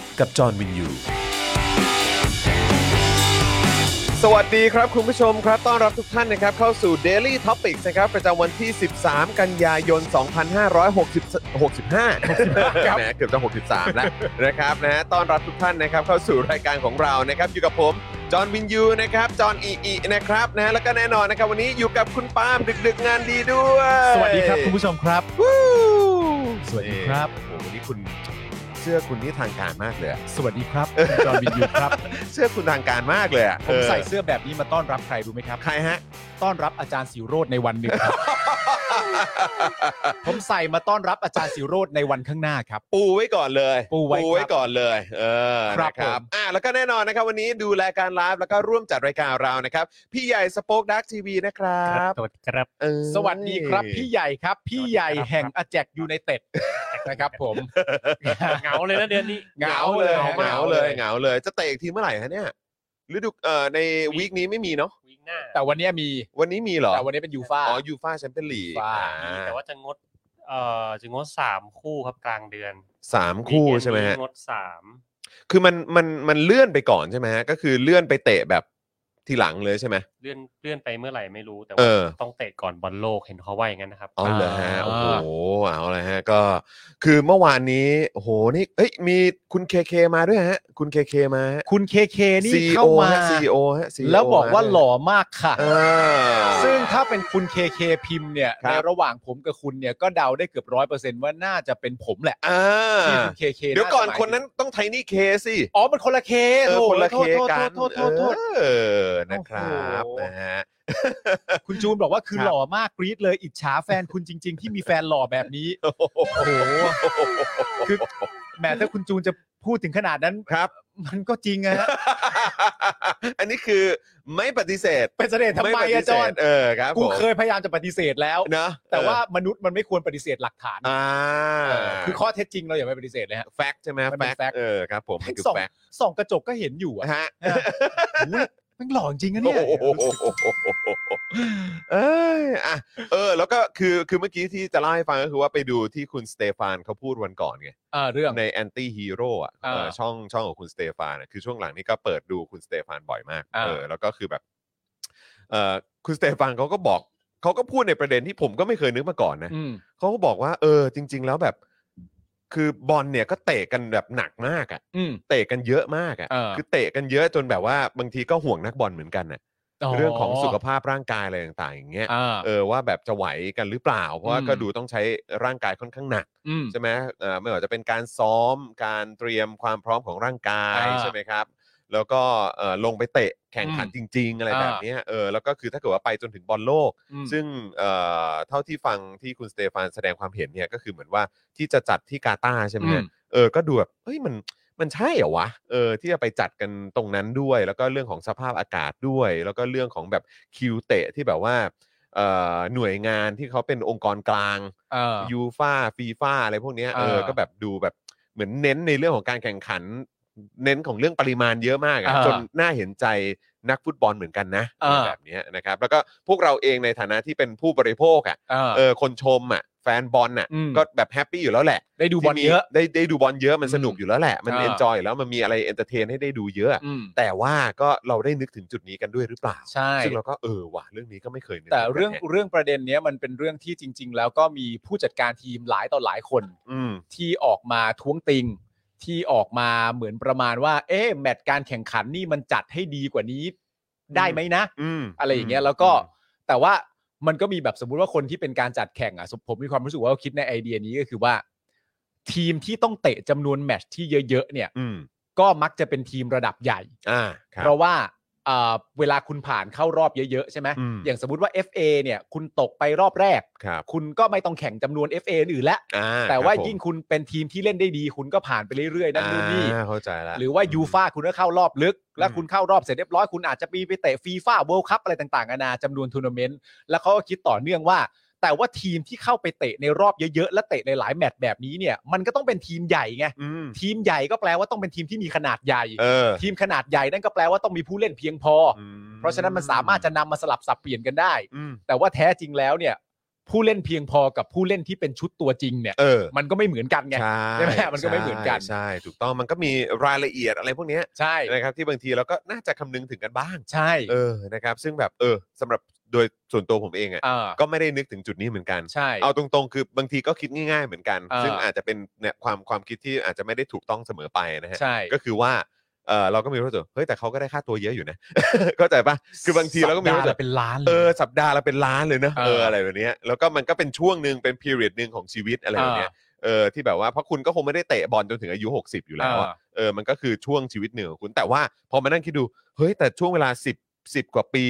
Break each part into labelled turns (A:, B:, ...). A: กับจอห์นวินยู
B: สวัสดีครับคุณผู้ชมครับต้อนรับทุกท่านนะครับเข้าสู่ Daily Topics นะครับประจำวันที่ 13 กันยายน2565 ครับนะเกือบจะ 63 แล้วนะครับนะฮะต้อนรับทุกท่านนะครับเข้าสู่รายการของเรานะครับอยู่กับผมจอห์นวินยูนะครับจอห์นอีอีนะครับนะฮะแล้วก็แน่นอนนะครับวันนี้อยู่กับคุณปาล์มดึกๆงานดีด้วย
C: สวัสดีครับคุณผู้ชมครับ
B: วู้
C: สวัสดีครับ
B: โอ้โหวันนี้คุณเสื้อคุณนี่ทางการมากเลยอะ
C: สวัสดีครับผมจอห์นวินยูครับ
B: เสื้อคุณทางการมากเลยอะ
C: ผมใส่เสื้อแบบนี้มาต้อนรับใครรู้ไหมครับ
B: ใครฮะ
C: ต้อนรับอาจารย์สิโรธใน วันหนึ่งครับ ผมใส่มาต้อนรับอาจารย์สิโรธในวันข้างหน้าครับ
B: ปูไว้ก่อนเลย
C: ปูไว้ครับ
B: ก่อนเลย เออ
C: ครับ
B: นะครั
C: ผ
B: บ
C: ม
B: อ่ะแล้วก็แน่นอนนะครับ วันนี้ดูรายการไลฟ์แล้วก็ร่วมจัดรายการเรานะครับ พี่ใหญ่สป็อคดักทีวีนะครับ
D: สวัสดีครับ
B: เออ
C: สวัสดีครับ พี่ใหญ่ครับ พี่ใหญ่แห่งอาแจกยูไนเต็ดนะครับ ผม
D: เหงาเลยนะเดือนนี้
B: เหงาเลยเหงาเลยเหงาเลยจะเตะอีกทีเมื่อไหร่ฮะเนี่ยฤดูเอ่อในวีคนี้ไม่มีเนาะ
D: วิ่งหน้า
C: แต่วันเนี้ยมี
B: วันนี้มีเหรอ
C: แต่วันนี้เป็นยูฟ่า
B: อ๋อยูฟาแชมเปี้ยนลีก
C: UEFA
D: แต่ว่าจะงด เอ่อจะงดสามคู่ครับกลางเดือน
B: สามคู่ใช่ไหมฮะ
D: งดสาม
B: คือมันมันมันเลื่อนไปก่อนใช่ไหมฮะก็คือเลื่อนไปเตะแบบทีหลังเลยใช่ไหม
D: เลื่อนเลื่อนไปเมื่อไหร่ไม่รู้แต่
B: เอ
D: ว่า
B: อ
D: ต้องเตะก่อนบอลโลกเห็นเขาว่าอย่างนั้นนะครับ
B: เอาเลยฮะ
C: อ่า
B: โอ้โห เอาเลยฮะ ก็ คือเมื่อวานนี้ โอ้โห นี่ เอ้ย มีคุณเคเคมาด้วยฮะ คุณเคเคมาฮะ
C: คุณเคเคนี่
B: CEO
C: เข้ามา
B: ฮะ CEO ฮะ CEO
C: แล้วบอกว่าหล่อมากค่ะ
B: เออ
C: ซึ่งถ้าเป็นคุณเคเคพิมพ์เนี่ย
B: ครับ
C: ในระหว่างผมกับคุณเนี่ยก็เดาได้เกือบร้อยเปอร์เซ็นต์ว่าน่าจะเป็นผมแหละ
B: อ่า
C: ที่คุณเคเค
B: เดี๋ยวก่อนคนนั้นต้องไทนี่เคสิ
C: อ๋อ มันคนละเค
B: เออ
C: โถ่
B: คนละ
C: โท
B: เค
C: ษโทษ
B: กัน
C: โทษโทษโทษ
B: เออ นะครับ
C: โอ้โห
B: นะฮะ
C: คุณจูนบอกว่าคือ
B: ครับ
C: หล่อมากกรี๊ดเลย อิจฉาแฟนคุณจริง ๆ ที่มีแฟนหล่อแบบนี้
B: โอ้โห
C: โอ้โห คือแหมถ้าคุณจูนจะพูดถึงขนาดนั้น
B: ครับ
C: มันก็จริงอะฮะ
B: อันนี้คือไม่ปฏิเสธ
C: เป็นเสน่ห์ทำไม
B: ปฏิ
C: อะ
B: เสธ
C: จอน
B: เออ ครับ
C: กู
B: ผม
C: เคยพยายามจะปฏิเสธแล้ว
B: นะ
C: แต่ว่ามนุษย์มันไม่ควรปฏิเสธหลักฐาน
B: อ่า
C: คือข้อเท็จจริงเราอย่าไปปฏิเสธเลยฮะ
B: แฟกต์ใช่ไหม
C: มัน
B: แฟกต์
C: เป็น fact
B: เออครับผมมันคือ
C: สอง
B: แฟกต์
C: ส่องกระจกก็เห็น อยู่อะ
B: ฮะ
C: โอ้ยมันหล่อจริงนะ
B: โอ้
C: เนี่ย
B: โหเอ้ยอ่ะเออ แล้วก็คือคือเมื่อกี้ที่จะเล่าให้ฟังก็คือว่าไปดูที่คุณสเตฟานเขาพูดวันก่อนไง
C: เออเรื่อง
B: ในแอนตี้ฮีโร่อ่ะ
C: อ่า
B: เออช่องช่องของคุณสเตฟานอะคือช่วงหลังนี่ก็เปิดดูคุณสเตฟานบ่อยมาก
C: อ่า
B: เออแล้วก็คือแบบเออคุณสเตฟานเขาก็บอกเขาก็พูดในประเด็นที่ผมก็ไม่เคยนึกมาก่อนนะ
C: อืม
B: เขาก็บอกว่าเออจริง ๆ แล้วแบบ คือบอลเนี่ยก็เตะกันแบบหนักมากอ่ะ
C: อืม
B: เตะกันเยอะมาก
C: เออ
B: อะ่ะ คือเตะกันเยอะจนแบบว่าบางทีก็ห่วงนักบอลเหมือนกันน่ะ เรื่องของสุขภาพร่างกายอะไรต่างๆอย่างเงี้ย
C: อ่า
B: เออว่าแบบจะไหวกันหรือเปล่า เพราะว่า
C: อืม
B: ก็ดูต้องใช้ร่างกายค่อนข้างหนัก
C: อืม
B: ใช่ไหมเออไม่ว่าจะเป็นการซ้อม การเตรียมความพร้อมของร่างกาย
C: อ่า
B: ใช่ไหมครับ แล้วก็เออลงไปเตะแข่งขัน
C: อืม
B: จริง ๆ อะไรแบบ
C: อ่า
B: เนี้ย เออแล้วก็คือถ้าเกิดว่าไปจนถึงบอลโลก
C: อืม
B: ซึ่งเอ่อเท่าที่ฟังที่คุณสเตฟานแสดงความเห็นเนี่ยก็คือเหมือนว่าที่จะจัดที่กาตาร์ใช่ไหมฮะ
C: อืม
B: เออก็ดูแบบเฮ้ยมันมันใช่เหรอวะเออที่จะไปจัดกันตรงนั้นด้วย แล้วก็เรื่องของสภาพอากาศด้วย แล้วก็เรื่องของแบบคิวเตะที่แบบว่าเอ่อหน่วยงานที่เขาเป็นองค์กรกลาง
C: เออ
B: ยูฟ่าฟีฟ่าอะไรพวกเนี้ยเออ
C: เออ
B: ก็แบบดูแบบเหมือนเน้นในเรื่องของการแข่งขัน เน้นของเรื่องปริมาณเยอะมากอะ
C: เออ
B: จนน่าเห็นใจนักฟุตบอลเหมือนกันนะ
C: เออ
B: แบบเนี้ยนะครับ แล้วก็พวกเราเองในฐานะที่เป็นผู้บริโภคอ่ะ
C: เออ
B: เออคนชมอ่ะแฟนบอลน่ะ
C: อืม
B: ก็แบบแฮปปี้อยู่แล้วแหละ
C: ได้ดูบอล
B: ที่มี
C: เยอะ
B: ได้ได้ดูบอลเยอะมันสนุก
C: อืม
B: อยู่แล้วแหละ มัน
C: อ่า
B: เอนจอยอยู่แล้วมันมีอะไรเอนเตอร์เทนให้ได้ดูเยอะ
C: อืม
B: แต่ว่าก็เราได้นึกถึงจุดนี้กันด้วยหรือเปล่า
C: ใช่
B: ซึ่งเราก็เออว่ะเรื่องนี้ก็ไม่เคยนึก
C: แต่เรื่อง
B: หมืนกันแฮะ
C: เรื่องประเด็นเนี้ยมันเป็นเรื่องที่จริง ๆ แล้วก็มีผู้จัดการทีมหลายต่อหลายคน
B: อืม
C: ที่ออกมาท้วงติง ที่ออกมาเหมือนประมาณว่า เอ๊ะแมตช์การแข่งขันนี่มันจัดให้ดีกว่านี้ ได้ไหมนะ อะไรอย่างเงี้ยแล้วก็แต่ว่ามันก็มีแบบสมมุติว่าคนที่เป็นการจัดแข่งอ่ะสมผมมีความรู้สึกว่าคิดในไอเดียนี้ก็คือว่า ทีมที่ต้องเตะจำนวนแมตช์ที่เยอะๆเนี่ย
B: อืม
C: ก็มักจะเป็นทีมระดับใหญ่
B: อ่าครับ
C: เพราะว่าเอ่อเวลาคุณผ่านเข้ารอบเยอะๆใช่ไหม
B: อืม
C: อย่างสมมติว่า FA เนี่ย คุณตกไปรอบแรก
B: ครับ
C: คุณก็ไม่ต้องแข่งจำนวน FA อื่นแล้ว
B: อ่า
C: แต่ว่า
B: ครับผม
C: ยิ่งคุณเป็นทีมที่เล่นได้ดี คุณก็ผ่านไปเรื่อยๆนั่นนู่นนี่
B: อ่าเข้าใจละ
C: หรือว่ายูฟาคุณก็เข้ารอบลึก แล้
B: อื
C: ว
B: ม
C: คุณเข้ารอบเสร็จเรียบร้อยคุณอาจจะมีไปเตะฟีฟ่าเวิลด์คัพอะไรต่างๆนานาจำนวนทัวร์นาเมนต์แล้วเขาก็คิดต่อเนื่องว่า แต่ว่าทีมที่เข้าไปเตะในรอบเยอะๆ และเตะในหลายแมตช์แบบนี้เนี่ยมันก็ต้องเป็นทีมใหญ่ไง
B: อืม
C: ทีมใหญ่ก็แปลว่าต้องเป็นทีมที่มีขนาดใหญ่
B: เออ
C: ทีมขนาดใหญ่นั่นก็แปลว่าต้องมีผู้เล่นเพียงพออ
B: อืม
C: เพราะฉะนั้นมันสามารถจะนำมาสลับสับเปลี่ยนกันได้
B: อืม
C: แต่ว่าแท้จริงแล้วเนี่ยผู้เล่นเพียงพอกับผู้เล่นที่เป็นชุดตัวจริงเนี่ย
B: เออ
C: มันก็ไม่เหมือนกันไง
B: ใช่
C: ใช่ไหมมันก็ไม่เหมือนกัน
B: ใช่ใช่ถูกต้องมันก็มีรายละเอียดอะไรพวกเนี้ย
C: ใช่
B: นะครับที่บางทีเราก็น่าจะคำนึงถึงกันบ้าง
C: ใช่
B: เออนะครับ ซึ่งแบบเออสำหรับโดยส่วนตัวผมเองอะ
C: เออ
B: ก็ไม่ได้นึกถึงจุดนี้เหมือนกัน
C: ใช่
B: เอาตรงๆ คือบางทีก็คิดง่ายๆเหมือนกัน
C: อ่า
B: ซึ่งอาจจะเป็นเนี่ยความความคิดที่อาจจะไม่ได้ถูกต้องเสมอไปนะฮะ
C: ใช่
B: ก็คือว่าเออเราก็มีรู้สึกเฮ้ยแต่เขาก็ได้ค่าตัวเยอะอยู่ นะ เข้าใจปะคือบางทีเราก็มี
C: สัป
B: รู้
C: ดา
B: สึก
C: ห์ละเป็นล้านลย
B: เออสัปดาห์ละเป็นล้านเลยนะ
C: เออ
B: เอออะไรแบบเนี้ยแล้วก็มันก็เป็นช่วงหนึ่งเป็น period หนึ่งของชีวิตอะไรแบบเนี้ยเออที่แบบว่าเพราะคุณก็คงไม่ได้เตะบอลจนถึงอายุ 60 อยู่แล้วอะ
C: เออ
B: เออมันก็คือช่วงชีวิตหนึ่งของคุณแต่ว่าพอมานั่งคิดดูเฮ้ยแต่ช่วงเวลา 10 10 กว่าปี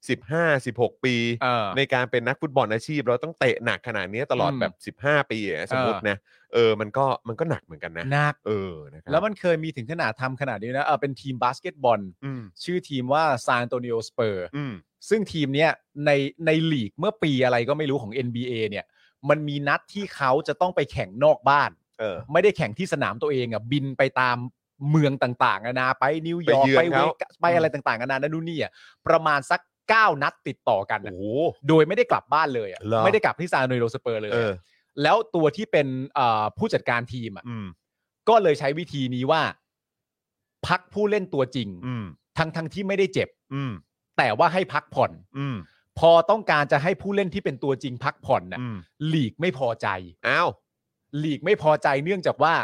B: 15 16 ปี
C: เออ
B: ในการเป็นนักฟุตบอลอาชีพ เราต้องเตะหนักขนาดนี้ตลอด
C: อืม
B: แบบ 15 ปีอะสมมติ
C: เออ
B: นะเออมันก็มันก็หนักเหมือนกันนะ
C: หนัก
B: เออนะครับ
C: แล้วมันเคยมีถึงขนาดทำขนาดนี้นะเออเป็นทีมบาสเกตบอล
B: อืม
C: ชื่อทีมว่าซานโตนิโอสเปอร์
B: อืม
C: ซึ่งทีมเนี้ยในในลีกเมื่อปีอะไรก็ไม่รู้ของ NBA เนี่ย มันมีนัดที่เขาจะต้องไปแข่งนอกบ้าน
B: เออ
C: ไม่ได้แข่งที่สนามตัวเองอ่ะบินไปตามเมืองต่างๆนานาไปนิวยอร์ก
B: ไป
C: ไป
B: เยือน
C: เว
B: เขา
C: กัสไปอะไรต่างๆนานานั่นนู่นนี่อ่ะประมาณสัก 9 นัดติดต่อกันอะ
B: โอ้โห
C: โดยไม่ได้กลับบ้านเลยอะ
B: เหรอ
C: ไม่ได้กลับที่ซานโตนิโอสเปอร์เลย
B: เออ
C: อะแล้วตัวที่เป็นเอ่อผู้จัดการทีมอ่ะ
B: อืม
C: ก็เลยใช้วิธีนี้ว่า พักผู้เล่นตัวจริง
B: อืม
C: ทั้งทั้งที่ไม่ได้เจ็บ
B: อืม
C: แต่ว่าให้พักผ่อน
B: อืม
C: พอต้องการจะให้ผู้เล่นที่เป็นตัวจริงพักผ่อนน่ะ
B: อืม
C: หลีกไม่พอใจ
B: อ้าว
C: หลีกไม่พอใจเนื่องจากว่า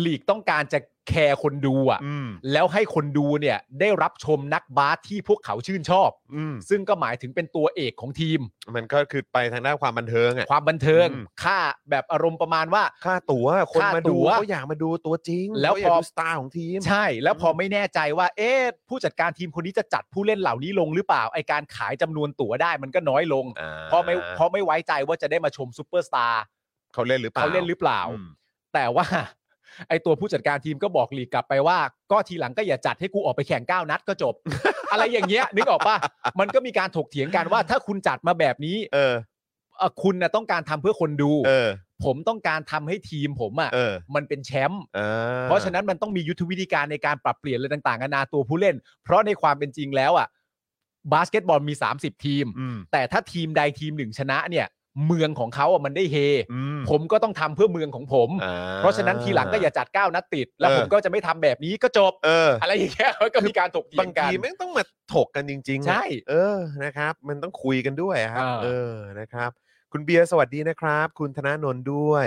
C: หลีกต้องการจะแคร์คนดูอ่ะ
B: อืม
C: แล้วให้คนดูเนี่ย ได้รับชมนักบาสที่พวกเขาชื่นชอบ
B: อืม
C: ซึ่งก็หมายถึงเป็นตัวเอกของทีม
B: มันก็คือไปทางด้านความบันเทิงอ่ะ
C: ความบันเทิง
B: อืม
C: ค่าแบบอารมณ์ประมาณว่า
B: ค่าตั๋วคน
C: ค่า
B: มา
C: ตั๋
B: ดู
C: ว
B: เขาอยากมาดูตัวจริง
C: แล้ว
B: เขาอยาก
C: พอ
B: ดูสตาร์ของทีม
C: ใช่ แล้วพอไม่แน่ใจว่า เอ๊ะผู้จัดการทีมคนนี้จะจัดผู้เล่นเหล่านี้ลงหรือเปล่า ไอการขายจำนวนตั๋วได้มันก็น้อยลง
B: อ่า
C: เพราะไม่เพราะไม่ไว้ใจว่าจะได้มาชมซูเปอร์สตาร์
B: เขาเล่นหรือเปล่า
C: เขาเล่นหรือเปล่า
B: ม
C: แต่ว่า ไอตัวผู้จัดการทีมก็บอกลีกกลับไปว่า ก็ทีหลังก็อย่าจัดให้กูออกไปแข่งเก้านัดก็ จบ อะไรอย่างเงี้ย นึกออกปะมันก็มีการถกเถียงกันว่า ถ้าคุณจัดมาแบบนี้
B: เออ
C: เอ่อคุณนะต้องการทำเพื่อคนดู
B: เออ
C: ผมต้องการทำให้ทีมผมอ่ะ
B: เออ
C: มันเป็นแชมป์
B: อ่
C: เพราะฉะนั้นมันต้องมียุทธวิธีการในการปรับเปลี่ยนอะไรต่างๆนานาตัวผู้เล่น เพราะในความเป็นจริงแล้วอ่ะบาสเกตบอลมี 30 ทีม
B: อืม
C: แต่ถ้าทีมใดทีมหนึ่งชนะเนี่ย เมืองของเขาอ่ะมันได้เฮ
B: อืม
C: ผมก็ต้องทำเพื่อเมืองของผม
B: อ่
C: เพราะฉะนั้นทีหลังก็อย่าจัด9นัดติด แล้ว
B: เออ
C: ผมก็จะไม่ทำแบบนี้ก็จบ
B: เออ
C: อะไรอย่างเงี้ยก็มีการถกเถี
B: บาย ง
C: งกัน
B: ทีไม่งต้องมาถกกันจริงๆ
C: ใช่
B: อะเออ นะครับ มันต้องคุยกันด้วยอะครับ
C: อ่า
B: เออ นะครับ คุณเบียร์สวัสดีนะครับ คุณธนาโนนด้วย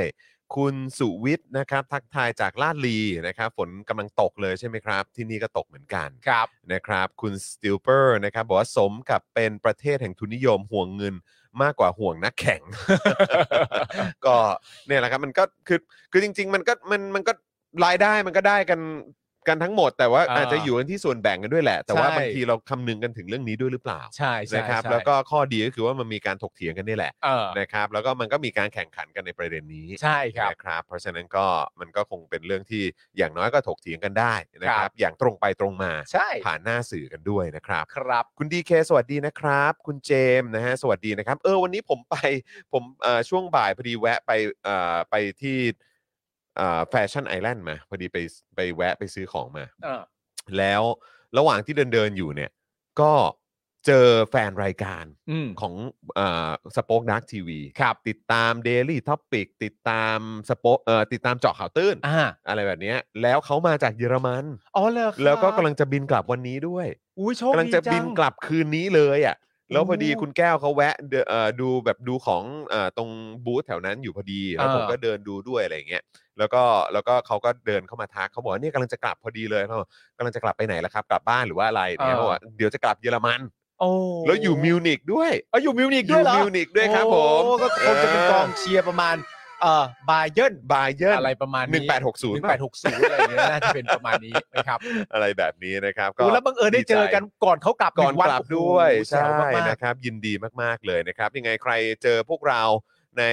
B: คุณสุวิทย์นะครับ ทักทายจากลาดลีนะครับ ฝนกำลังตกเลยใช่ไหมครับ ที่นี่ก็ตกเหมือนกัน
C: ครับ
B: นะครับ คุณสติลเปอร์นะครับ บอกว่าสมกับเป็นประเทศแห่งทุนนิยมห่วงเงินมากกว่าห่วงนักแข่ง ก็เนี่ยแหละครับ มันก็คือคือจริง ๆ มันก็มันมันก็รายได้มันก็ได้กันกันทั้งหมด แต่ว่า
C: อ่า
B: อาจจะอยู่กันที่ส่วนแบ่งกันด้วยแหละ แต่ว่า
C: ใช่
B: บางทีเราคำนึงกันถึงเรื่องนี้ด้วยหรือเปล่า
C: ใช่ใช่
B: นะครับ
C: ใช่
B: แล้วก็ข้อดีก็คือว่ามันมีการถกเถียงกันนี่แหละ
C: เออ
B: นะครับ แล้วก็มันก็มีการแข่งขันกันในประเด็นนี้
C: ใช่ครับ
B: นะครับ เพราะฉะนั้นก็มันก็คงเป็นเรื่องที่อย่างน้อยก็ถกเถียงกันได้นะค
C: ครั
B: รับ
C: บ
B: อย่างตรงไปตรงมา
C: ใช่
B: ผ่านหน้าสื่อกันด้วยนะครับ
C: ครับ
B: คุณดีเคสวัสดีนะครับ คุณเจมส์นะฮะสวัสดีนะครับ เออวันนี้ผมไป ผมเอ่อช่วงบ่ายพอดีแวะไปเอ่อไปที่เอ่อแฟชั่นไอแลนด์มา พอดีไปไปแวะไปซื้อของมา
C: เออ
B: แล้วระหว่างที่เดินเดินๆอยู่เนี่ย ก็เจอแฟนรายการ
C: อืม
B: ของสป็อคดักทีวี
C: ครับ
B: ติดตาม Daily Topic ติดตามสปเอ่อติดตามเจาะข่าวตื้น
C: อ่า
B: อะไรแบบเนี้ยแล้วเขามาจากเยอรมัน
C: อ๋อเลย
B: แล้วก็กำลังจะบินกลับวันนี้ด้วย
C: อุ้ยโชค
B: กำลัง
C: ดี
B: จะ
C: จั
B: บินกลับคืนนี้เลยอ่ะ แล้วพอดีคุณแก้วเขาแวะเดนเอ่อดูแบบดูของเอ่อตรงบูธแถวนั้นอยู่พอดีแล้ว
C: อ่า
B: ผมก็เดินดูด้วยอะไรอย่างเงี้ยแล้วก็แล้วก็เขาก็เดินเข้ามาทักเขาบอกว่าเนี่ยกำลังจะกลับพอดีเลยเขาบอกกำลังจะกลับไปไหนล่ะครับ กลับบ้านหรือว่าอะไรเนี่ยเขาบอกว่าเดี๋ยวจะกลับเยอรมัน
C: โอ้
B: แล้วอยู่มิวนิกด้วย
C: เอ้ยอยู่มิวนิก
B: อ
C: ด้วย
B: ยู่
C: เหรอ
B: มิวนิกด้วยครับผม
C: โอ้ก็คงจะเป็นกองเชียร์ประมาณเอ่อบาเยิร์น
B: บาเยิร์น
C: อะไรประมาณ
B: หนึ่งแปดหกศูนย์
C: หนึ่งแปดหกศูนย์อะไรอย่างเงี้ยน่าจะเป็นประมาณนี้นะครับ
B: อะไรแบบนี้นะครับก็
C: โอ้แล้วบังเอิญได้เจอกันก่อนเขากลับ
B: ก่อน
C: หงวั
B: กลับด้วย
C: โอ้โห
B: ใช่
C: แจ๋วมากๆ
B: นะครับ ยินดีมาก ๆ เลยนะครับ ยังไงใครเจอพวกเราใน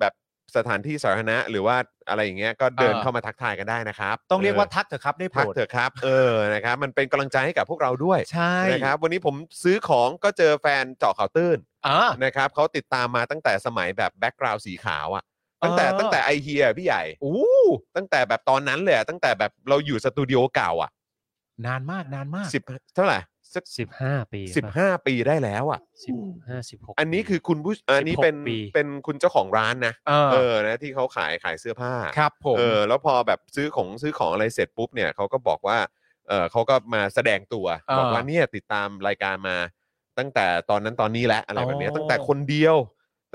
B: แบบสถานที่สาธารณะ หรือว่าอะไรอย่างเงี้ยก็เดิน
C: เออ
B: เข้ามาทักทายกันได้นะครับ
C: ต้องเรียกว่าทักเถอะครับได้
B: ออ
C: โป
B: ทัก
C: รด
B: เถอะครับเออนะครับ มันเป็นกำลังใจให้กับพวกเราด้วย
C: ใช่
B: นะครับ วันนี้ผมซื้อของก็เจอแฟนเจาะข่าวตื้น
C: อ่า
B: นะครับเขาติดตามมาตั้งแต่สมัยแบบแบ็กกราวด์สีขาวอะตั้งแต่
C: เออ
B: ตั้งแต่ไอเฮียพี่ใหญ่
C: โอ้
B: ตั้งแต่แบบตอนนั้นเลยอะตั้งแต่แบบเราอยู่สตูดิโอเก่าอะ
C: นานมากนานมาก
B: สิบเท่าไหร่สัก
D: สิบห้าปี
B: สิบห้าปีได้แล้วอะ
D: สิบห้าสิบหก
B: อันนี้คือคุณผู้อันนี้
D: 16
B: เป็น
D: ปี
B: เป็นคุณเจ้าของร้านนะ
C: เออ
B: เออนะที่เขาขายขายเสื้อผ้า
C: ครับผม
B: เออแล้วพอแบบซื้อของซื้อของอะไรเสร็จปุ๊บเนี่ยเขาก็บอกว่าเออเขาก็มาแสดงตัว
C: เออ
B: บอกว่าเนี่ยติดตามรายการมา ตั้งแต่ตอนนั้นตอนนี้แหละอะไรแบบเนี้ย
C: อ๋อ
B: ตั้งแต่คนเดียว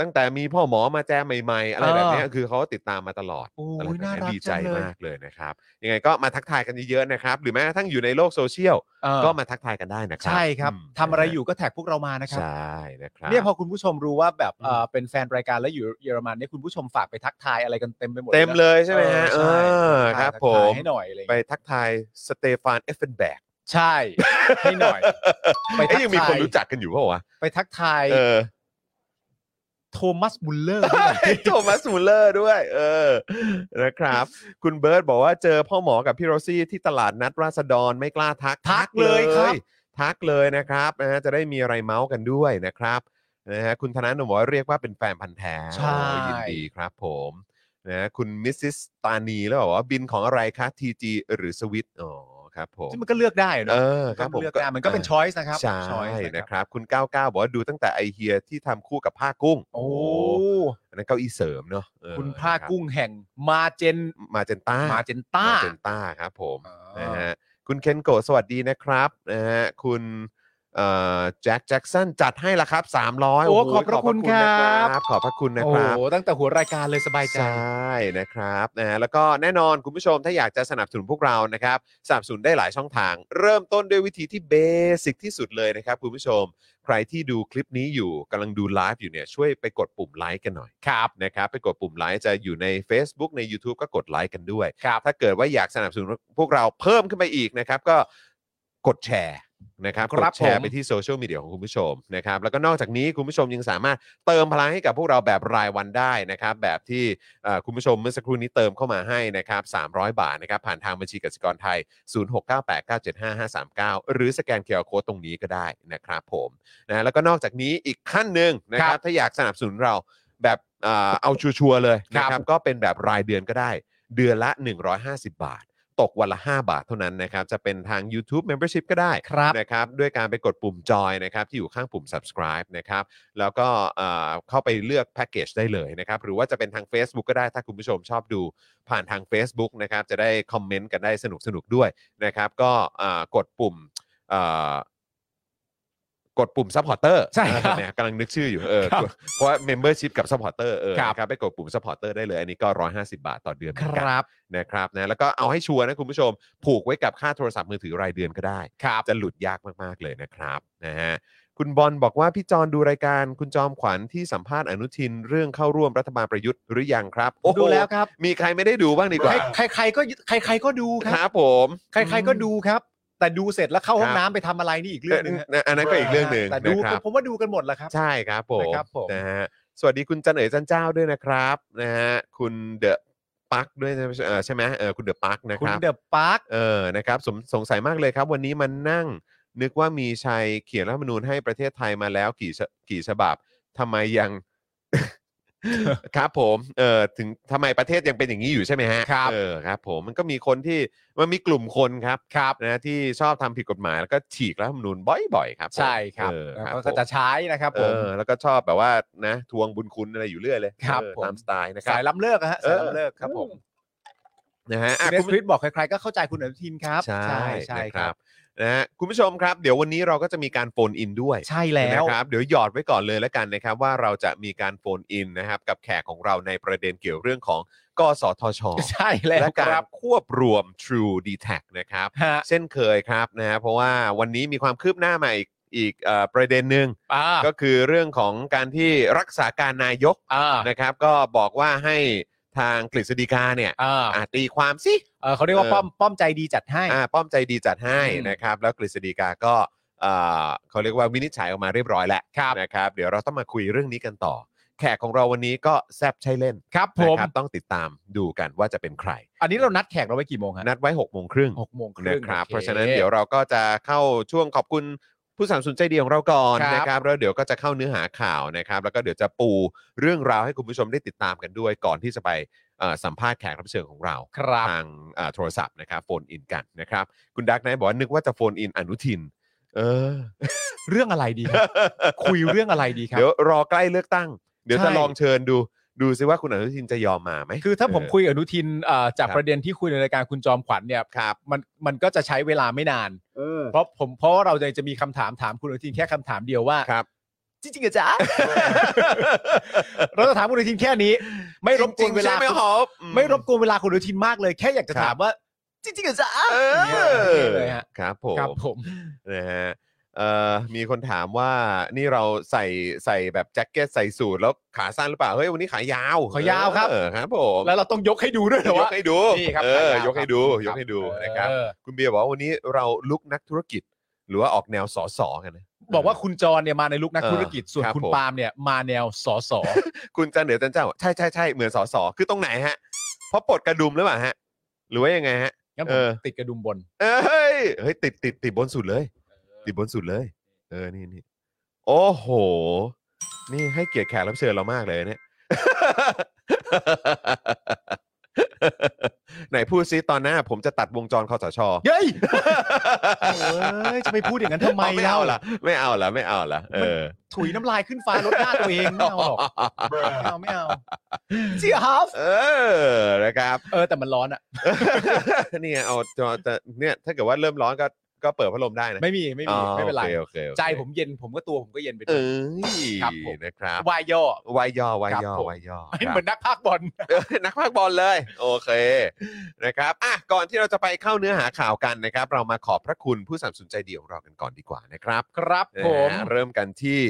B: ตั้งแต่มีพ่อหมอมาแจ้ใหม่ๆ อะไร
C: เออ
B: แบบเนี้ยคือเขาติดตามมาตลอด
C: โอ้ย
B: อะไรแบบ
C: น่า
B: เนี้ย
C: รัก
B: ดีใจ
C: จังเลย
B: มากเลยนะครับยังไงก็มาทักทายกันเยอะๆนะครับ หรือแม้กระทั่งอยู่ในโลกโซเชียล
C: เออ
B: ก็มาทักทายกันได้นะครั
C: ใช่ครับ
B: ม
C: ทำอะไรอยู่ก็แท็กพวกเรามานะครับ
B: ใช่นะครับ
C: เนี่ยพอคุณผู้ชมรู้ว่าแบบเอ่อเป็นแฟนรายการแล้วอยู่เยอรมันเนี่ยคุณผู้ชมฝากไปทักทายอะไรกันเต็มไปหมด
B: เต็มเลยใช่ไหมฮะ เอ
C: เออ
B: อ
C: ใช่
B: ครับ
C: ทัก
B: ผ
C: ทาย
B: ม
C: ให้หน่อยอะไรอย่าง
B: ไป
C: เงี้ย
B: ทักทายสเตฟานเอฟเฟนแบก
C: ใช่ ให้หน่อย ไปทัก
B: เอ้ยยังมี
C: ทาย
B: คนรู้จักกันอยู่เปล่าวะ
C: ไปทักทาย
B: เออ
C: โทมัสบุลเลอร์ให้ หน่อย
B: โทมัสมูลเลอร์ด้วย เออนะครับ คุณเบิร์ตบอกว่าเจอพ่อหมอกับพี่โรซี่ที่ตลาดนัดราษฎรไม่กล้าทักทักเลยนะครับนะฮะจะได้มีอะไรเมาส์กันด้วยนะครับนะฮะคุณธนาหนุ่มบอกว่าเรียกว่าเป็นแฟนพันธ์แท้โอ้ยยินดีครับผมนะฮะคุณมิสซิสตานีแล้วบอกว่าบินของอะไรคะทีจีหรือสวิตอ๋อครับผม
C: ซึ่งมันก็เลือกได้เน
B: เอ
C: อะ
B: อครับผม
C: เลือกได้มันก็เป็นช้อยส์นะครับ
B: ใช่
C: ช้อยส์
B: นะครับ คุณ99บอกว่าดูตั้งแต่ไอเฮียที่ทำคู่กับผ้ากุ้ง
C: โอ้
B: อันนั้นเก้าอี้เสริมเนาะเออ
C: คุณผ้ากุ้งแห่งมาเจน
B: มาเจนต้า
C: มา
B: มา
C: เจนต้า
B: เจนต้าครับผมนะฮะคุณเคนโกะสวัสดีนะครับนะฮะคุณเอ่อแจ็คแจ็คสันจัดให้ละครับ 300
C: โอ้
B: ห
C: ขอบพระคุณครับ
B: ขอบพระคุณนะ
C: โอ้
B: ค
C: โห
B: รับ
C: ตั้งแต่หัวรายการเลยสบายใจ
B: ใช่นะครับนะฮะแล้วก็แน่นอนคุณผู้ชมถ้าอยากจะสนับสนุนพวกเรานะครับสนับสนุนได้หลายช่องทาง เริ่มต้นด้วยวิธีที่เบสิกที่สุดเลยนะครับคุณผู้ชม ใครที่ดูคลิปนี้อยู่กำลังดูไลฟ์อยู่เนี่ยช่วยไปกดปุ่มไลค์กันหน่อยครับนะครับไปกดปุ่มไลค์จะอยู่ใน Facebook ใน YouTube ก็กดไลค์กันด้วย
C: ครับ
B: ถ้าเกิดว่าอยากสนับสนุนพวกเราเพิ่มขึ้นไปอีกนะครับ ก็กดแชร์นะครับ
C: ค
B: ก
C: รั
B: ด
C: บ
B: แชร์
C: ผม
B: ไปที่โซเชียลมีเดียของคุณผู้ชมนะครับแล้วก็นอกจากนี้คุณผู้ชมยังสามารถเติมพลังให้กับพวกเราแบบรายวันได้นะครับ แบบที่เอ่อคุณผู้ชมเมื่อสักครู่นี้เติมเข้ามาให้นะครับ300 บาทนะครับผ่านทางบัญชีกสิกรไทย 0698975539 หรือสแกนเคอร์โคตรงนี้ก็ได้นะครับผมนะแล้วก็นอกจากนี้อีกขั้นหนึ่งนะครับถ้าอยากสนับสนุนเราแบบเอ่อเอาชัวร์ๆเลยนะครับก็เป็นแบบรายเดือนก็ได้ เดือนละ 150 บาท ตกวันละ 5 บาทเท่านั้นนะครับ จะเป็นทาง YouTube Membership ก็ได้
C: ครับ
B: นะครับ ด้วยการไปกดปุ่มจอยนะครับ ที่อยู่ข้างปุ่ม subscribe นะครับ แล้วก็เอ่อเข้าไปเลือกแพ็กเกจได้เลยนะครับ หรือว่าจะเป็นทาง Facebook ก็ได้ ถ้าคุณผู้ชมชอบดูผ่านทาง Facebook นะครับ จะได้คอมเมนต์กันได้สนุกสนุกๆด้วยนะครับ ก็เอ่อกดปุ่มเอ่อกดปุ่มซัพพอร์เตอร์
C: ใช่ครับ
B: เนี่ยกำลังนึกชื่ออยู่เออกดเพราะว่า membership กับ supporter เออนะครับไปกดปุ่ม supporter ได้เลยอันนี้ก็ 150 บาทต่อเดือนเห
C: ค
B: มือนกัน
C: รับ
B: นะครับนะแล้วก็เอาให้ชัวร์นะคุณผู้ชม ผูกไว้กับค่าโทรศัพท์มือถือรายเดือนก็ได้
C: ครับ
B: จะหลุดยากมากๆเลยนะครับนะฮะคุณบอลบอกว่าพี่จอนดูรายการคุณจอมขวัญที่สัมภาษณ์อนุทินเรื่องเข้าร่วมรัฐบาลประยุทธ์หรือยังครับโอ้โห
C: ดูแล้วครับ
B: มีใครไม่ได้ดูบ้างดีกว่า
C: ใครใครๆก็ใครใครๆก็ดูค
B: ครับ รับผม
C: ใครๆก็ดูครับ แต่ดูเสร็จแล้วเข้าห้องน้ำไปทำอะไรนี่อีกเรื่องหนึงฮะ
B: นะอันนั้นก็อีกเรื่องหนึ่ง
C: แต่
B: นะ
C: ดู
B: ครับ
C: ผมว่าดูกันหมดแล้วครับ
B: ใช่ครับผม
C: นะครับผม
B: นะฮะสวัสดีคุณจันเอ๋ยจันเจ้าด้วยนะครับนะฮะคุณเดอะปักด้วยนะเอ่อใช่ไหมเออคุณเดอะปักนะ
C: คุ
B: ค
C: ณ
B: รับ
C: เดอะปาร์ค
B: เออ นะครับสงสงสัยมากเลยครับ วันนี้มันนั่ง นึกว่ามีชัยเขียนรัฐธรรมนูญให้ประเทศไทยมาแล้วกี่ฉกี่ฉบับทำไมยัง ครับผม เออถึงทำไมประเทศยังเป็นอย่างนี้อยู่ใช่ไหมฮะ
C: ครับ
B: เออครับ ผมมันก็มีคนที่มันมีกลุ่มคนครับ
C: ครับ
B: นะที่ชอบทำผิดกฎหมายแล้วก็ฉีกรัฐธรรมนูญบ่อยๆครับผม
C: ใช่ครับ
B: เออ
C: แล้ว
B: ครับผ
C: ก็ก็
B: ม
C: จะใช้นะครับ
B: เอ
C: ผม
B: อแล้วก็ชอบแบบว่านะทวงบุญคุณอะไรอยู่เรื่อยเลย
C: ครับ
B: เออ
C: ผม
B: ตามสไตล์นะครั
C: สาย
B: บ
C: ล้ำเลิกอะฮะ
B: เออ
C: สายล้ำเลิกครับผม
B: นะฮะ
C: คุ
B: อ่ะ
C: ณเอ
B: คุ
C: ส
B: ณ
C: คริสบอกใครๆก็เข้าใจคุณอนุทินครับ
B: ใช่
C: ใช่
B: นะ
C: ครับ
B: นะฮะคุณผู้ชมครับเดี๋ยววันนี้เราก็จะมีการโฟนอินด้วย
C: ใช่แล้ว
B: นะครับเดี๋ยวหยอดไว้ก่อนเลยแล้วกันนะครับว่าเราจะมีการโฟนอินนะครับกับแขกของเราในประเด็นเกี่ยวเรื่องของกสทช
C: ใช่แล้ว
B: และ
C: ค
B: การ
C: รับ
B: ควบรวม True d t a c นะครับ
C: ฮะ
B: เช่นเคยครับนะฮะเพราะว่าวันนี้มีความคืบหน้าใหม่อีกอีกเอ่อประเด็นหนึ่ง
C: อ่า
B: ก็คือเรื่องของการที่รักษาการนายก
C: อ่า
B: นะครับ ก็บอกว่าให้ทางกฤษฎีกาเนี่ย
C: อ่า
B: อ่ะตีความสิ
C: เออเขาเรียกว่า
B: เออ
C: ป้อมป้อมใจดีจัดให้
B: อ่าป้อมใจดีจัดให้
C: อืม
B: นะครับ แล้วกฤษฎีกาก็เอ่อเขาเรียกว่าวินิจฉัยออกมาเรียบร้อยแล้ว
C: ครับ
B: นะครับ เดี๋ยวเราต้องมาคุยเรื่องนี้กันต่อ แขกของเราวันนี้ก็แซบใช่เล่น
C: ครับผ
B: นะ
C: ม
B: ครับต้องติดตามดูกันว่าจะเป็นใคร
C: อันนี้เรานัดแขกเราไว้กี่โมงฮะ
B: นัดไว้6กโมงครึ่ง
C: หกโมงค
B: นะ
C: รึ่ง
B: ครับ
C: โอ
B: เพราะฉะนั้นเดี๋ยวเราก็จะเข้าช่วงขอบคุณผู้สนัมสนุนใจดีของเราก่อน
C: ครับ
B: นะครับแล้วเดี๋ยวก็จะเข้าเนื้อหาข่าวนะครับ แล้วก็เดี๋ยวจะปูเรื่องราวให้คุณผู้ชมได้ติดตามกันด้วย ก่อนที่จะไปเอ่อสัมภาษณ์แขกรับเชิญของเรา
C: ครับ
B: ทางอ่าโทรศัพท์นะครับโฟนอินกันนะครับ คุณดักไนบอกว่านึกว่าจะโฟนอินอนุทิน เออ
C: เรื่องอะไรดี ครับ คุยเรื่องอะไรดีครับ
B: เดี๋ยวรอใกล้เลือกตั้ง เดี๋ยวจะ
C: ใช่
B: ลองเชิญดูดูซิว่าคุณอนุทินจะยอมมาไหม
C: คือถ้าผม
B: เ
C: คุยกับอนุทินเอ่อจาก
B: ครับ
C: ประเด็นที่คุยในรายการคุณจอมขวัญเนี่ย
B: ครับ
C: มันมันก็จะใช้เวลาไม่นาน
B: เออ
C: เพราะผมเพราะว่าเราจะมีคำถามถามคุณอนุทินแค่คำถามเดียวว่า
B: ครับ
C: จริงๆเหรอจ๊ะ เราจะถามคุณอนุทินแค่นี้ ไม่รบกวนเว
B: จงๆ
C: ลา
B: ใช่ไหม่หอมอื
C: ไม่รบกวนเวลาคุณอนุทินมากเลยแค่อยากจะถามว่า จริงๆเหรอจ๊ะ
B: เอ
C: นี่
B: อ
C: เลยฮะ
B: ครับผ
C: ครับ
B: ม
C: ผม
B: นะฮะเอ่อมีคนถามว่านี่เราใส่ใส่แบบแจ็คเก็ตใส่สูทแล้วขาสั้นหรือเปล่าเฮ้ยวันนี้ขายาว
C: ขอยาวครับ
B: เออครับผม
C: แล้วเราต้องยกให้ดูด้วยเหรอย
B: ก
C: วะ
B: ให้ดู
C: นี่ครับ
B: เอ
C: ขายาว
B: อยกให้ดู
C: ครับ
B: ยกให้ดูนะครับ
C: เออ
B: คุณเบียร์บอกว่าวันนี้เราลุกนักธุรกิจ หรือว่าออกแนวสอสอกันนะ
C: บอกว่าคุณจรเนี่ยมาในลุกนัก
B: เออ
C: ธุรกิจส่วน
B: ครับ
C: คุณ
B: ผม
C: ปาล์มเนี่ยมาแนวสอสอ
B: คุณจันเหนือจันเจ้าบอกใช่ใช่ใช่เหมือนสอสอคือตรงไหนฮะเพราะปลดกระดุมหรือเปล่าฮะ หรือว่ายังไงฮะ
C: งั้นผ
B: เอ
C: ม
B: อ
C: ติดกระดุมบน
B: เอ้ยเฮ้ยติดติดติดบนสุดเลย ติดบนสุดเลย เออนี่นี่โอ้โห นี่ให้เกียรติแขกรับเชิญเรามากเลย เนี่ย ไหนพูดซิตอนหน้า ผมจะตัดวงจรคอสช
C: เย้ยเอ้ย จะไปพูดอย่างนั้นทำไม
B: ไม่เอาล่ะไม่เอาล่ะไม่เอาล่ะเออ
C: ถุยน้ำลายขึ้นฟ้าลดหน้าตัวเองไม่เอา หรอกไม่เอาไม่เอาเจียฮัฟ
B: เออนะครับ
C: เออแต่มันร้อนอ่ะ
B: เนี่ยเอาจอจะเนี่ยถ้าเกิดว่าเริ่มร้อนก็ก็เปิดพัดลมได้นะ
C: ไม่มีไม่
B: อ๋
C: มี
B: อ
C: ไม่เป็นไร
B: โอคโอเคโอเค
C: ใจผมเย็นผมก็ตัวผมก็เย็นไปด้
B: เอ
C: วย
B: ย
C: ครับผม
B: นะครับ
C: วายย่อ
B: วายย่อวายย่อ
C: ครับผม
B: วายย่อ
C: เหมือนนักพากย์บอล
B: เออ นักพากย์บอลเลย โอเคนะครับอ่ะก่อนที่เราจะไปเข้าเนื้อหาข่าวกันนะครับ เรามาขอบพระคุณผู้สนับสนุนใจดีของเรากันก่อนดีกว่านะครับ
C: ครับ
B: นะ
C: ผ
B: ฮะ
C: ม
B: เริ่มกันที่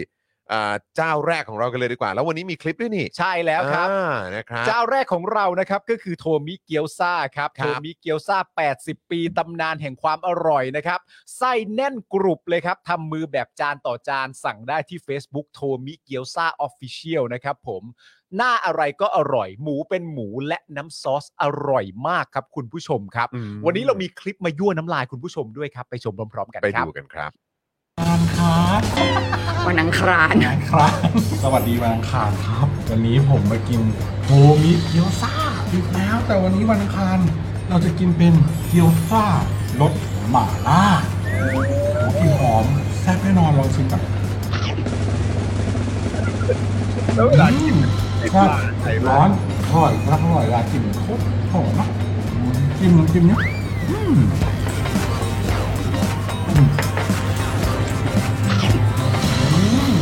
B: อ่าเจ้าแรกของเรากันเลยดีกว่า แล้ววันนี้มีคลิปด้วยนี่
C: ใช่แล้วครับ
B: อ่านะครับ
C: เจ้าแรกของเรานะครับก็คือโทมิเกียวซาครับ
B: ครั
C: โท
B: บ
C: มิเกียวซา80 ปีตำนานแห่งความอร่อยนะครับ ไส้แน่นกรุบเลยครับทำมือแบบจานต่อจานสั่งได้ที่ Facebook โทมิเกียวซาออฟฟิเชียลนะครับผม หน้าอะไรก็อร่อย หมูเป็นหมูและน้ำซอสอร่อยมากครับคุณผู้ชมครับ
B: อืม
C: วันนี้เรามีคลิปมายั่วน้ำลายคุณผู้ชมด้วยครับ ไปชมพร้อมๆกัน
B: ไป
C: ครับ
B: ดูกันครับ
E: วันอังคาร
F: วันอังคารสวัสดีวันอังคารครับ วันนี้ผมมากินโฮมิเกียวซ่าอีกแล้ว แต่วันนี้วันอังคารเราจะกินเป็นเกียวซ่ารสหม่าล่าโอ้โหกลินหอมแซ่บแน่นอนลองชิมกันแล้วเวลากินใช่ร้อนอร่อยครับอร่อยเวลากินโคตรหอมนะกินน้ำจิ้มเนี่ยอืมอืม อืม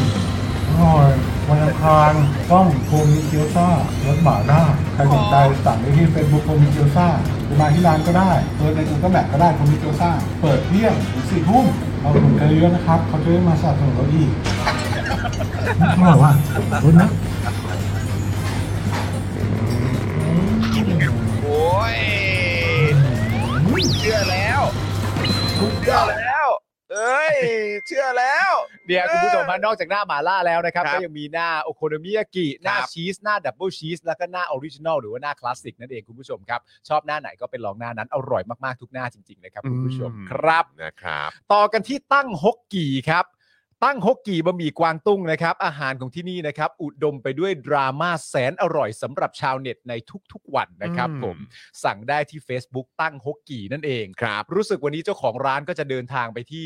F: อร่อยวันอังคารต้องโคมิเกียวซ่ารสหมาล่าใครสนใจสั่งได้ที่เฟซบุ๊กโคมิเกียวซ่าหรือมาที่ร้านก็ได้เปิดในกูเกิลแมปก็ได้โคมิเกียวซ่าเปิดเที่ยงถึงสี่ทุ่มเราหนุนกันเยอะนะครับ เขาจะได้มาสนับสนุนเราอีกอร่อยว่ะรู้นะ
B: โอ้ยเชื่อแล้วเชื่อแล้ว เอ้ ย เชื่อแล้ว
C: เนี่ยคุณผู้ชมฮะนอกจากหน้าหมาล่าแล้วนะครับ
B: ครับ
C: ก็ยังมีหน้าโอโคโนมิยากิหน้า
B: ครับ
C: ชีส หน้าดับเบิลชีส แล้วก็หน้าออริจินอลหรือว่าหน้าคลาสสิกนั่นเองคุณผู้ชมครับ ชอบหน้าไหนก็เป็นลองหน้านั้น อร่อยมาก ๆ ทุกหน้าจริง ๆ นะครับ คุณผู้ชมครับ
B: นะครับ
C: ต่อกันที่ตั้งฮกกี่ครับ ตั้งฮกกี่บะหมี่กวางตุ้งนะครับ อาหารของที่นี่นะครับ อุดมไปด้วยดราม่าแสนอร่อยสำหรับชาวเน็ตในทุกๆวันนะครับ
B: อืม
C: ผมสั่งได้ที่ Facebook ตั้งฮกกี่นั่นเอง
B: ครับ
C: รู้สึกวันนี้เจ้าของร้านก็จะเดินทางไปที่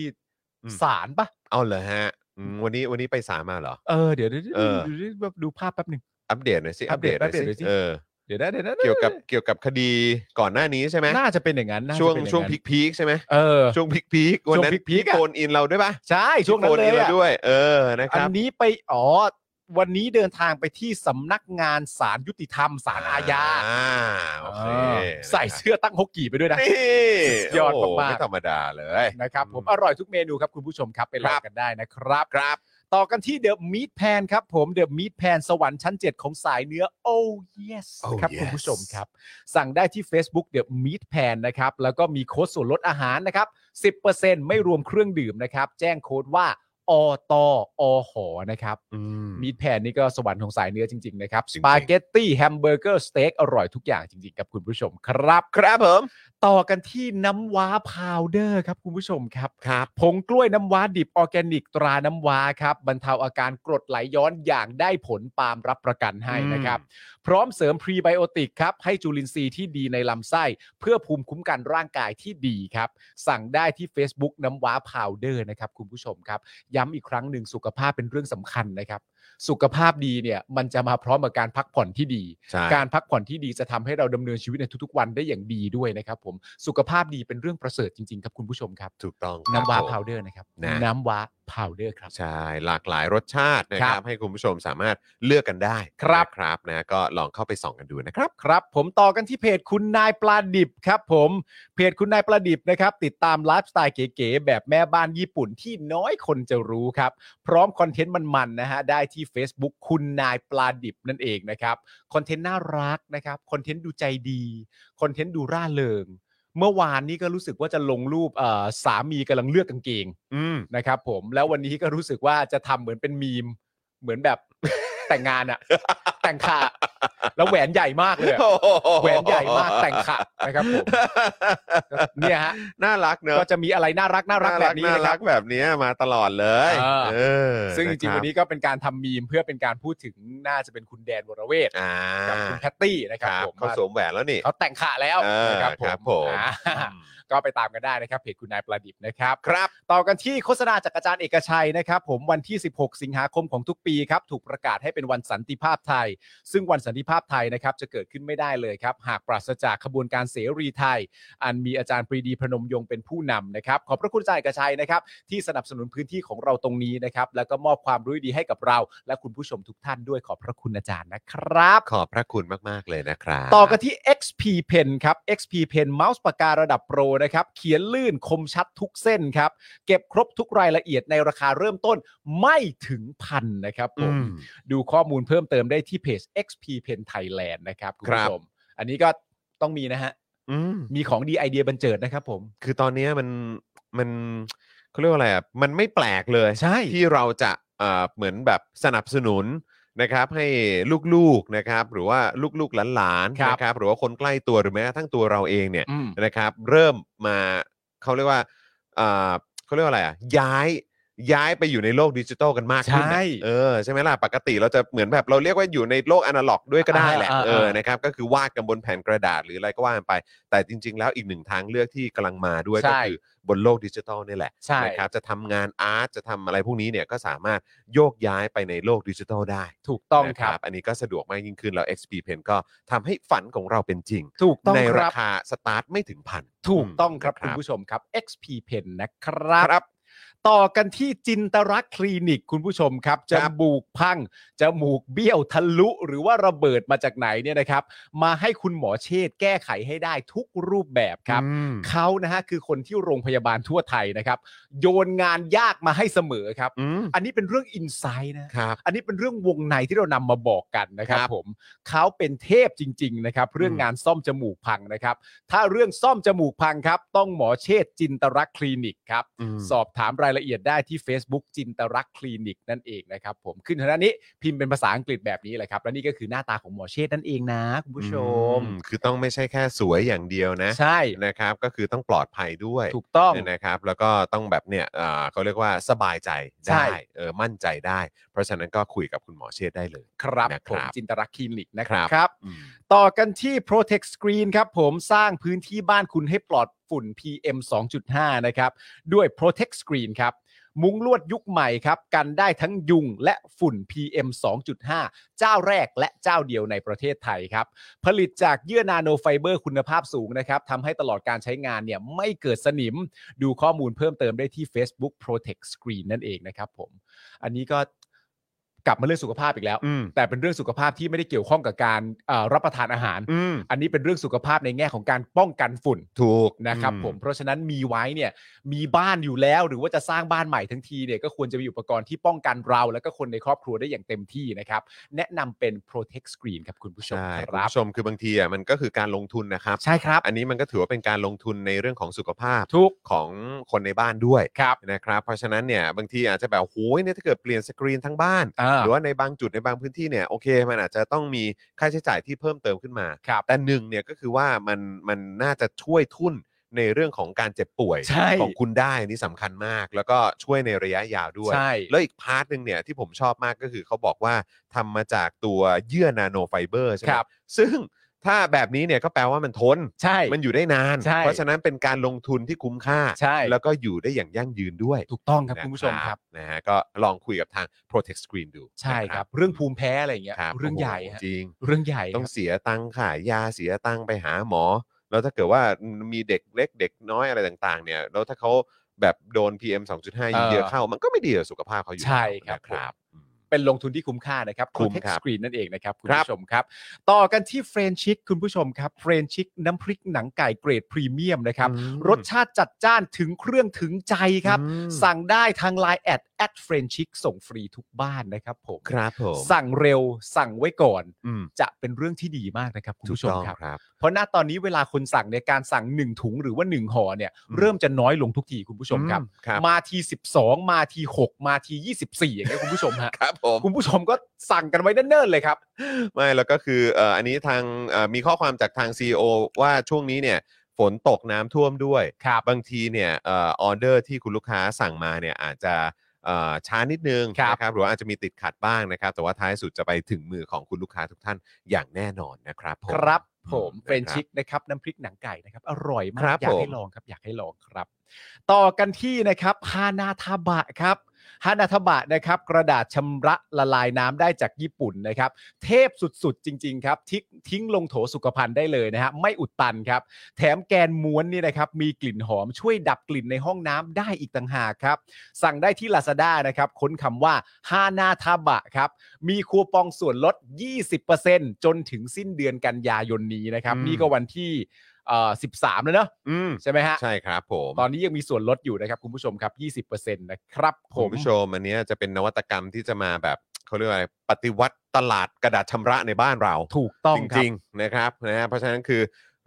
B: อืม
C: ศาลปะ
B: เอาเลยฮะอืมวันนี้วันนี้ไปสามมาเหรอ
C: เออเดี๋ยวเดี๋ยว
B: เออ
C: ดูดูดูดูภาพแป๊บหนึ่ง
B: อัปเดตหน่อยสิ
C: อัปเดต
B: หน่อย
C: อัปเดตหน่อยสิ
B: เออ
C: เดี๋ยวนะเดี๋ยวนะ
B: เกี่ยวกับเกี่ยวกับคดีก่อนหน้านี้ใช่ไหม
C: น่าจะเป็นอย่างนั้นน่าจะ
B: ช่วง
C: เป็นอย่างนั้น
B: ช่วงพีคพีคๆใช่ไหม
C: เออ
B: ช่วงพีคพีคๆวันนั้น
C: ช่วงพีคๆอะ
B: โฟนอินเราด้วยปะ
C: ใช่ช่วงนั้นเล
B: ที่โฟอิ
C: ย
B: เรา
C: อะ
B: ด้วย เออนะค
C: อัน
B: รับ
C: นี้ไปอ๋อวันนี้เดินทางไปที่สำนักงานศาลยุติธรรมศาลอาญา
B: อ่าโอเค
C: ใส่เสื้อตั้งฮกกี่ไปด้วยนะ
B: นี่
C: สุดยอด
B: โโห
C: มากๆ
B: ไม่ธรรมดาเลย
C: นะครับผม
B: อืม
C: อร่อยทุกเมนูครับคุณผู้ชมครับไปลอ
B: ค
C: ง
B: รับ
C: กันได้นะครับ
B: ครับ
C: ต่อกันที่เดอะม a t แพนครับผมเดอะม a t แพนสวรรค์ชั้น 7 ของสายเนื้อ โอ้ yes
B: Oh
C: ครับ
B: yes
C: คุณผู้ชมครับ สั่งได้ที่ Facebook เดอะม a t แพนนะครับ แล้วก็มีโค้ดส่วนลดอาหารนะครับ 10%ไม่รวมเครื่องดื่มนะครับ แจ้งโค้ดว่าอตอหอนะครับมีแพนนี่ก็สวรรค์ของสายเนื้อจริง ๆ นะครับ
B: จ
C: ส
B: ริงๆ
C: ปาเกตตี้แฮมเบอร์เกอร์สเต็กอร่อยทุกอย่างจริงๆครับคุณผู้ชมครับ
B: ครับผม
C: ต่อกันที่น้ำว้าพาวเดอร์ครับคุณผู้ชมครับ
B: ครับ
C: ผงกล้วยน้ำว้าดิบออร์แกนิกตราน้ำว้าครับบรรเทาอาการกรดไหลย้อนอย่างได้ผลปาล์มรับประกันให้นะครับ พร้อมเสริมพรีไบโอติกครับ ให้จุลินทรีย์ที่ดีในลำไส้ เพื่อภูมิคุ้มกันร่างกายที่ดีครับ สั่งได้ที่ Facebook น้ำว้าพาวเดอร์นะครับคุณผู้ชมครับ ย้ำอีกครั้งหนึ่งสุขภาพเป็นเรื่องสำคัญนะครับ สุขภาพดีเนี่ยมันจะมาพร้อมกับการพักผ่อนที่ดี
B: ใช่
C: การพักผ่อนที่ดีจะทำให้เราดำเนินชีวิตในทุกๆวันได้อย่างดีด้วยนะครับผมสุขภาพดีเป็นเรื่องประเสริฐจริงๆ ครับคุณผู้ชมครับ
B: ถูกต้อง
C: น้ำว้า
B: ครับผม
C: พาวเดอร์นะครับ
B: นะ
C: น้ำว้าพาวเดอร์ครับ
B: ใช่ หลากหลายรสชาตินะค
C: ค
B: รั
C: รั
B: บบ ให้คุณผู้ชมสามารถเลือกกันได้
C: ครับ
B: นะครับนะก็ลองเข้าไปส่องกันดูนะครับ
C: ครับ ผมต่อกันที่เพจคุณนายปลาดิบครับผม เพจคุณนายปลาดิบนะครับ ติดตามไลฟ์สไตล์เก๋ๆแบบแม่บ้านญี่ปุ่นที่น้อยคนจะรู้ครับ พร้อมคอนเทนต์มันๆนะฮะได้ที่ Facebook คุณนายปลาดิบนั่นเองนะครับคอนเทนต์น่ารักนะครับคอนเทนต์ดูใจดีคอนเทนต์ดูร่าเริง เมื่อวานนี้ก็รู้สึกว่าจะลงรูปเอ่อสามีกำลังเลือกกางเกง
B: อืม
C: นะครับผมแล้ววันนี้ก็รู้สึกว่าจะทำเหมือนเป็นมีม เหมือนแบบ แต่งงานอะแต่งขาแล้วแหวนใหญ่มากเลยอะ แหวนใหญ่มากแต่งขะนะครับผม เนี่ยฮะ
B: น่ารักเนอะ
C: ก็จะมีอะไรน่ารักน่ารักแบบนี้
B: น่า
C: นะค
B: รั
C: รับ
B: กแบบนี้มาตลอดเลย
C: เออ
B: เออ
C: ซึ่งจริงๆ วันนี้ก็เป็นการทำมีมเพื่อเป็นการพูดถึงน่าจะเป็นคุณแดนวรเวท
B: อ่า
C: กับคุณแพตตี้นะค
B: ครับ รับ
C: ผม
B: เขาสวมแหวนแล้วนี่
C: เขาแต่งขะแล้ว
B: เออ
C: นะครับ
B: ครับ
C: ผ
B: ผม ม
C: อ่าก็ไปตามกันได้นะครับเพจคุณนายประดิษฐ์นะครับ
B: ครับ
C: ต่อกันที่โฆษณาจากอาจารย์เอกชัยนะครับ ผมวันที่ 16 สิงหาคมของทุกปีครับ ถูกประกาศให้เป็นวันสันติภาพไทย ซึ่งวันสันติภาพไทยนะครับ จะเกิดขึ้นไม่ได้เลยครับ หากปราศจากขบวนการเสรีไทย อันมีอาจารย์ปรีดีพนมยงค์เป็นผู้นำนะครับ ขอบพระคุณอาจารย์เอกชัยนะครับ ที่สนับสนุนพื้นที่ของเราตรงนี้นะครับ แล้วก็มอบความรู้ดีให้กับเรา และคุณผู้ชมทุกท่านด้วยขอบพระคุณอาจารย์นะครับ
B: ขอบพระคุณมากๆเลยนะครับ
C: ต่อกันที่ XP Pen ครับ XP Pen เมาส์ปากการะดับโปรนะครับ เขียนลื่นคมชัดทุกเส้นครับ เก็บครบทุกรายละเอียดในราคาเริ่มต้นไม่ถึงพันนะครับผ
B: อื
C: ม
B: ม
C: ดูข้อมูลเพิ่มเติมได้ที่เพจ XP Pen Thailand นะครับคุณ
B: ครั
C: ผู้
B: บ
C: ชม อันนี้ก็ต้องมีนะฮะ
B: อืม
C: มีของดีไอเดียบันเจิดนะครับผม
B: คือตอนเนี้ยมันมันเขาเรียกว่าอะไรอ่ะมันไม่แปลกเลย
C: ใช่
B: ที่เราจะเอ่อเหมือนแบบสนับสนุนนะครับ ให้ลูกๆนะครับ หรือว่าลูกๆหลาน
C: ค
B: ๆ
C: รับ
B: นะครับ หรือว่าคนใกล้ตัวหรือแม้กระทั่งตัวเราเองเนี่ย
C: อืม
B: นะครับ เริ่มมาเขาเรียกว่าเอ่อเขาเรียกว่าอะไรอ่ะย้ายย้ายไปอยู่ในโลกดิจิทัลกันมากขึ้นน่ะ
C: ใช่
B: เออใช่ไหมล่ะปกติเราจะเหมือนแบบเราเรียกว่าอยู่ในโลกอนาล็อกด้วยก็ได้แหละ
C: อ่าๆๆ
B: เออนะครับก็คือวาดกันบนแผ่นกระดาษหรืออะไรก็ว่ากันไป แต่จริง ๆ แล้วอีกหนึ่งทางเลือกที่กำลังมาด้วย
C: ใช่
B: ก็คือบนโลกดิจิทัลนี่แหละ
C: ใช่
B: นะครับจะทำงานอาร์ตจะทำอะไรพวกนี้เนี่ยก็สามารถโยกย้ายไปในโลกดิจิทัลได้
C: ถูกต้อง
B: นะครับ อันนี้ก็สะดวกมากยิ่งขึ้นแล้ว XP Pen ก็ทำให้ฝันของเราเป็นจริง
C: ถูกต้อง
B: ใน
C: ค
B: รา
C: รับ
B: คาสตาร์ทไม่ถึงพัน
C: ถูกต้องครับ
B: นะ
C: คุณผู้ชมครับ XP Pen นะครับ
B: ครับ
C: ต่อกันที่จินตรักษณ์คลินิกคุณผู้ชมครับจ
B: ครับ
C: มูกพังจมูกเบี้ยวทะลุ หรือว่าระเบิดมาจากไหนเนี่ยนะครับ มาให้คุณหมอเชษฐ์แก้ไขให้ได้ทุกรูปแบบครับ
B: อืม
C: เขานะฮะคือคนที่โรงพยาบาลทั่วไทยนะครับ โยนงานยากมาให้เสมอครับ
B: อืม
C: อันนี้เป็นเรื่องอินไซด์นะ
B: ครับ
C: อันนี้เป็นเรื่องวงในที่เรานำมาบอกกันนะครับ
B: ครับ
C: ผมเขาเป็นเทพจริง ๆ นะครับ เรื่อง
B: อืม
C: งานซ่อมจมูกพังนะครับ ถ้าเรื่องซ่อมจมูกพังครับ ต้องหมอเชษฐ์จินตรักษณ์คลินิกครับ
B: ม
C: สอบถามรายละเอียดได้ที่ Facebook จินตรักษณ์คลินิกนั่นเองนะครับ ผมขึ้นทางด้านนี้พิมพ์เป็นภาษาอังกฤษแบบนี้แหละครับ และนี่ก็คือหน้าตาของหมอเชษฐ์นั่นเองนะคุณผู้ชม
B: อืคือต้องไม่ใช่แค่สวยอย่างเดียวนะ
C: ใช่
B: นะครับ ก็คือต้องปลอดภัยด้วย
C: ถูกต้อง
B: นะครับ แล้วก็ต้องแบบเนี่ยเอ่อเขาเรียกว่าสบายใจ
C: ใช่
B: ได้เออมั่นใจได้ เพราะฉะนั้นก็คุยกับคุณหมอเชษฐ์ได้เลย
C: ครับ
B: นะค
C: ผ
B: รั
C: ม
B: บ
C: จินตรักษณ์คลินิกนะค
B: ครั
C: รับ บ ต่อกันที่ Protect Screen ครับผมสร้างพื้นที่บ้านคุณให้ปลอดฝุ่น PM 2.5 นะครับ ด้วย Protect Screen ครับ มุ้งลวดยุคใหม่ครับ กันได้ทั้งยุงและฝุ่น PM 2.5 เจ้าแรกและเจ้าเดียวในประเทศไทยครับ ผลิตจากเยื่อนาโนไฟเบอร์คุณภาพสูงนะครับทำให้ตลอดการใช้งานเนี่ยไม่เกิดสนิม ดูข้อมูลเพิ่มเติมได้ที่ Facebook Protect Screen นั่นเองนะครับผม อันนี้ก็กลับมาเรื่องสุขภาพอีกแล้ว
B: อืม
C: แต่เป็นเรื่องสุขภาพที่ไม่ได้เกี่ยวข้องกับการเอ่อรับประทานอาหาร
B: อืม
C: อันนี้เป็นเรื่องสุขภาพในแง่ของการป้องกันฝุ่น
B: ถูก
C: นะครับ
B: อืม
C: ผมเพราะฉะนั้นมีไว้เนี่ยมีบ้านอยู่แล้วหรือว่าจะสร้างบ้านใหม่ทั้งทีเนี่ยก็ควรจะมีอุปกรณ์ที่ป้องกันเรา และก็คนในครอบครัวได้อย่างเต็มที่นะครับ แนะนำเป็น protect screen ครับคุณผู้ชม
B: ใช่
C: ค
B: คุณ
C: รับ
B: ผู้ชมคือบางทีอ่ะมันก็คือการลงทุนนะครับ
C: ใช่ครับ
B: อันนี้มันก็ถือว่าเป็นการลงทุนในเรื่องของสุขภาพ
C: ทุก
B: ของคนในบ้านด้วย
C: ครับ
B: นะครับ เพราะฉะนั้นเนี่ยบางทีอาจจะแบบโอ้ยเนี่ยถ้าเกิดเปลี่ยนสกรีนทั้งบ้าน
C: อ่า
B: หรือว่าในบางจุดในบางพื้นที่เนี่ยโอเค มันอาจจะต้องมีค่าใช้จ่ายที่เพิ่มเติมขึ้นมา
C: ครับ
B: แต่หนึ่งเนี่ยก็คือว่ามันมันน่าจะช่วยทุนในเรื่องของการเจ็บป่วย
C: ใช่
B: ของคุณได้อันนี่สำคัญมาก แล้วก็ช่วยในระยะยาวด้วย
C: ใช่
B: แล้วอีกพาร์ทหนึ่งเนี่ยที่ผมชอบมากก็คือเขาบอกว่าทำมาจากตัวเยื่อนาโนไฟเบอร์ใช่ไหม
C: ครับ
B: ซึ่งถ้าแบบนี้เนี่ยก็แปลว่ามันทน
C: ใช่
B: มันอยู่ได้นาน
C: ใช่
B: เพราะฉะนั้นเป็นการลงทุนที่คุ้มค่า
C: ใช่
B: แล้วก็อยู่ได้อย่างยั่งยืนด้วย
C: ถูกต้องครับคุณผู้ชมครับ
B: นะนะฮะก็ลองคุยกับทาง Protect Screen ดู
C: ใช่ครับ
B: นะ
C: เรื่องภูมิแพ้อะไรอย่างเงี้ย
B: ครับ
C: เรื่องใหญ่ฮะ
B: โโจริง
C: เรื่องใหญ่
B: ต้อง
C: ครับ
B: เสียตังค่ายาเสียตังค์ไปหาหมอ แล้วถ้าเกิดว่ามีเด็กเล็กเด็กน้อยอะไรต่าง ๆ เนี่ย แล้วถ้าเขาแบบโดน PM 2.5 เยอะๆเข้า มันก็ไม่ดีกับสุขภาพเขาอยู่
C: ใช่ครับ
B: นะครั
C: ผม
B: บอืม
C: เป็นลงทุนที่คุ้มค่านะครับ
B: คุ้ม
C: Protect
B: ครับ
C: Screen นั่นเองนะครับ คุณ
B: ครับ
C: ผู้ชมครับ ต่อกันที่เฟรนชิกคุณผู้ชมครับเฟรนชิกน้ำพริกหนังไก่เกรดพรีเมียมนะครับ
B: อืม
C: รสชาติจัดจ้านถึงเครื่องถึงใจครับ
B: อืม
C: สั่งได้ทาง Line แอดแอดเฟรนชิกส่งฟรีทุกบ้านนะครับผม
B: ครับผม
C: สั่งเร็วสั่งไว้ก่อน
B: อืม
C: จะเป็นเรื่องที่ดีมากนะครับคุณ
B: ถูก
C: ผู้ชม
B: ต้อง
C: ครับ
B: ครับ
C: เพราะณตอนนี้เวลาคนสั่งเนี่ยการสั่ง 1 ถุงหรือว่า 1ห่อเนี่ย
B: อืม
C: เริ่มจะน้อยลงทุกทีคุณผู้ชมครับ
B: อืครับ
C: มาที 12 มาที 6 มาที 24 อย่างเงี้ยคุณผู้ชมฮะ
B: ครับผม
C: คุณผู้ชมก็สั่งกันไว้เนิ่นๆเลยครับ
B: ไม่แล้วก็คือเอ่ออันนี้ทางเอ่อมีข้อความจากทาง CEO ว่าช่วงนี้เนี่ยฝนตกน้ำท่วมด้วย
C: ครับ
B: บางทีเนี่ยเออออเดอร์ที่คุณลูกค้าสั่งมาเนี่ยอาจจะเอ่อช้านิดนึง
C: ครับ
B: นะครับหรือว่าอาจจะมีติดขัดบ้างนะครับ แต่ว่าท้ายสุดจะไปถึงมือของคุณลูกค้าทุกท่านอย่างแน่นอนนะครับผม
C: ครับผม
B: อืะ
C: เฟรนชิ
B: ค
C: กนะครับน้ำพริกหนังไก่นะครับ อร่อยมา
B: ครั
C: ก
B: บ
C: อยาก
B: ผ
C: ให้
B: ม
C: ลองครับอยากให้ลองครับ ต่อกันที่นะครับฮานาทาบะครับฮานาทาบะนะครับ กระดาษชำระละลายน้ำได้จากญี่ปุ่นนะครับ เทพสุดๆ จริง ๆ ครับทิ้งทิ้งลงโถสุขภัณฑ์ได้เลยนะฮะไม่อุดตันครับ แถมแกนม้วนนี่นะครับ มีกลิ่นหอมช่วยดับกลิ่นในห้องน้ำได้อีกต่างหากครับ สั่งได้ที่ Lazada นะครับ ค้นคำว่าฮานาทาบะครับ มีคูปองส่วนลด 20%จนถึงสิ้นเดือนกันยายนนี้นะครับ
B: อืม
C: นี่ก็วันที่เอ่อ13 แล้วเนอะ
B: รับอืม
C: ใช่ไหมฮะ
B: ใช่ครับผม
C: ตอนนี้ยังมีส่วนลดอยู่นะครับ คุณผู้ชมครับ 20%นะครับผ
B: คุณ
C: ม
B: ผู้ชมอันเนี้ยจะเป็นนวัตกรรมที่จะมาแบบเขาเรียกว่าอะไรปฏิวัติตลาดกระดาษชำระในบ้านเรา
C: ถูกต้องค
B: จ
C: รับ
B: ริงๆนะครับนะฮะเพราะฉะนั้นคือ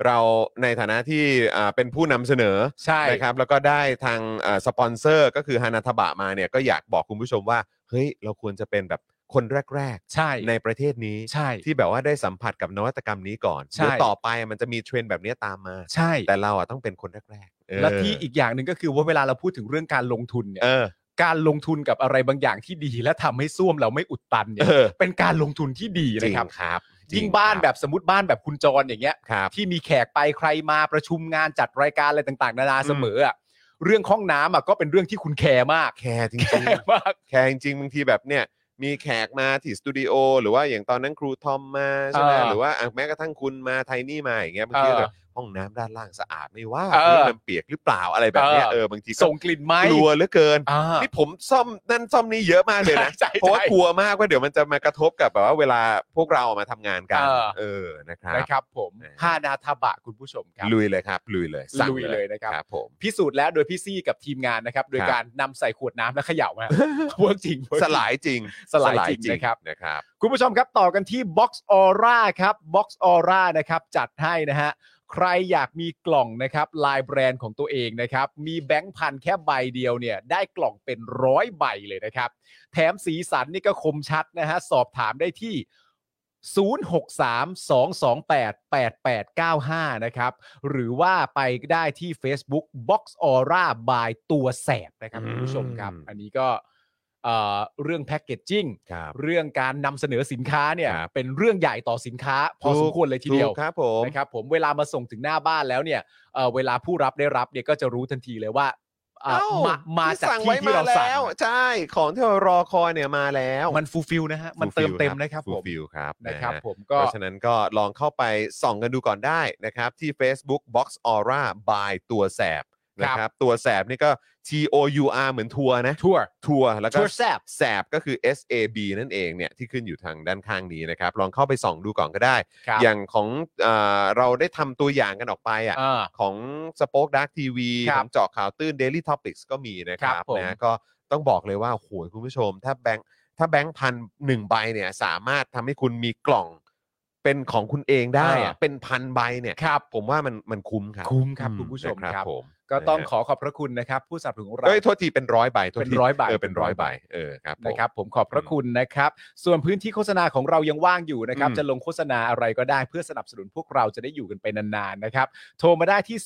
B: เราในฐานะที่อ่าเป็นผู้นำเสนอ
C: ใช่
B: นะครับแล้วก็ได้ทางอ่าสปอนเซอร์ก็คือฮานาทบะมาเนี่ยก็อยากบอกคุณผู้ชมว่าเฮ้ยเราควรจะเป็นแบบคนแรก
C: ใช่
B: ๆ ในประเทศนี้
C: ใช่
B: ที่แบบว่าได้สัมผัสกับนวัตกรรมนี้ก่อน
C: ใช่
B: เดี๋ยวต่อไปมันจะมีเทรนด์แบบเนี้ยตามมา
C: ใช่
B: แต่เราอ่ะต้องเป็นคนแรกๆเออ
C: และที่อีกอย่างหนึ่งก็คือว่าเวลาเราพูดถึงเรื่องการลงทุนเนี่ย
B: เออ
C: การลงทุนกับอะไรบางอย่างที่ดี และทำให้ส้วมเราไม่อุดตันเนี่ย
B: เออ
C: เป็นการลงทุนที่ดี
B: จริ
C: นะ
B: ง
C: ครับ
B: ครับ
C: ยิ่งบ้าน
B: จริค
C: แบ
B: รั
C: บสมมติบ้านแบบคุณจรอย่างเงี้ย
B: ครับ
C: ที่มีแขกไปใครมาประชุมงานจัดรายการอะไรต่างๆ นานาเสมออ่ะเรื่องห้องน้ำอ่ะก็เป็นเรื่องที่คุณแคร์มาก
B: แคร์จริ
C: แค
B: ง
C: ร์
B: ๆ
C: มาก
B: แขกจริงๆบางทีแบบเนี่ยมีแขกมาที่สตูดิโอหรือว่าอย่างตอนนั้นครูทอมมาใช่ไหม
C: เออ
B: หรือว่าอ่ะแม้กระทั่งคุณมาไทนี่มาอย่างเงี้ยบางที
C: เออ
B: แบบห้องน้ำด้านล่างสะอาดไหม่ว่า
C: เออ
B: พื้นมันเปียกหรือเปล่าอะไรแบบเนี้ย
C: เออ
B: เออบางทีก็
C: ส่งกลิ่นไหม
B: กลัวเหลือเกิน
C: อ่า
B: นี่ผมซ่อมนั่นซ่อมนี่เยอะมากเลยนะ
C: ใช่ใช่
B: เพราะว่ากลัวมากว่าเดี๋ยวมันจะมากระทบกับแบบว่าเวลาพวกเรามาทำงานกัน
C: เออ
B: เออนะครับ
C: นะครับผม
B: นะ
C: ฮานาทาบะคุณผู้ชมครับ
B: ลุยเลยครับลุยเลยสั่ง
C: ลุยเลยนะครับ
B: ครับผม
C: พิสูจน์แล้วโดยพี่ซี่กับทีมงานนะครับ โดย
B: ครับ
C: การนำใส่ขวดน้ำและเขย่า ฮะ เวิร์กจริง work จริง
B: สลายจริง
C: สลายจริงนะครับ
B: นะครับ
C: คุณผู้ชมครับ ต่อกันที่ Box Aura ครับ Box Aura นะครับ จัดให้นะฮะ ใครอยากมีกล่องนะครับลายแบรนด์ของตัวเองนะครับ มีแบงค์พันแค่ใบเดียวเนี่ย ได้กล่องเป็นร้อยใบเลยนะครับ แถมสีสันนี่ก็คมชัดนะฮะ สอบถามได้ที่ 063-228-8895 นะครับ หรือว่าไปได้ที่ Facebook Box Aura by ตัวแสบนะครับคุณผู้ชมครับ
B: อืม
C: อันนี้ก็เอ่อเรื่องแพ็กเกจจิ้ง
B: ครับ
C: เรื่องการนำเสนอสินค้าเนี่ย
B: ครับ
C: เป็นเรื่องใหญ่ต่อสินค้า พอสมควรเลยทีเดียว
B: ถูกครับผม
C: นะครับผมเวลามาส่งถึงหน้าบ้านแล้วเนี่ยเอ่อเวลาผู้รับได้รับเนี่ยก็จะรู้ทันทีเลยว่า อ่ะ
B: เอ้
C: มามาจาก
B: สั่งไว้
C: ที่ที่เราสั่ง
B: แล้วใช่ของที่เรารอคอยเนี่ยมาแล้ว
C: มันฟูลฟิลนะฮะมันเติมเต็มนะครับผม
B: ฟิลครับ
C: นะครับ
B: ฮะ
C: ผมก็
B: เพราะฉะนั้นก็ลองเข้าไปส่องกันดูก่อนได้นะครับ ที่ Facebook Box Aura by ตัวแสบนะครับ ตัวแสบนี่ก็ T O U R เหมือนทัวร์นะ
C: ทัวร์
B: ทัวร์แล้วก็
C: ทัวร์แสบ
B: แสบก็คือ S A B นั่นเองเนี่ยที่ขึ้นอยู่ทางด้านข้างนี้นะครับ ลองเข้าไปส่องดูก่อนก็ได้
C: ครับ
B: อย่างของเออเราได้ทำตัวอย่างกันออกไปอ่ะ
C: อ่า
B: ของ Spoke Dark TV
C: ครั
B: ข
C: บ
B: องเจาะข่าวตื้น Daily Topics ก็มีนะครั
C: ครับ บผม
B: นะก็ต้องบอกเลยว่าโอ้โหคุณผู้ชม ถ้าแบงค์ถ้าแบงค์พันหนึ่งใบเนี่ยสามารถทำให้คุณมีกล่องเป็นของคุณเองได้อะ
C: อ่า
B: เป็นพันใบเนี่ย
C: ครับ
B: ผมว่ามันมันคุ้มครับ
C: คุ้มครับ
B: อื
C: คุณผู้ชม
B: นะครับ ผม
C: ก็ต้อง
B: นะฮะ
C: ขอขอบพระคุณนะครับ ผู้สนับสนุนของเรา
B: เอ้ยโทษทีเป็นร้อยใบโทษที
C: เป็นร้อยใบ
B: เออเป็นร้อยใบเออครับผม
C: นะครับผมขอบพระคุณนะครับ ส่วนพื้นที่โฆษณาของเรายังว่างอยู่นะครับ
B: อืม
C: จะลงโฆษณาอะไรก็ได้เพื่อสนับสนุนพวกเราจะได้อยู่กันไปนานๆนะครับ โทรมาได้ที่ 085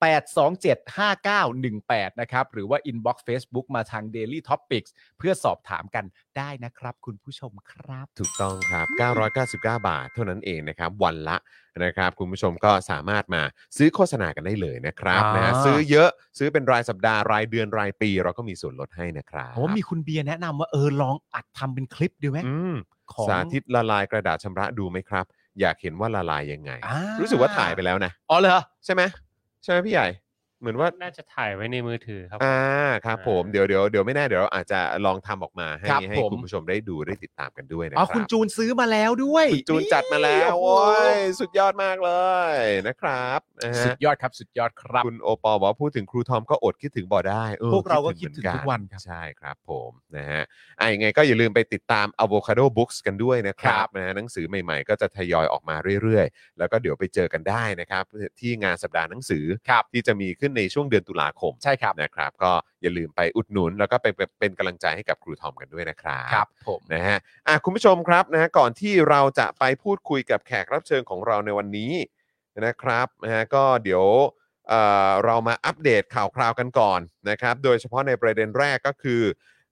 C: 827 5918 นะครับ หรือว่า inbox Facebook มาทาง Daily Topics เพื่อสอบถามกันได้นะครับ คุณผู้ชมครับ
B: ถูกต้องครับ 999 บาท เท่านั้นเองนะครับ วันละนะครับ คุณผู้ชมก็สามารถมาซื้อโฆษณากันได้เลยนะครับ
C: อ่าน
B: นะฮะซื้อเยอะซื้อเป็นรายสัปดาห์รายเดือนรายปี เราก็มีส่วนลดให้นะครับ
C: ผมว่ามีคุณเบียร์แนะนำว่าเออลองอัดทำเป็นคลิปดีไหม
B: อืม
C: ของ
B: สาธิตละลายกระดาษชำระดูไหมครับ อยากเห็นว่าละลายยังไง
C: อ่า
B: รู้สึกว่าถ่ายไปแล้วนะ
C: อ๋อเหรอ
B: ใช่ไหมใช่ไหมพี่ใหญ่ เหมือนว่า
D: น่าจะถ่ายไว้ในมือถือครับ
B: อ่าครับผมเดี๋ยวเดี๋ยวเดี๋ยวไม่แน่เดี๋ยวเราอาจจะลองทำออกมาให้
C: ครับ
B: ให้
C: ผม
B: คุณผู้ชมได้ดูได้ติดตามกันด้วยนะค
C: อ๋อ
B: รับ
C: คุณจูนซื้อมาแล้วด้วย
B: จูนจัดมาแล้วโอ้ยสุดยอดมากเลยนะครับนะ
C: สุ
B: ฮะ
C: ดยอดครับสุดยอดครับ
B: คุณโอปอบอกว่าพูดถึงครูทอมก็อดคิดถึงบ่ได้ออ
C: พวกเราก็
B: หมือ
C: คิดถึงทุกวันครับ
B: ใช่ครับผมนะฮะอ่ะยังไงก็อย่าลืมไปติดตาม Avocado Books กันด้วยนะครั
C: ครับ บ
B: นะฮะหนังสือใหม่ๆ ก็จะทยอยออกมาเรื่อยๆ แล้วก็เดี๋ยวไปเจอกันได้นะครับ ที่งานสัปดาห์หนังสือ
C: ครับ
B: ที่จะมีขึ้นในช่วงเดือนตุลาคม
C: ใช่ครับ
B: นะครับ ก็อย่าลืมไปอุดหนุน แล้วก็ไปเป็นกำลังใจให้กับครูทอมกันด้วยนะครับ
C: ครับผม
B: นะฮะอ่ะคุณผู้ชมครับนะฮะก่อนที่เราจะไปพูดคุยกับแขกรับเชิญของเราในวันนี้นะครับนะฮะก็เดี๋ยวเอ่อเรามาอัปเดตข่าวคราวกันก่อนนะครับ โดยเฉพาะในประเด็นแรกก็คือ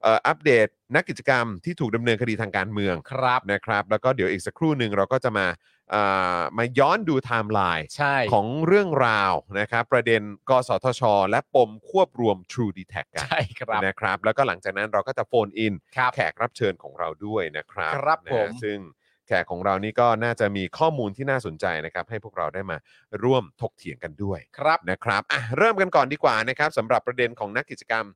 B: เอ่ออัปเดตนักกิจกรรมที่ถูกดำเนินคดีทางการเมือง
C: ครับ
B: นะครับ แล้วก็เดี๋ยวอีกสักครู่หนึ่งเราก็จะมาเอ่อมาย้อนดูไทม์ไลน์
C: ใช่
B: ของเรื่องราวนะครับประเด็นกสทช และปมควบรวม True d e t a c กัน
C: ใช่ครับ
B: นะครับแล้วก็หลังจากนั้นเราก็จะโฟนอิน
C: ครับ
B: แขกรับเชิญของเราด้วยนะครับ
C: ครับ
B: นะฮะ
C: ผม
B: ซึ่งแขกของเรานี่ก็น่าจะมีข้อมูลที่น่าสนใจนะครับ ให้พวกเราได้มาร่วมถกเถียงกันด้วย
C: ครับ
B: นะครับอ่ะเริ่มกันก่อนดีกว่านะครับสำหรับประเด็นของนักกิจกรรม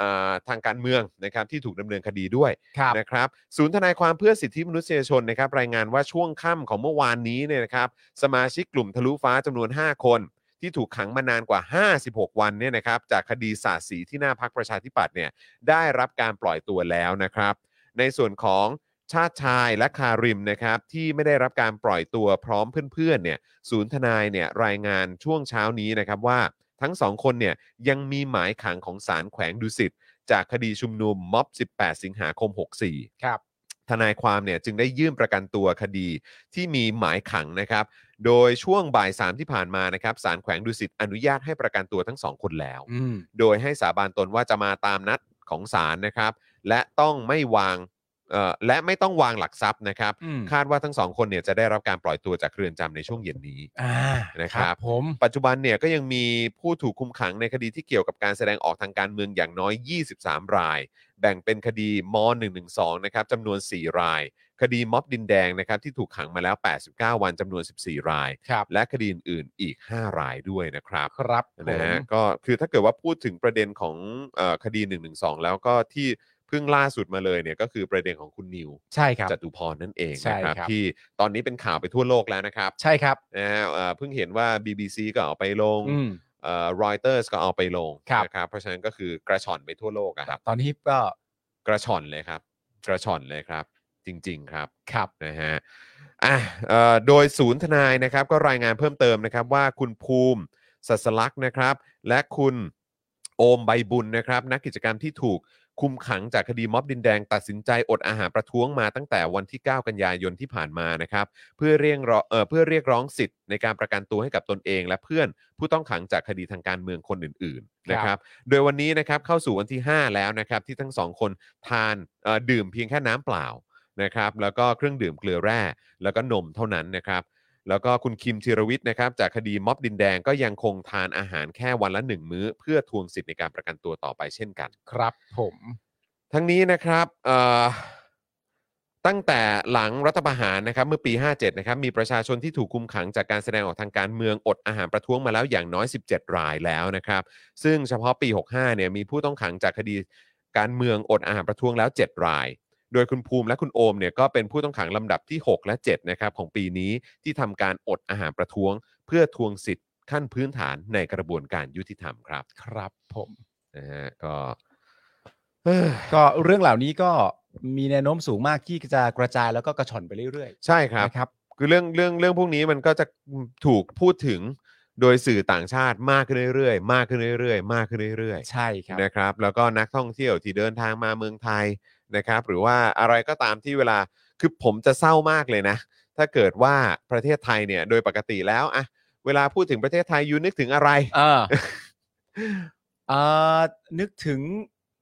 B: อ่าทางการเมืองนะครับที่ถูกดำเนินคดีด้วย
C: ครับ
B: นะครับศูนย์ทนายความเพื่อสิทธิมนุษยชนนะครับรายงานว่าช่วงค่ำของเมื่อวานนี้เนี่ยนะครับสมาชิกกลุ่มทะลุฟ้าจำนวน 5 คน ที่ถูกขังมานานกว่า 56 วันเนี่ยนะครับจากคดีสาดสีที่หน้าพักประชาธิปัตย์เนี่ย ได้รับการปล่อยตัวแล้วนะครับ ในส่วนของชาติชายและคาริมนะครับ ที่ไม่ได้รับการปล่อยตัวพร้อมเพื่อนๆเนี่ยศูนย์ทนายเนี่ยรายงานช่วงเช้านี้นะครับว่าทั้งสองคนเนี่ยยังมีหมายขังของศาลแขวงดุสิตจากคดีชุมนุมม็อบ 18 สิงหาคม 64
C: ครับ
B: ทนายความเนี่ยจึงได้ยื่นประกันตัวคดีที่มีหมายขังนะครับ โดยช่วงบ่ายสามที่ผ่านมานะครับศาลแขวงดุสิตอนุญาตให้ประกันตัวทั้งสองคนแล้ว
C: อืม
B: โดยให้สาบานตนว่าจะมาตามนัดของศาลนะครับ และต้องไม่วางเอ่อและไม่ต้องวางหลักทรัพย์นะครับ
C: อืม
B: คาดว่าทั้งสองคนเนี่ยจะได้รับการปล่อยตัวจากเรือนจำในช่วงเย็นนี้
C: อ่า
B: นะครับ
C: ผม
B: ปัจจุบันเนี่ยก็ยังมีผู้ถูกคุมขังในคดีที่เกี่ยวกับการแสดงออกทางการเมืองอย่างน้อย 23 ราย แบ่งเป็นคดีม .112 นะครับจำนวน 4 ราย คดีม็อบดินแดงนะครับที่ถูกขังมาแล้ว 89 วันจำนวน 14 ราย
C: ครับ
B: และคดีอื่นๆอีก 5 รายด้วยนะครับ
C: ครับผ
B: นะ
C: ม
B: ฮะก็คือถ้าเกิดว่าพูดถึงประเด็นของเออคดี1นึแล้วก็ที่เพิ่งล่าสุดมาเลยเนี่ยก็คือประเด็นของคุณนิว
C: ใช่ครับ
B: จตุพรนั่นเอง
C: ใช่
B: นะครับ
C: ครับ
B: ที่ตอนนี้เป็นข่าวไปทั่วโลกแล้วนะครับ
C: ใช่ครับ
B: นะฮะเอ่อเพิ่งเห็นว่า BBC ก็เอาไปลง
C: อืม
B: รอยเตอร์สก็เอาไปลง
C: ครับ
B: นะครับเพราะฉะนั้นก็คือกระชอนไปทั่วโลกอะครับ
C: ตอนนี้ก็
B: กระชอนเลยครับกระชอนเลยครับ จริง ๆ ครับ
C: ครับ
B: นะฮะอ่ะเอ่อโดยศูนย์ทนายนะครับก็รายงานเพิ่มเติมนะครับว่าคุณภูมิสัสลักษณ์นะครับ และคุณโอมใบบุญนะครับ นักกิจกรรมที่ถูกคุมขังจากคดีม็อบดินแดง ตัดสินใจอดอาหารประท้วงมาตั้งแต่วันที่ 9 กันยายนที่ผ่านมานะครับ เพื่อเรียกร้องเอ่อเพื่อเรียกร้องสิทธิ์ในการประกันตัวให้กับตนเอง และเพื่อนผู้ต้องขังจากคดีทางการเมืองคนอื่นๆนะครับ โดยวันนี้นะครับเข้าสู่วันที่ 5 แล้วนะครับที่ทั้งสองคนทานเอ่อดื่มเพียงแค่น้ำเปล่านะครับแล้วก็เครื่องดื่มเกลือแร่ แล้วก็นมเท่านั้นนะครับ แล้วก็คุณคิมธีรวิทย์นะครับจากคดีม็อบดินแดงก็ยังคงทานอาหารแค่วันละหนึ่งมื้อ เพื่อทวงสิทธิ์ในการประกันตัวต่อไปเช่นกัน
C: ครับผม
B: ทั้งนี้นะครับเอ่อตั้งแต่หลังรัฐประหารนะครับเมื่อปี 57 นะครับมีประชาชนที่ถูกคุมขังจากการแสดงออกทางการเมืองอดอาหารประท้วงมาแล้วอย่างน้อย 17 รายแล้วนะครับ ซึ่งเฉพาะปี 65 เนี่ยมีผู้ต้องขังจากคดีการเมืองอดอาหารประท้วงแล้ว 7 ราย โดยคุณภูมิและคุณโอมเนี่ยก็เป็นผู้ต้องขังลำดับที่ 6 และ 7 นะครับของปีนี้ที่ทำการอดอาหารประท้วง เพื่อทวงสิทธิ์ขั้นพื้นฐานในกระบวนการยุติธรรมครับ
C: ครับผม
B: นะฮะก็
C: ก็เรื่องเหล่านี้ก็มีแนวโน้มสูงมากที่จะกระจายแล้วก็กระชอนไปเรื่อย
B: ใช่ค
C: ๆ
B: รับ
C: นะครับ
B: คือเรื่องเรื่องเรื่องพวกนี้มันก็จะถูกพูดถึงโดยสื่อต่างชาติมากขึ้นเรื่อยๆ มากขึ้นเรื่อยๆ มากขึ้นเรื่อย
C: ใช่ครับ
B: ๆนะครับ แล้วก็นักท่องเที่ยวที่เดินทางมาเมืองไทยนะครับ หรือว่าอะไรก็ตามที่เวลาคือผมจะเศร้ามากเลยนะ ถ้าเกิดว่าประเทศไทยเนี่ยโดยปกติแล้วอะเวลาพูดถึงประเทศไทยยูนึกถึงอะไร
C: เออเออนึกถึง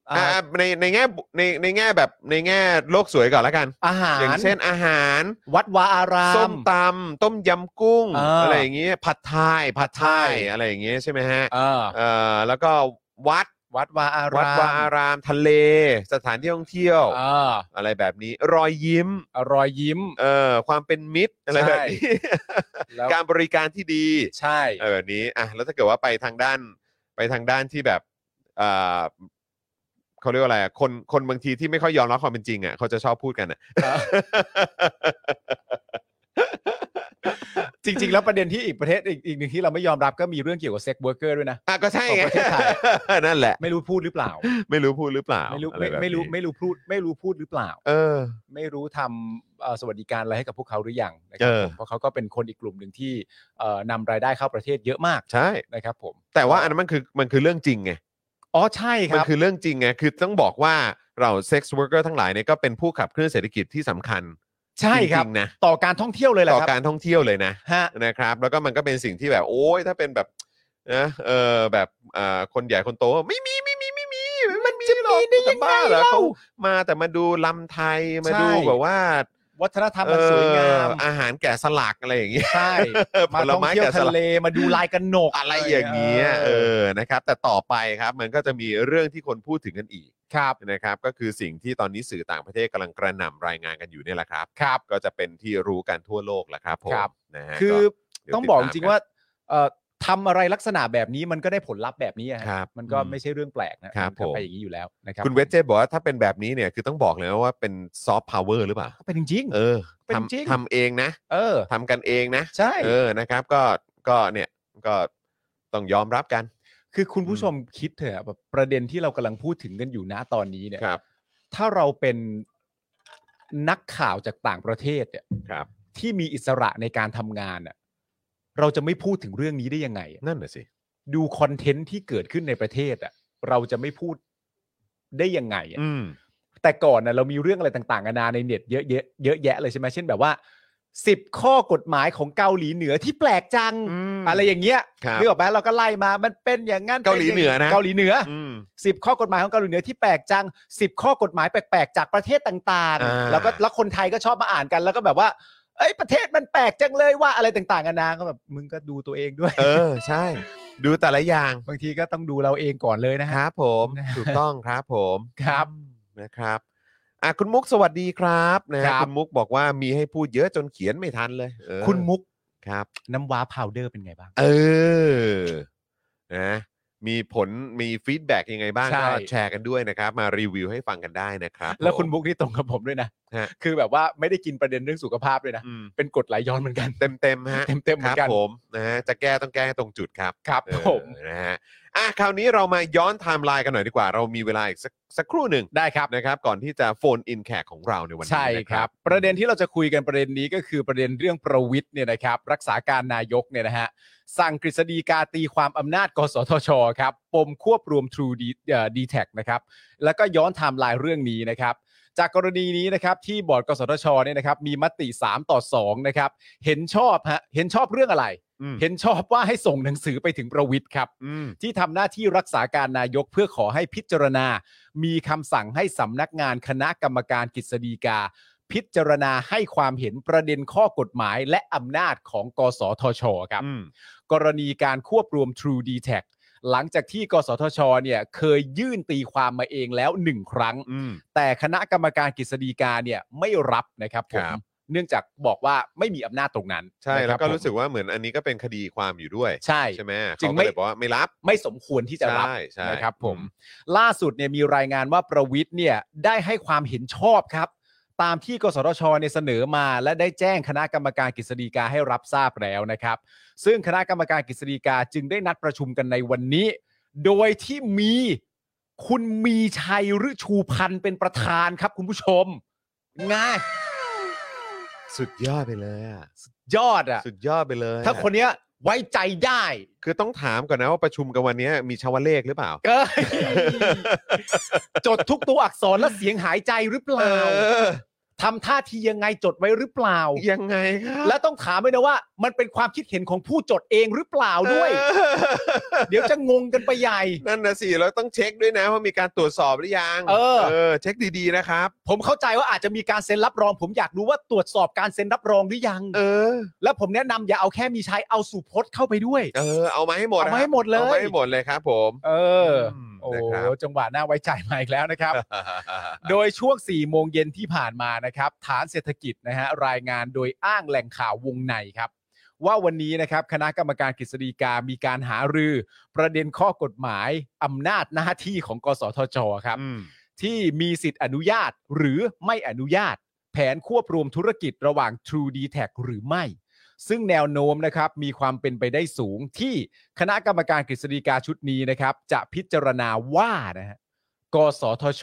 C: เอ่อ
B: อ่ะในในแง่ในในแง่แบบในแง่โลกสวยก่อนละกัน
C: อาหาร
B: อย่างเช่นอาหาร
C: วัดวาอาราม
B: ส้มตำต้มยำกุ้ง
C: เอออ
B: ไรอย่างเงี้ยผัดไทยผัดไทย
C: ผัดไทย
B: อะไรอย่างเงี้ยใช่ไหมฮะ
C: เออ
B: เออแล้วก็วัด
C: วัดวาอาราม
B: วัดวาอารามทะเล สถานที่ท่องเที่ยว
C: เออ
B: อะไรแบบนี้รอยยิ้ม
C: รอยยิ้ม
B: เออความเป็นมิตรอะไรแบบนี้
C: แล้ว
B: การบริการที่ดี
C: ใช่
B: อะไรแบบนี้อ่ะแล้วถ้าเกิดว่าไปทางด้านไปทางด้านที่แบบเออเขาเรียกว่าอะไรอ่ะคนคนบางทีที่ไม่ค่อยยอมรับความเป็นจริงอ่ะเขาจะชอบพูดกันอ่ะ
C: จริง ๆ แล้วประเด็นที่อีกประเทศอีกอีกหนึ่งที่เราไม่ยอมรับก็มีเรื่องเกี่ยวกับเซ็กเวิร์กเกอร์ด้วยนะ
B: อ่ะก็ใช่ไง
C: ของประเทศไทย
B: นั่นแหละ
C: ไม่รู้พูดหรือเปล่า
B: ไม่รู้พูดหรือเปล่า
C: ไม่รู้
B: อะ
C: ไม่
B: แบบนี้
C: ไม่รู้ไม่รู้พูด ไม่รู้พูดหรือเปล่า
B: เออ
C: ไม่รู้ทำเอ่อสวัสดิการอะไรให้กับพวกเขาหรือยังนะครั
B: เออ
C: ผมเพราะเขาก็เป็นคนอีกกลุ่มหนึ่งที่เอ่อนำรายได้เข้าประเทศเยอะมาก
B: ใช่
C: นะครับ ผม
B: แต่ว่าอันนั้นมันคือมันคือเรื่องจริงไง
C: อ๋อใช่ค
B: มั
C: รับ
B: คือเรื่องจริงไงคือต้องบอกว่าเราเซ็กซ์เวิร์กเกอร์ทั้งหลายเนี่ยก็เป็นผู้ขับเคลื่อนเศรษฐกิจที่สำคัญ
C: ใช่ครับ
B: จงๆนะ
C: ต่อการท่องเที่ยวเลยแหละ
B: ต่อ
C: ครับ
B: การท่องเที่ยวเลยนะ
C: ฮะ
B: นะครับ แล้วก็มันก็เป็นสิ่งที่แบบโอ้ยถ้าเป็นแบบนะเออแบบอ่าคนใหญ่คนโตไม่มีไม่มีไม่มีมันจะมีได้ยังไงเหรอเขามาแต่มาดูลำไทยมาดูแบบว่า
C: วัฒนธรรมมันสวยงาม
B: เอออาหารแกะสลักอะไรอย่างเงี้ย
C: ใช่มา
B: ผล
C: ท่อง
B: ไม้
C: เที่ยว
B: แกะส
C: ทะ
B: ลัก
C: เลมาดูลายกระหนก
B: อะไรอย่างเงี้ยเอ
C: เออ
B: อนะครับ แต่ต่อไปครับมันก็จะมีเรื่องที่คนพูดถึงกันอีก
C: ครับ
B: นะครับ ก็คือสิ่งที่ตอนนี้สื่อต่างประเทศกำลังกระหน่ำรายงานกันอยู่เนี่ยแหละครับ ก็จะเป็นที่รู้กันทั่วโลกแหละครับผม
C: ครับ
B: นะฮะ
C: คือ
B: ก็เดี๋ยว
C: ต้องบอกจ
B: ติดตม
C: ริงๆว่าเอ่อทำอะไรลักษณะแบบนี้มันก็ได้ผลลัพธ์แบบนี้อะฮะ
B: ครับ
C: มันก็
B: อื
C: ไม่ใช่เรื่องแปลกนะครับ มันก็ไป
B: ผม
C: อย่างนี้อยู่แล้วนะครับ
B: คุณเวจเจบอกว่าถ้าเป็นแบบนี้เนี่ยคือต้องบอกเลยนะว่าเป็นซอฟต์พาวเวอร์หรือเปล่า
C: ก็เป็นจริง
B: เออ
C: เป็นจริง
B: ทำทำเองนะ
C: เออ
B: ทำกันเองนะ
C: ใช่
B: เออนะครับ ก็ก็เนี่ยก็ต้องยอมรับกัน
C: คือคุณผู้
B: อืม
C: ชมคิดเถอะแบบประเด็นที่เรากำลังพูดถึงกันอยู่นะตอนนี้เนี่ย
B: ครับ
C: ถ้าเราเป็นนักข่าวจากต่างประเทศเนี่ย
B: ครับ
C: ที่มีอิสระในการทำงานน่ะเราจะไม่พูดถึงเรื่องนี้ได้ยังไงอะ
B: นั่นน่ะสิ
C: ดูคอนเทนต์ที่เกิดขึ้นในประเทศอ่ะเราจะไม่พูดได้ยังไงอะ
B: อืม
C: แต่ก่อนน่ะเรามีเรื่องอะไรต่างๆนานาในเน็ตเยอะแยะเยอะแยะเลยใช่ไหมเช่นแบบว่าสิบข้อกฎหมายของเกาหลีเหนือที่แปลกจัง
B: ม
C: อะไรอย่างเงี้ย
B: ครับ
C: นึกออกไหมเราก็ไล่มามันเป็นอย่างงั้น
B: เกาหลีเหนือนะ
C: เกาหลีเหนือ
B: อืม
C: สิบข้อกฎหมายของเกาหลีเหนือที่แปลกจังสิบข้อกฎหมายแปลกๆจากประเทศต่าง
B: อ่า
C: ๆ แล้วก็แล้วคนไทยก็ชอบมาอ่านกัน แล้วก็แบบว่า เอ้ยประเทศมันแปลกจังเลยว่าอะไรต่างๆกันานาก็แบบมึงก็ดูตัวเองด้วย
B: เออใช่ ดูแต่ละอย่าง
C: บางทีก็ต้องดูเราเองก่อนเลยนะ
B: ค
C: ฮะ
B: รับผม
C: นะ
B: ถูกต้องครับผม
C: ครับ
B: นะครับอ่ะคุณมุกสวัสดีครับนะค
C: ครับ
B: คุณมุกบอกว่ามีให้พูดเยอะจนเขียนไม่ทันเลยเออ
C: คุณมุก
B: ครับ
C: น้ำว้าพาวเดอร์เป็นไงบ้าง
B: เออนะมีผลมีฟีดแบ็กยังไงบ้าง
C: ใช่
B: ก็แชร์กันด้วยนะครับ มารีวิวให้ฟังกันได้นะครับ
C: แล้วคุณ
B: ผม
C: มุกนี่ตรงกับผมด้วยนะ
B: ฮะ
C: คือแบบว่าไม่ได้กินประเด็นเรื่องสุขภาพเลยนะ
B: อืม
C: เป็นกรดไหลย้อนเหมือนกัน
B: เต็มเต็มๆฮะ
C: เต็มๆ
B: ค
C: เหมื
B: รั
C: อนกัน
B: ผมนะฮะจะแก้ต้องแก้ให้ตรงจุดครับ
C: ครับ
B: เออ
C: ผม
B: นะฮะอ่ะคราวนี้เรามาย้อนไทม์ไลน์กันหน่อยดีกว่า เรามีเวลาอีกสักสักครู่หนึ่ง
C: ได้ครับ
B: นะครับ ก่อนที่จะโฟนอินแขกของเราในวันนี้
C: ใช่
B: นะครับ
C: ประเด็นที่เราจะคุยกันประเด็นนี้ก็คือประเด็นเรื่องประวิทย์เนี่ยนะครับ รักษาการนายกเนี่ยนะฮะสั่งกฤษฎีกาตีความอำนาจ กสทช ครับ ปมควบรวม True D- เอ่อ d t แทนะครับ แล้วก็ย้อนไทม์ไลน์เรื่องนี้นะครับ จากกรณีนี้นะครับที่บอร์ดกสทชเนี่ยนะครับมีมติ 3 ต่อ 2 นะครับ เห็นชอบฮะเห็นชอบเรื่องอะไร
B: อืม
C: เห็นชอบว่าให้ส่งหนังสือไปถึงประวิทย์ครับ
B: อืม
C: ที่ทำหน้าที่รักษาการนายกเพื่อขอให้พิจารณา มีคำสั่งให้สำนักงานคณะกรรมการกฤษฎีกา พิจารณาให้ความเห็นประเด็นข้อกฎหมายและอำนาจของกสทชครับ
B: อืม
C: กรณีการควบรวม True d t a c หลังจากที่ กสทช เนี่ยเคยยื่นตีความมาเองแล้วหนึ่งครั้ง
B: อืม
C: แต่คณะกรรมการกฤษฎีกาเนี่ยไม่รับนะครับผ
B: ค
C: ม
B: รับ
C: เนื่องจากบอกว่าไม่มีอำนาจตรงนั้น
B: ใช่
C: นะค
B: แล้
C: บ
B: วก็รู้สึ
C: ผ
B: กว่าเหมือนอันนี้ก็เป็นคดีความอยู่ด้วย
C: มใช่
B: ใช่ไหม
C: จึง
B: เขา
C: ไม่
B: ก็เลยบอกว่าไม่รับ
C: ไม่สมควรที่จะรับ
B: ใช่ใช่
C: นะครับผม
B: อื
C: ล่าสุดเนี่ยมีรายงานว่าประวิทย์เนี่ยได้ให้ความเห็นชอบครับ ตามที่กสทชเนี่ยเสนอมา และได้แจ้งคณะกรรมการกฤษฎีกาให้รับทราบแล้วนะครับ ซึ่งคณะกรรมการกฤษฎีกาจึงได้นัดประชุมกันในวันนี้ โดยที่มีคุณมีชัยฤชูพันธ์เป็นประธานครับคุณผู้ชม ง่าย
B: สุดยอดไปเลยอะ
C: ยอดอ่ะ
B: สุดยอดไปเลยอะ
C: ถ้าคนเนี้ยไว้ใจได้
B: คือต้องถามก่อนนะว่าประชุมกันวันนี้มีชาวเลขหรือเปล่า
C: เอ้ย จดทุกตัวอักษรและเสียงหายใจหรือเป
B: เอ
C: ล่า
B: อ
C: ทำท่าทียังไงจดไว้หรือเปล่า
B: ยังไงครับ
C: และต้องถามด้วยนะว่า มันเป็นความคิดเห็นของผู้จดเองหรือเปล่าด้วย
B: เออ
C: เดี๋ยวจะงงกันไปใหญ่
B: นั่นนะสิเราต้องเช็คด้วยนะว่ามีการตรวจสอบหรือยัง
C: เออ
B: เช็คดีๆนะครับ
C: ผมเข้าใจว่าอาจจะมีการเซ็นรับรอง ผมอยากรู้ว่าตรวจสอบการเซ็นรับรองหรือยัง
B: เออ
C: และผมแนะนำอย่าเอาแค่มีชัยเอาสุพจน์เข้าไปด้วย
B: เออ เอามาให้หมด
C: เอามา
B: ค
C: ให้
B: รับ
C: หมดเลย
B: เอามาให้หมดเลยครับ ผม
C: เอออ
B: ม
C: โอ้
B: นะครับ
C: จังหวะน่าไว้ใจมาอีกแล้วนะครับ โดยช่วง 4 โมงเย็นที่ผ่านมานะครับ ฐานเศรษฐกิจนะฮะรายงานโดยอ้างแหล่งข่าววงในครับ ว่าวันนี้นะครับ คณะกรรมการกฤษฎีกามีการหารือ ประเด็นข้อกฎหมาย อำนาจหน้าที่ของ กสทชครับ
B: อืม
C: ที่มีสิทธิ์อนุญาตหรือไม่อนุญาต แผนควบรวมธุรกิจระหว่าง True d t a c หรือไม่ ซึ่งแนวโน้มนะครับมีความเป็นไปได้สูงที่คณะกรรมการกฤษฎีกาชุดนี้นะครับ จะพิจารณาว่านะฮะกสทช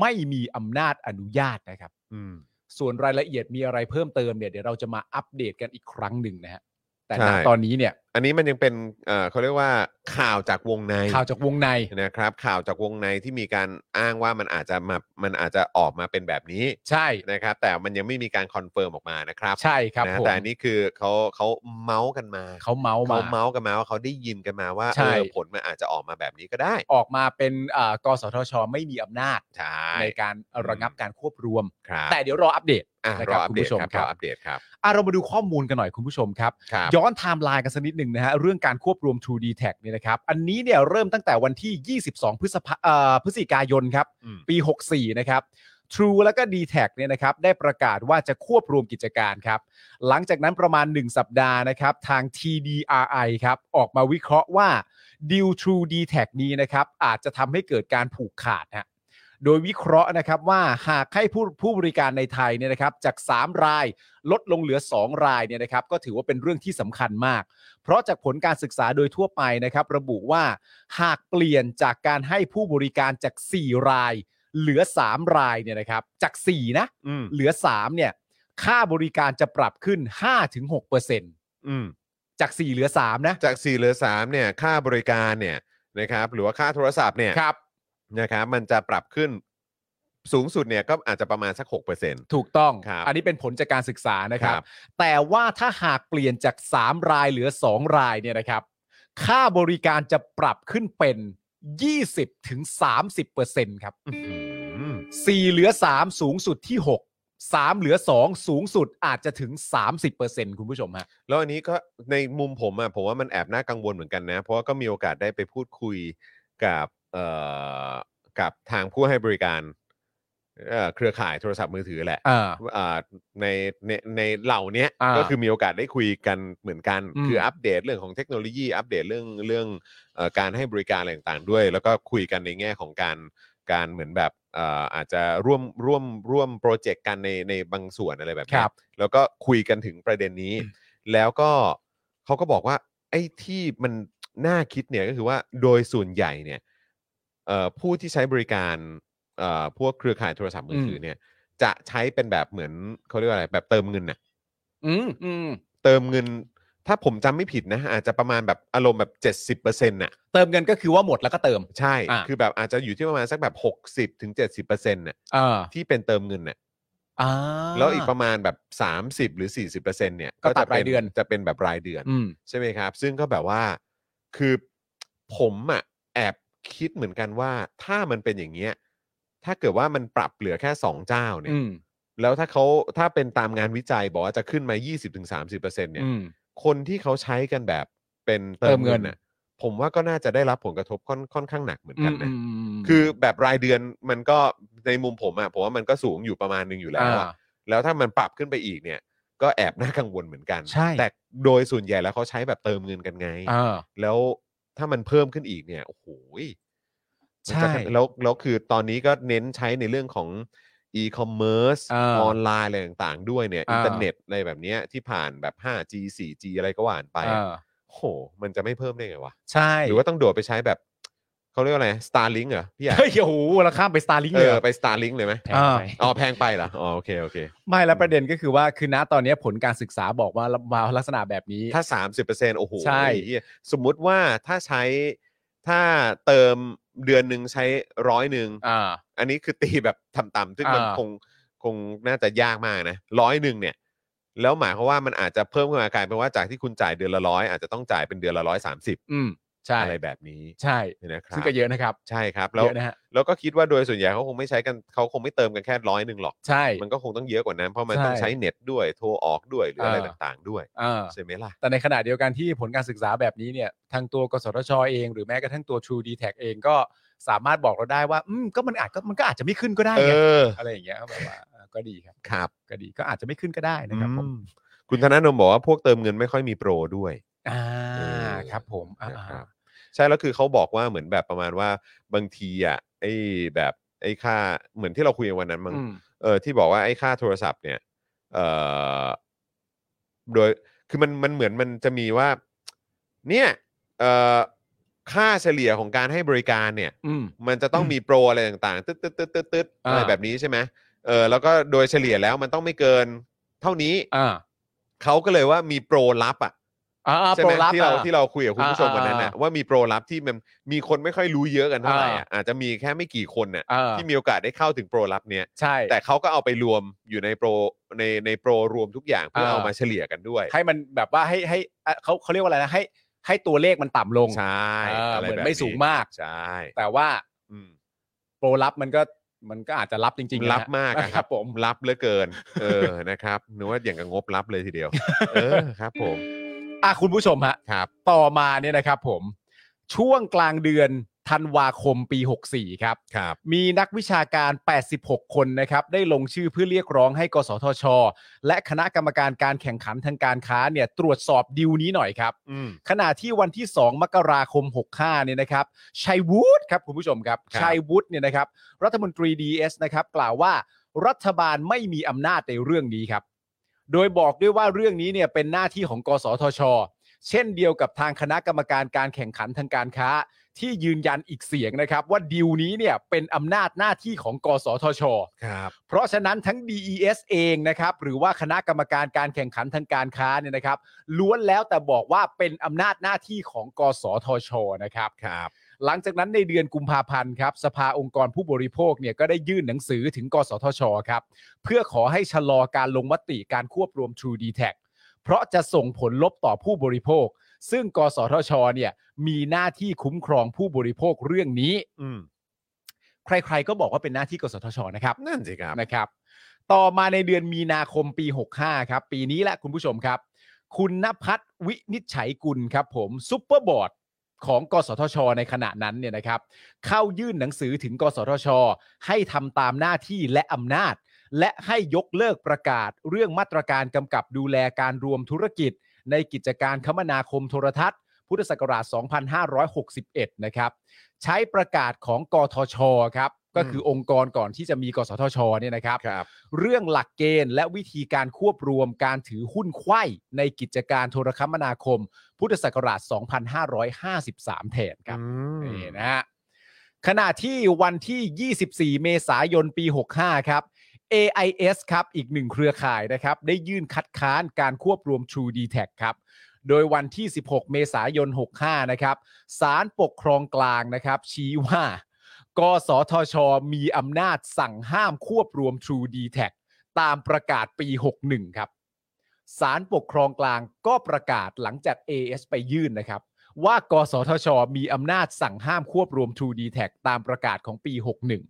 C: ไม่มีอำนาจอนุญาตนะครับ
B: อืม
C: ส่วนรายละเอียดมีอะไรเพิ่มเติมเนี่ยเดี๋ยวเราจะมาอัปเดตกันอีกครั้งหนึ่งนะฮะแต่ณ
B: ใช่
C: ตอนนี้เนี่ย
B: อันนี้มันยังเป็นเอ่อเขาเรียกว่าข่าวจากวงใน
C: ข่าวจากวงใน
B: นะครับข่าวจากวงในที่มีการอ้างว่ามันอาจจะมามันอาจจะออกมาเป็นแบบนี้
C: ใช่
B: นะครับ แต่มันยังไม่มีการคอนเฟิร์มออกมานะครับ
C: ใช่ครับ
B: นะ
C: ผม
B: แต่อันนี้คือเขาเขาเมาส์กันมา
C: เขาเมาส์
B: เขา
C: มา
B: เมาส์กันมาว่าเขาได้ยินกันมาว่า
C: ใช่
B: เออผลมันอาจจะออกมาแบบนี้ก็ได้
C: ออกมาเป็นเอ่อกสทช ไม่มีอำนาจ
B: ใช่
C: ในการระงับการควบรวม
B: ครับ
C: แต่เดี๋ยวรออัปเดต
B: อ่ะ
C: นะ
B: รอ
C: ครับ
B: อัป
C: คุณ
B: เดต
C: ผู้ชม
B: ครับร
C: ค
B: อบ
C: รั
B: อัปเดตครับ
C: อ่ะเรามาดูข้อมูลกันหน่อยคุณผู้ชมครับ
B: ครับ
C: ย้อนไทม์ไลน์กันสักนิดหนึ่งนะฮะเรื่องการควบรวม True d t a c เนี่ยนะครับ อันนี้เนี่ยเริ่มตั้งแต่วันที่ 22 พฤษภาเอ่อพฤศจิกายนครับ
B: อืม
C: ปี 64 นะครับ True แล้วก็ d t a c เนี่ยนะครับได้ประกาศว่าจะควบรวมกิจการครับ หลังจากนั้นประมาณ 1 สัปดาห์นะครับ ทาง TDRI ครับ ออกมาวิเคราะห์ว่าดิว True d t a c นี้นะครับ อาจจะทำให้เกิดการผูกขาดฮะโดยวิเคราะห์นะครับว่าหากให้ผู้ผู้บริการในไทยเนี่ยนะครับจาก 3 ราย ลดลงเหลือ 2 รายเนี่ยนะครับ ก็ถือว่าเป็นเรื่องที่สำคัญมาก เพราะจากผลการศึกษาโดยทั่วไปนะครับ ระบุว่าหากเปลี่ยนจากการให้ผู้บริการจาก 4 ราย เหลือ 3 รายเนี่ยนะครับ จาก 4 นะ
B: อืม
C: เหลือ 3 เนี่ย ค่าบริการจะปรับขึ้น 5-6%
B: อืม
C: จาก 4 เหลือ 3 นะ
B: จาก4เหลือ3เนี่ยค่าบริการเนี่ยนะครับหรือว่าค่าโทรศัพท์เนี่ย
C: ครับ
B: นะครับมันจะปรับขึ้นสูงสุดเนี่ยก็อาจจะประมาณสัก 6%
C: ถูกต้อง
B: ครับ
C: อันนี้เป็นผลจากการศึกษานะครับ
B: ครับ
C: แต่ว่าถ้าหากเปลี่ยนจาก 3 รายเหลือ 2 รายเนี่ยนะครับ ค่าบริการจะปรับขึ้นเป็น 20-30%ครับ
B: อืม
C: 4 เหลือ 3 สูงสุดที่ 6 3 เหลือ 2 สูงสุดอาจจะถึง 30%คุณผู้ชมฮะ
B: แล้วอันนี้ก็ในมุมผมอ่ะผมว่ามันแอบน่ากังวลเหมือนกันนะ เพราะว่าก็มีโอกาสได้ไปพูดคุยกับเอ่อกับทางผู้ให้บริการเอ่อเครือข่ายโทรศัพท์มือถือแหละ
C: อ่า
B: อ่าในในในเหล่าเนี้ย
C: อ่า
B: ก็คือมีโอกาสได้คุยกันเหมือนกัน
C: อืม
B: คืออัปเดตเรื่องของเทคโนโลยีอัปเดตเรื่องเรื่องเอ่อการให้บริการอะไรต่างๆด้วย แล้วก็คุยกันในแง่ของการการเหมือนแบบเอ่ออาจจะร่วมร่วมร่วมโปรเจกต์กันในในบางส่วนอะไรแบบ
C: ค
B: เนี้ย
C: รับ
B: แล้วก็คุยกันถึงประเด็นนี้ แล้วก็เขาก็บอกว่า ไอ้ที่มันน่าคิดเนี่ยก็คือว่าโดยส่วนใหญ่เนี่ยเอ่อผู้ที่ใช้บริการเอ่อพวกเครือข่ายโทรศัพท์มือถืออ
C: ม
B: เนี่ย จะใช้เป็นแบบเหมือนเขาเรียกว่าอะไรแบบเติมเงินน่ะ
C: อืมอืม
B: เติมเงิน ถ้าผมจำไม่ผิดนะ อาจจะประมาณแบบอารมณ์แบบ70%น่ะ
C: เติมเงินก็คือว่าหมดแล้วก็เติม
B: ใช่
C: อ่ะ
B: คือแบบอาจจะอยู่ที่ประมาณสักแบบ 60-70%ถึง70%น่ะ
C: อ่า
B: ที่เป็นเติมเงินน่ะ
C: อ่า
B: แล้วอีกประมาณแบบ 30 หรือ 40%เนี่ย
C: ก็ตัดรายเดือน
B: จะเป็นแบบรายเดือน
C: อืม
B: ใช่ไหมครับ ซึ่งก็แบบว่าคือผมอะแอบคิดเหมือนกันว่าถ้ามันเป็นอย่างเงี้ยถ้าเกิดว่ามันปรับเหลือแค่ 2 เจ้าเนี่ย
C: อืม
B: แล้วถ้าเขาถ้าเป็นตามงานวิจัยบอกว่าจะขึ้นมา 20-30%เนี่ย
C: อืม
B: คนที่เขาใช้กันแบบเป็นเติ
C: เติ
B: ม
C: มเงิ
B: เงิน
C: น
B: น่ะผมว่าก็น่าจะได้รับผลกระทบค่อนค่อนข้างหนักเหมือน
C: อื
B: กัน
C: ม
B: นะ
C: อืมม
B: คือแบบรายเดือนมันก็ในมุมผมอะผมว่ามันก็สูงอยู่ประมาณหนึงอยู่แล้วอะ
C: อ่า
B: แล้วถ้ามันปรับขึ้นไปอีกเนี่ย ก็แอบน่ากังวลเหมือนกัน
C: ใช่
B: แต่โดยส่วนใหญ่แล้วเขาใช้แบบเติมเงินกันไง
C: อ่า
B: แล้วถ้ามันเพิ่มขึ้นอีกเนี่ยโอ้โหยมัน
C: ใช่
B: จะแล้วแล้วคือตอนนี้ก็เน้นใช้ในเรื่องของอีคอมเมิร์ซ
C: อ่า
B: ออนไลน์อะไรต่างๆ ด้วยเนี่ย
C: อ่า
B: อินเทอร์เน็ตอะไรแบบเนี้ยที่ผ่านแบบ 5G 4G อะไรก็ว่ากันไป
C: อ่า
B: โอ้โห มันจะไม่เพิ่มได้ไงวะ
C: ใช่
B: หรือว่าต้องโดดไปใช้แบบเขาเรียกว่าอะไร Starlink เหรอพี่ใหญ่
C: เฮ้ยโอ้โหเราข้ามไปสตาร์ลิง
B: เอ
C: เลย
B: อ
C: เหรอ
B: ไป Starlink เลยไหม
C: อ่า
B: อ๋อแพงไปเหรออ๋อโอเคโอเค
C: ไม่แล้วประเด็นก็คือว่าคือณตอนเนี้ยผลการศึกษาบอกว่ามาลักษณะแบบนี้
B: ถ้า 30%โอ้โห
C: ใช่
B: เหี้ยสมมุติว่าถ้าใช้ถ้าเติมเดือนหนึ่งใช้ร้อยหนึ่ง
C: อ่า
B: อันนี้คือตีแบบต่ำๆซึ่งมัน
C: อ่า
B: คงคงน่าจะยากมากนะร้อยหนึ่งเนี่ย แล้วหมายความว่ามันอาจจะเพิ่มขึ้นมากลายเป็นว่าจากที่คุณจ่ายเดือนละร้อยอาจจะต้องจ่ายเป็นเดือนละร้อยสามสิบ
C: อืมใช่
B: อะไรแบบนี้
C: ใช่
B: นะครับ
C: ซึ่งก็เยอะนะครับ
B: ใช่ครับแล้ว
C: เยอะนะฮะ
B: แล้วก็คิดว่าโดยส่วนใหญ่เขาคงไม่ใช้กันเขาคงไม่เติมกันแค่ร้อยหนึ่งหรอก
C: ใช่
B: มันก็คงต้องเยอะกว่านั้น เพราะมัน
C: ใช่
B: ต้องใช้เน็ตด้วย โทรออกด้วย หรืออะไร
C: อ่า
B: ต่างๆด้วย
C: อ่า
B: ใช่ไหมล่ะ
C: แต่ในขณะเดียวกันที่ผลการศึกษาแบบนี้เนี่ย ทางตัวกสทชเอง หรือแม้กระทั่งตัว True d t a c เองก็สามารถบอกเราได้ว่า อืมก็มันอาจก็มันก็อาจจะไม่ขึ้นก็ได้
B: เอ
C: ไง
B: อ
C: อะไรอย่างเงี้ยแบบว่าเออก็ดีครับ
B: ครับ
C: ก็ดีก็อาจจะไม่ขึ้นก็ได้
B: นะ
C: นะ
B: ค
C: ค
B: รั
C: รั
B: บบผ
C: ผม ม
B: คุณธนาโนมบอกว่าพวกเติมเงินไม่ค่อยมีโปรด้วย
C: อ่า
B: เออ
C: ครับผมอ่า
B: นะครับใช่ แล้วคือเขาบอกว่าเหมือนแบบประมาณว่าบางทีอ่ะไอ้แบบไอ้ค่าเหมือนที่เราคุยกันวันนั้นมั้ง
C: อืม
B: เออที่บอกว่าไอ้ค่าโทรศัพท์เนี่ยเออโดยคือมันมันเหมือนมันจะมีว่า เนี่ยเออค่าเฉลี่ยของการให้บริการเนี่ย
C: อืม
B: มันจะต้องมีโปรอะไรต่างๆ ตึ๊ดตึ๊ดตึ๊ดตึ๊ดตึ๊ด
C: อ่า
B: อะไรแบบนี้ใช่ไหมเออแล้วก็โดยเฉลี่ยแล้วมันต้องไม่เกินเท่านี้
C: อ่า
B: เขาก็เลยว่ามีโปรลับอ่ะ
C: อ่า
B: ใช่
C: โป
B: ไห
C: ร
B: ม
C: ลับ
B: ที่เรา
C: อ่ะ
B: ที่เราคุยกับคุณผู้ชม
C: อ่า
B: วันนั้นนะว่ามีโปรลับที่มันมีคนไม่ค่อยรู้เยอะกันเท่าไหร่อะอาจจะมีแค่ไม่กี่คนน่ะ
C: อ่า
B: ที่มีโอกาสได้เข้าถึงโปรลับเนี้ย
C: ใช่
B: แต่เขาก็เอาไปรวมอยู่ในโปรในในโปรรวมทุกอย่างเพื่อ
C: อ่า
B: เอามาเฉลี่ยกันด้วย
C: ให้มันแบบว่าให้ให้อ่ะเขาเขาเรียกว่าอะไรนะให้ ให้ตัวเลขมันต่ำลง
B: ใช่
C: อ่า
B: อะไร
C: เหมือน
B: แบบ
C: ไม่สูงมาก
B: ใช่
C: แต่ว่า
B: อืม
C: โปรลับมันก็มันก็อาจจะรับจริงๆนะฮะ
B: รับมากอะ
C: ครับผม
B: รับเหลือเกิน เออนะครับนึกว่าอย่างกับงบรับเลยทีเดี ยว เออครับ ผม
C: อ่ะคุณผู้ชมฮะ
B: ครับ
C: ต่อมาเนี่ยนะครับผมช่วงกลางเดือนธันวาคมปี 64 ครับ
B: ครับ
C: มีนักวิชาการ 86 คนนะครับ ได้ลงชื่อเพื่อเรียกร้องให้ กสทช และคณะกรรมการการแข่งขันทางการค้าเนี่ยตรวจสอบดิวนี้หน่อยครับ
B: อืม
C: ขณะที่วันที่ 2 มกราคม 65 เนี่ยนะครับ ชัยวุฒิครับคุณผู้ชมครับ
B: ครับ
C: ชัยวุฒิเนี่ยนะครับ รัฐมนตรี DS นะครับ กล่าวว่ารัฐบาลไม่มีอำนาจในเรื่องนี้ครับ โดยบอกด้วยว่าเรื่องนี้เนี่ยเป็นหน้าที่ของ กสทช เช่นเดียวกับทางคณะกรรมการการแข่งขันทางการค้า ที่ยืนยันอีกเสียงนะครับ ว่าดีลนี้เนี่ยเป็นอำนาจหน้าที่ของ กสทช
B: ครับ
C: เพราะฉะนั้นทั้ง DES เองนะครับหรือว่าคณะกรรมการการแข่งขันทางการค้าเนี่ยนะครับ ล้วนแล้วแต่บอกว่าเป็นอำนาจหน้าที่ของ กสทชนะครับ
B: ครับ
C: หลังจากนั้นในเดือนกุมภาพันธ์ครับสภาองค์กรผู้บริโภคเนี่ยก็ได้ยื่นหนังสือถึง กสทชครับ เพื่อขอให้ชะลอการลงมติการควบรวม True d t a c เพราะจะส่งผลลบต่อผู้บริโภค ซึ่ง กสทชเนี่ยมีหน้าที่คุ้มครองผู้บริโภคเรื่องนี้
B: อืม
C: ใคร ๆ ก็บอกว่าเป็นหน้าที่ กสทชนะครับ
B: นั่นสิครับ
C: นะครับ ต่อมาในเดือนมีนาคมปี 65 ครับ ปีนี้แหละคุณผู้ชมครับ คุณนภัทรวินิจฉัยกุลครับผมซุปเปอร์บอร์ดของกสทช ในขณะนั้นเนี่ยนะครับ เข้ายื่นหนังสือถึง กสทช ให้ทำตามหน้าที่และอำนาจ และให้ยกเลิกประกาศ เรื่องมาตรการกำกับดูแลการรวมธุรกิจ ในกิจการคมนาคมโทรทัศน์ พุทธศักราช 2561 นะครับ ใช้ประกาศของกทช ครับ ก็คือองค์กรก่อนที่จะมี กสทช เนี่ยนะครับ
B: ครับ
C: เรื่องหลักเกณฑ์และวิธีการควบรวมการถือหุ้นไขว้ในกิจการโทรคมนาคม พุทธศักราช 2553 แทนครับ นี่นะฮะขณะที่วันที่ 24 เมษายนปี 65 ครับ AIS ครับอีกหนึ่งเครือข่ายนะครับ ได้ยื่นคัดค้านการควบรวม True d t a c ครับ โดยวันที่ 16 เมษายน 65 นะครับศาลปกครองกลางนะครับ ชี้ว่า กสทช มีอำนาจสั่งห้ามควบรวม True d t a c ตามประกาศปี 61 ครับศาลปกครองกลางก็ประกาศหลังจาก AS ไปยื่นนะครับ ว่า กสทช มีอำนาจสั่งห้ามควบรวม True d t a c ตามประกาศของปี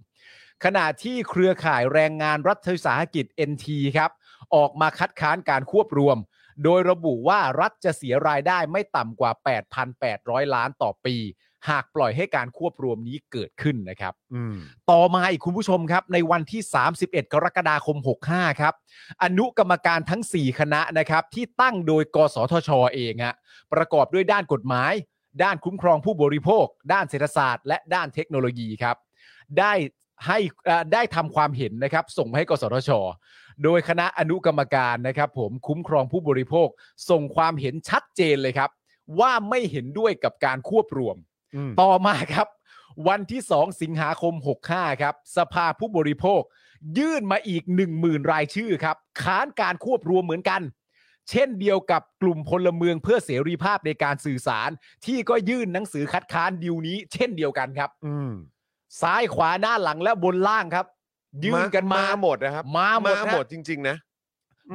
C: 61 ขณะที่เครือข่ายแรงงานรัฐวิสาหกิจ NT ครับ ออกมาคัดค้านการควบรวม โดยระบุว่ารัฐจะเสียรายได้ไม่ต่ำกว่า 8,800 ล้านต่อปี หากปล่อยให้การควบรวมนี้เกิดขึ้นนะครับ
A: อืม
C: ต่อมาอีกคุณผู้ชมครับ ในวันที่ 31 กรกฎาคม 65 ครับ อนุกรรมการทั้ง 4 คณะนะครับ ที่ตั้งโดย กสทช เองฮะประกอบด้วยด้านกฎหมาย ด้านคุ้มครองผู้บริโภค ด้านเศรษฐศาสตร์ และด้านเทคโนโลยีครับ ได้ให้เอ่อได้ทำความเห็นนะครับ ส่งมาให้กสทช โดยคณะอนุกรรมการนะครับ ผมคุ้มครองผู้บริโภค ส่งความเห็นชัดเจนเลยครับ ว่าไม่เห็นด้วยกับการควบรวม
A: อืม
C: ต่อมาครับ วันที่ 2 สิงหาคม 65 ครับ สภาผู้บริโภค ยื่นมาอีก 10,000 รายชื่อครับ ค้านการควบรวมเหมือนกัน เช่นเดียวกับกลุ่มพลเมืองเพื่อเสรีภาพในการสื่อสาร ที่ก็ยื่นหนังสือคัดค้านดิวนี้ เช่นเดียวกันครับ
A: อืม
C: ซ้ายขวาหน้าหลังและบนล่างครับ ยื่นกันมา
B: หมดนะครับ
C: มาหมด
B: มา
C: ฮะ
B: หมดจริง ๆ นะ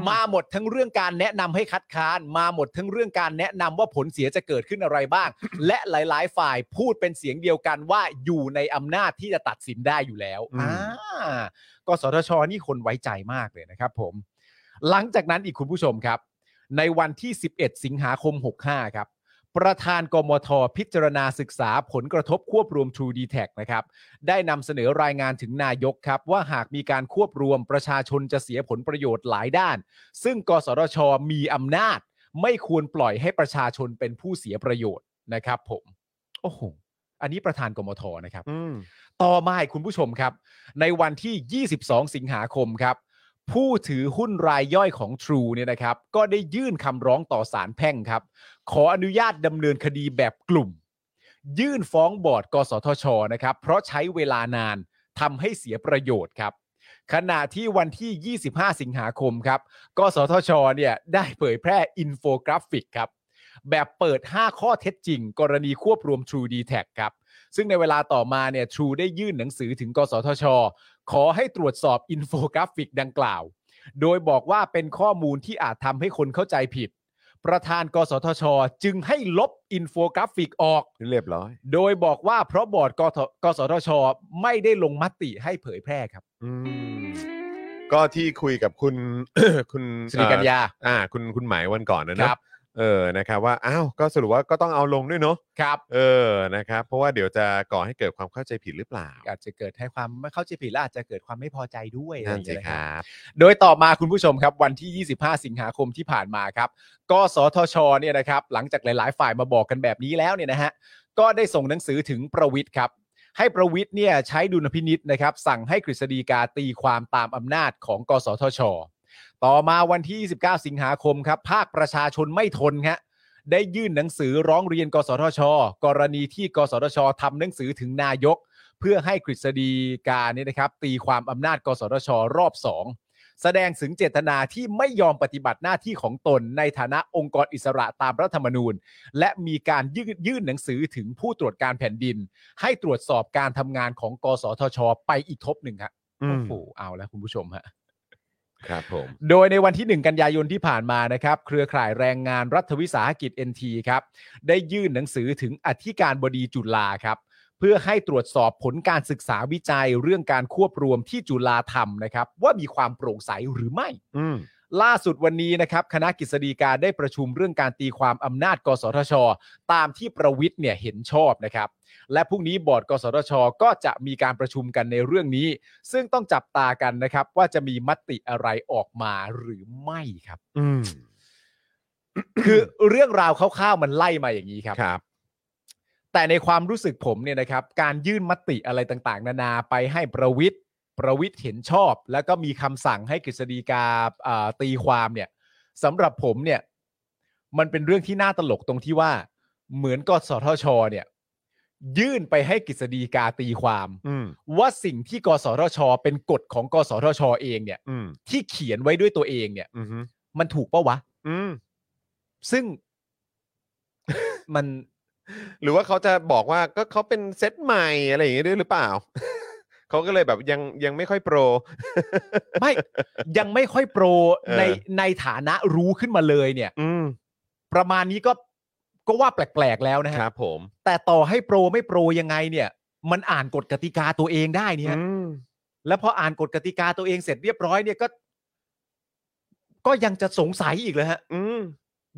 C: มาหมดทั้งเรื่องการแนะนำให้คัดค้าน มาหมดทั้งเรื่องการแนะนำว่าผลเสียจะเกิดขึ้นอะไรบ้าง และหลาย ๆ ฝ่ายพูดเป็นเสียงเดียวกันว่าอยู่ในอำนาจที่จะตัดสินได้อยู่แล้วอ่ากสทชนี่คนไว้ใจมากเลยนะครับผม หลังจากนั้นอีกคุณผู้ชมครับ ในวันที่ 11 สิงหาคม 65 ครับ ประธานกมท พิจารณาศึกษาผลกระทบควบรวม True d t a c นะครับ ได้นำเสนอรายงานถึงนายกครับ ว่าหากมีการควบรวมประชาชนจะเสียผลประโยชน์หลายด้าน ซึ่งกสทชมีอำนาจ ไม่ควรปล่อยให้ประชาชนเป็นผู้เสียประโยชน์นะครับผม โอ้โห อันนี้ประธานกมทนะครับ
A: อืม
C: ต่อมาอีกคุณผู้ชมครับ ในวันที่ 22 สิงหาคมครับ ผู้ถือหุ้นรายย่อยของ True เนี่ยนะครับ ก็ได้ยื่นคำร้องต่อศาลแพ่งครับ ขออนุญาตดำเนินคดีแบบกลุ่ม ยื่นฟ้องบอร์ด กสทช นะครับ เพราะใช้เวลานานทำให้เสียประโยชน์ครับ ขณะที่วันที่ 25 สิงหาคมครับ กสทช เนี่ยได้เผยแพร่อินโฟกราฟิกครับ แบบเปิด 5 ข้อเท็จจริง กรณีควบรวม True d t a c ครับ ซึ่งในเวลาต่อมาเนี่ย True ได้ยื่นหนังสือถึง กสทช ขอให้ตรวจสอบอินโฟกราฟิกดังกล่าว โดยบอกว่าเป็นข้อมูลที่อาจทำให้คนเข้าใจผิด ประธาน กสทช จึงให้ลบอินโฟกราฟิกออก
B: เรียบร้อย
C: โดยบอกว่าเพราะบอร์ดกทกสทช ไม่ได้ลงมติให้เผยแพร่ครับ
B: อืม ก็ที่คุยกับคุณ คุณ
C: สิริกัญญา
B: อ่า คุณคุณหมายวันก่อนนะ
C: ค
B: เนอะ
C: รับ
B: เออนะครับว่าอ้าวก็สรุปว่าก็ต้องเอาลงด้วยเนาะ
C: ครับ
B: เออนะครับ เพราะว่าเดี๋ยวจะก่อให้เกิดความเข้าใจผิดหรือเปล่า
C: อาจจะเกิดให้ความไม่เข้าใจผิดและอาจจะเกิดความไม่พอใจด้วยอะไรอ
B: นั่น
C: ย่าง
B: สิ
C: เงี้ย
B: ค
C: นะครั
B: รั
C: บ
B: บ
C: โดยต่อมาคุณผู้ชมครับ วันที่ 25 สิงหาคมที่ผ่านมาครับกสทชเนี่ยนะครับหลังจากหลาย ๆ ฝ่ายมาบอกกันแบบนี้แล้วเนี่ยนะฮะก็ได้ส่งหนังสือถึงประวิทย์ครับ ให้ประวิทย์เนี่ยใช้ดุลพินิษนะครับ สั่งให้กฤษฎีกาตีความตามอำนาจของ กสทช ต่อมาวันที่ 29 สิงหาคมครับ ภาคประชาชนไม่ทนฮะได้ยื่นหนังสือร้องเรียน กสทช กรณีที่ กสทชทำหนังสือถึงนายก เพื่อให้กฤษฎีกาเนี่ยนะครับ ตีความอำนาจ กสทช รอบสอง แสดงถึงเจตนาที่ไม่ยอมปฏิบัติหน้าที่ของตนในฐานะองค์กรอิสระตามรัฐธรรมนูญ และมีการยื่นยื่นหนังสือถึงผู้ตรวจการแผ่นดิน ให้ตรวจสอบการทำงานของ กสทช ไปอีกทบหนึ่งฮะ
A: อืม
C: โอ้โหเอาแล้วคุณผู้ชมฮะ
B: ครับผม
C: โดยในวันที่ 1 กันยายนที่ผ่านมานะครับ เครือข่ายแรงงานรัฐวิสาหกิจ NT ครับ ได้ยื่นหนังสือถึงอธิการบดีจุฬาครับ เพื่อให้ตรวจสอบผลการศึกษาวิจัยเรื่องการควบรวมที่จุฬาทำนะครับ ว่ามีความโปร่งใสหรือไม่
A: อืม
C: ล่าสุดวันนี้นะครับ คณะกฤษฎีกาได้ประชุมเรื่องการตีความอำนาจ กสทช ตามที่ประวิทย์เนี่ยเห็นชอบนะครับ และพรุ่งนี้บอร์ด กสทช ก็จะมีการประชุมกันในเรื่องนี้ ซึ่งต้องจับตากันนะครับ ว่าจะมีมติอะไรออกมาหรือไม่ครับ
A: อืม
C: คือเรื่องราวคร่าวๆมันไล่มาอย่างนี้ครับ
B: ครับ
C: แต่ในความรู้สึกผมเนี่ยนะครับ การยื่นมติอะไรต่างๆ นานาไปให้ประวิทย์ประวิทย์เห็นชอบ แล้วก็มีคำสั่งให้กฤษฎีกาเอ่อตีความเนี่ยสำหรับผมเนี่ย มันเป็นเรื่องที่น่าตลกตรงที่ว่า เหมือนกสทช เนี่ย ยื่นไปให้กฤษฎีกาตีความ
A: อืม
C: ว่าสิ่งที่กสทช เป็นกฎของกสทช เองเนี่ย
A: อืม
C: ที่เขียนไว้ด้วยตัวเองเนี่ย
A: อืม
C: มันถูกปะวะ
A: อืม
C: ซึ่ง มัน
B: หรือว่าเขาจะบอกว่าก็เขาเป็นเซตใหม่อะไรอย่างเงี้ยด้วยหรือเปล่า เขาก็เลยแบบยังยังไม่ค่อยโปร
C: ไม่ ยังไม่ค่อยโปร
B: เออ
C: ในในฐานะรู้ขึ้นมาเลยเนี่ย
B: อืม
C: ประมาณนี้ก็ก็ว่าแปลกๆแล้วนะ
B: ค
C: ฮะ
B: รับผม
C: แต่ต่อให้โปรไม่โปรยังไงเนี่ย มันอ่านกฎกติกาตัวเองได้เนี่ย
B: อืม
C: แล้วพออ่านกฎกติกาตัวเองเสร็จเรียบร้อยเนี่ยก็ ก็ยังจะสงสัยอีกเลยฮะ
B: อืม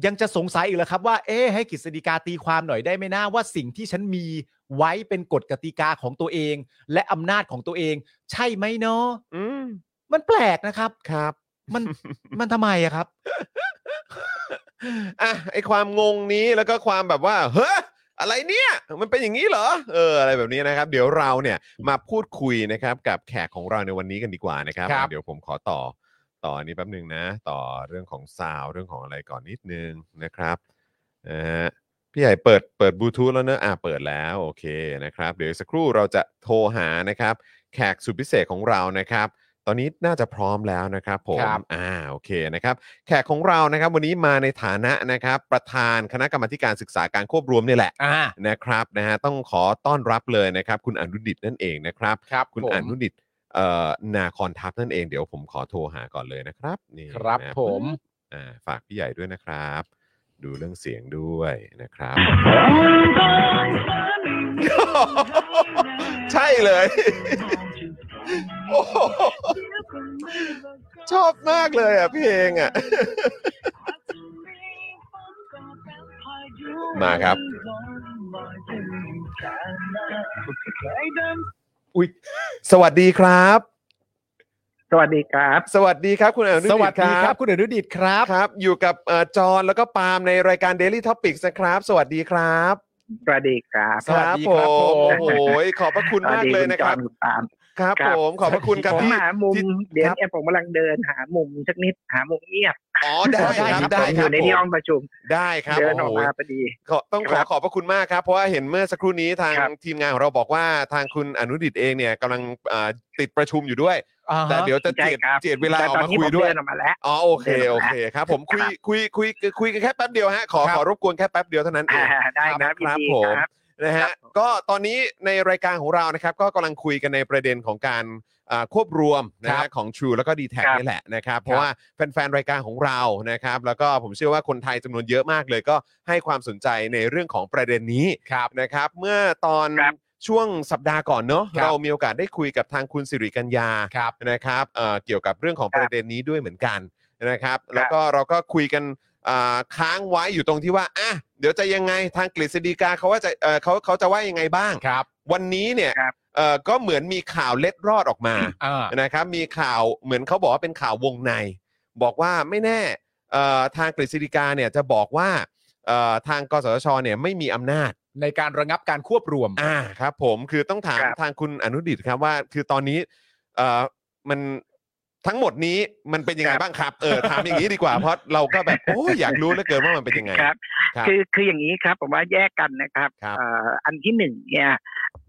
C: ยังจะสงสัยอีกแล้วครับว่า เอ๊ะให้กฤษฎีกาตีความหน่อยได้ไหมนะว่าสิ่งที่ฉันมีไว้เป็นกฎกติกาของตัวเอง และอำนาจของตัวเอง ใช่ไหมเนาะ
B: อืม
C: มันแปลกนะครับครับ มัน มันทำไมอะครับ
B: อ่ะไอความงงนี้แล้วก็ความแบบว่า เฮ้ออะไรเนี่ย มันเป็นอย่างนี้เหรอเอออะไรแบบนี้นะครับ เดี๋ยวเราเนี่ยมาพูดคุยนะครับกับแขกของเราในวันนี้กันดีกว่านะครับ
C: ครับ
B: เดี๋ยวผมขอต่อต่ออันนี้แป๊บหนึ่งนะ ต่อเรื่องของซาวด์เรื่องของอะไรก่อนนิดนึงนะครับนะฮะพี่ใหญ่เปิดเปิดบลูทูธแล้วเนอะอ่ะเปิดแล้วโอเคนะครับ เดี๋ยวอีกสักครู่เราจะโทรหานะครับ แขกสุดพิเศษของเรานะครับ ตอนนี้น่าจะพร้อมแล้วนะครับผม
C: ครับ
B: อ่าโอเคนะครับ แขกของเรานะครับวันนี้มาในฐานะนะครับ ประธานคณะกรรมาธิการศึกษาการควบรวมนี่แหละ
C: อ่า
B: นะครับนะฮะต้องขอต้อนรับเลยนะครับ คุณอนุดิตนั่นเองนะครับ
C: ครับ
B: คุณ
C: ผม
B: อนุดิตเอ่อนาคอนทัพนั่นเองเดี๋ยวผมขอโทรหาก่อนเลยนะครับนี่
C: ครับ
B: นะ
C: ผม
B: อ่าฝากพี่ใหญ่ด้วยนะครับ ดูเรื่องเสียงด้วยนะครับ ใช่เลย โอ้โหชอบมากเลยอ่ะเพลงอ่ะ มาครับ
C: อุ้ย
B: สวัสดีครับ
E: สวัสดีครับ
B: สวัสดีครับคุณอนุ
C: ส
B: ดิ
C: วัส
B: ต
C: ดีค
B: ค
C: รั
B: รั
C: บบ คุณอนุดิตครับ
B: ครับ อยู่กับเอ่อจอห์นแล้วก็ปาล์มในรายการ Daily Topics นะครับ สวัสดีครับ
E: สวัสดีครับ
C: สวัสดีครับ
B: ผม
C: ผม
B: โอ้โหขอบพระคุณ
E: สวัส
B: มาก
E: ดี
B: เลย
E: คุณ
B: นะ
E: จ
B: ค
E: อ
B: รั
E: ห์
B: บ
E: นคุณปาล์ม
B: ครับ
E: ครับ
B: ผมขอบพระคุณครับ
E: ผม
B: ที่
E: หามุม
B: ที่
E: เดี๋ย
B: ครั
E: ว
B: บ
E: เนี่ยผมกำลังเดินหามุมสักนิดหามุมเงียบ
B: อ๋อได้ครับ
C: ได้
B: ได้
C: ค
B: ครับ บ
C: รั
E: อยู่ใน
B: ผม
E: ที่ห้องประชุม
B: ได้ครับ
E: เดินอ
B: โอ้
E: อก
B: โห
E: มาพอดี
B: ขอต้องข
E: ค
B: อ
E: รับ
B: ขอบพระคุณมากครับ เพราะว่าเห็นเมื่อสักครู่นี้ทาง
E: ครับ
B: ทีมงานของเราบอกว่าทางคุณอนุดิตเองเนี่ยกำลังอ่าติดประชุมอยู่ด้วย
C: อ่าฮะ
B: แต่เดี๋ยวจะเจียด
E: ใช่ครับ
B: เจียดเวลา
E: แต่
B: ออ
E: ต
B: ก
E: อน
B: มา
E: นี้
B: คุ
E: ผ
B: ย
E: ม
B: ด้วย
E: เดินออกมาแล้ว
B: อ๋อโอเค
E: เดินอ
B: โอ
E: อกมา
B: เคครับ ผมคุย
E: ครับ
B: คุยคุยคุยกันแค่แป๊บเดียวฮะขอ
C: ครับ
B: ขอรบกวนแค่แป๊บเดียวเท่านั้นเอ
E: อ่าง ได้ค
B: ครั
E: รั
B: บบ
E: ยินดี
B: ครับผม
E: ครับ
B: นะ
E: ครั
B: ฮะ
E: บ
B: ก็ตอนนี้ในรายการของเรานะครับ ก็กำลังคุยกันในประเด็นของการอ่าควบรวมนะฮะของ True แล้วก็ d t แทนี่แหละนะครับ เพราะว่าแฟนๆรายการของเรานะครับ แล้วก็ผมเชื่อว่าคนไทยจำนวนเยอะมากเลยก็ให้ความสนใจในเรื่องของประเด็นนี้
C: ครับ
B: นะครับ เมื่อตอน
E: ครับ
B: ช่วงสัปดาห์ก่อนเนาะ
C: ครับ
B: เรามีโอกาสได้คุยกับทางคุณสิริกัญญา
C: ครับ
B: นะครับเอ่อเกี่ยวกับเรื่องของ
E: ค
B: ป
E: รับ
B: ระเด็นนี้ด้วยเหมือนกันนะครับ แล้วก็เราก็คุยกันอ่าค้างไว้อยู่ตรงที่ว่าอ่ะเดี๋ยวจะยังไงทางกฤษฎีกาเขาว่าจะเอ่อเขาเขาจะว่ายังไงบ้าง
C: ครับ
B: วันนี้เนี่ย
E: ครับ
B: เอ่อก็เหมือนมีข่าวเล็ดรอดออกมา
C: อ่า
B: นะครับมีข่าวเหมือนเขาบอกว่าเป็นข่าววงใน บอกว่าไม่แน่เอ่อทางกฤษฎีกาเนี่ยจะบอกว่าเอ่อทางกสทชเนี่ยไม่มีอำนาจ
C: ในการระงับการควบรวม
B: อ่าครับผมคือต้องถาม
E: ครับ
B: ทางคุณอนุดิตครับว่า คือตอนนี้เอ่อมันทั้งหมดนี้มันเป็นยังไง
E: ครับ
B: บ้างครับเออถามอย่างนี้ดีกว่าเพราะเราก็แบบโอ้ยอยากรู้เหลือเกินว่ามันเป็นยังไง
E: ครับ
B: ครับ
E: คือคืออย่างนี้ครับ ผมว่าแยกกันนะครับ
B: ครับ
E: เอ่ออันที่หนึ่งเนี่ย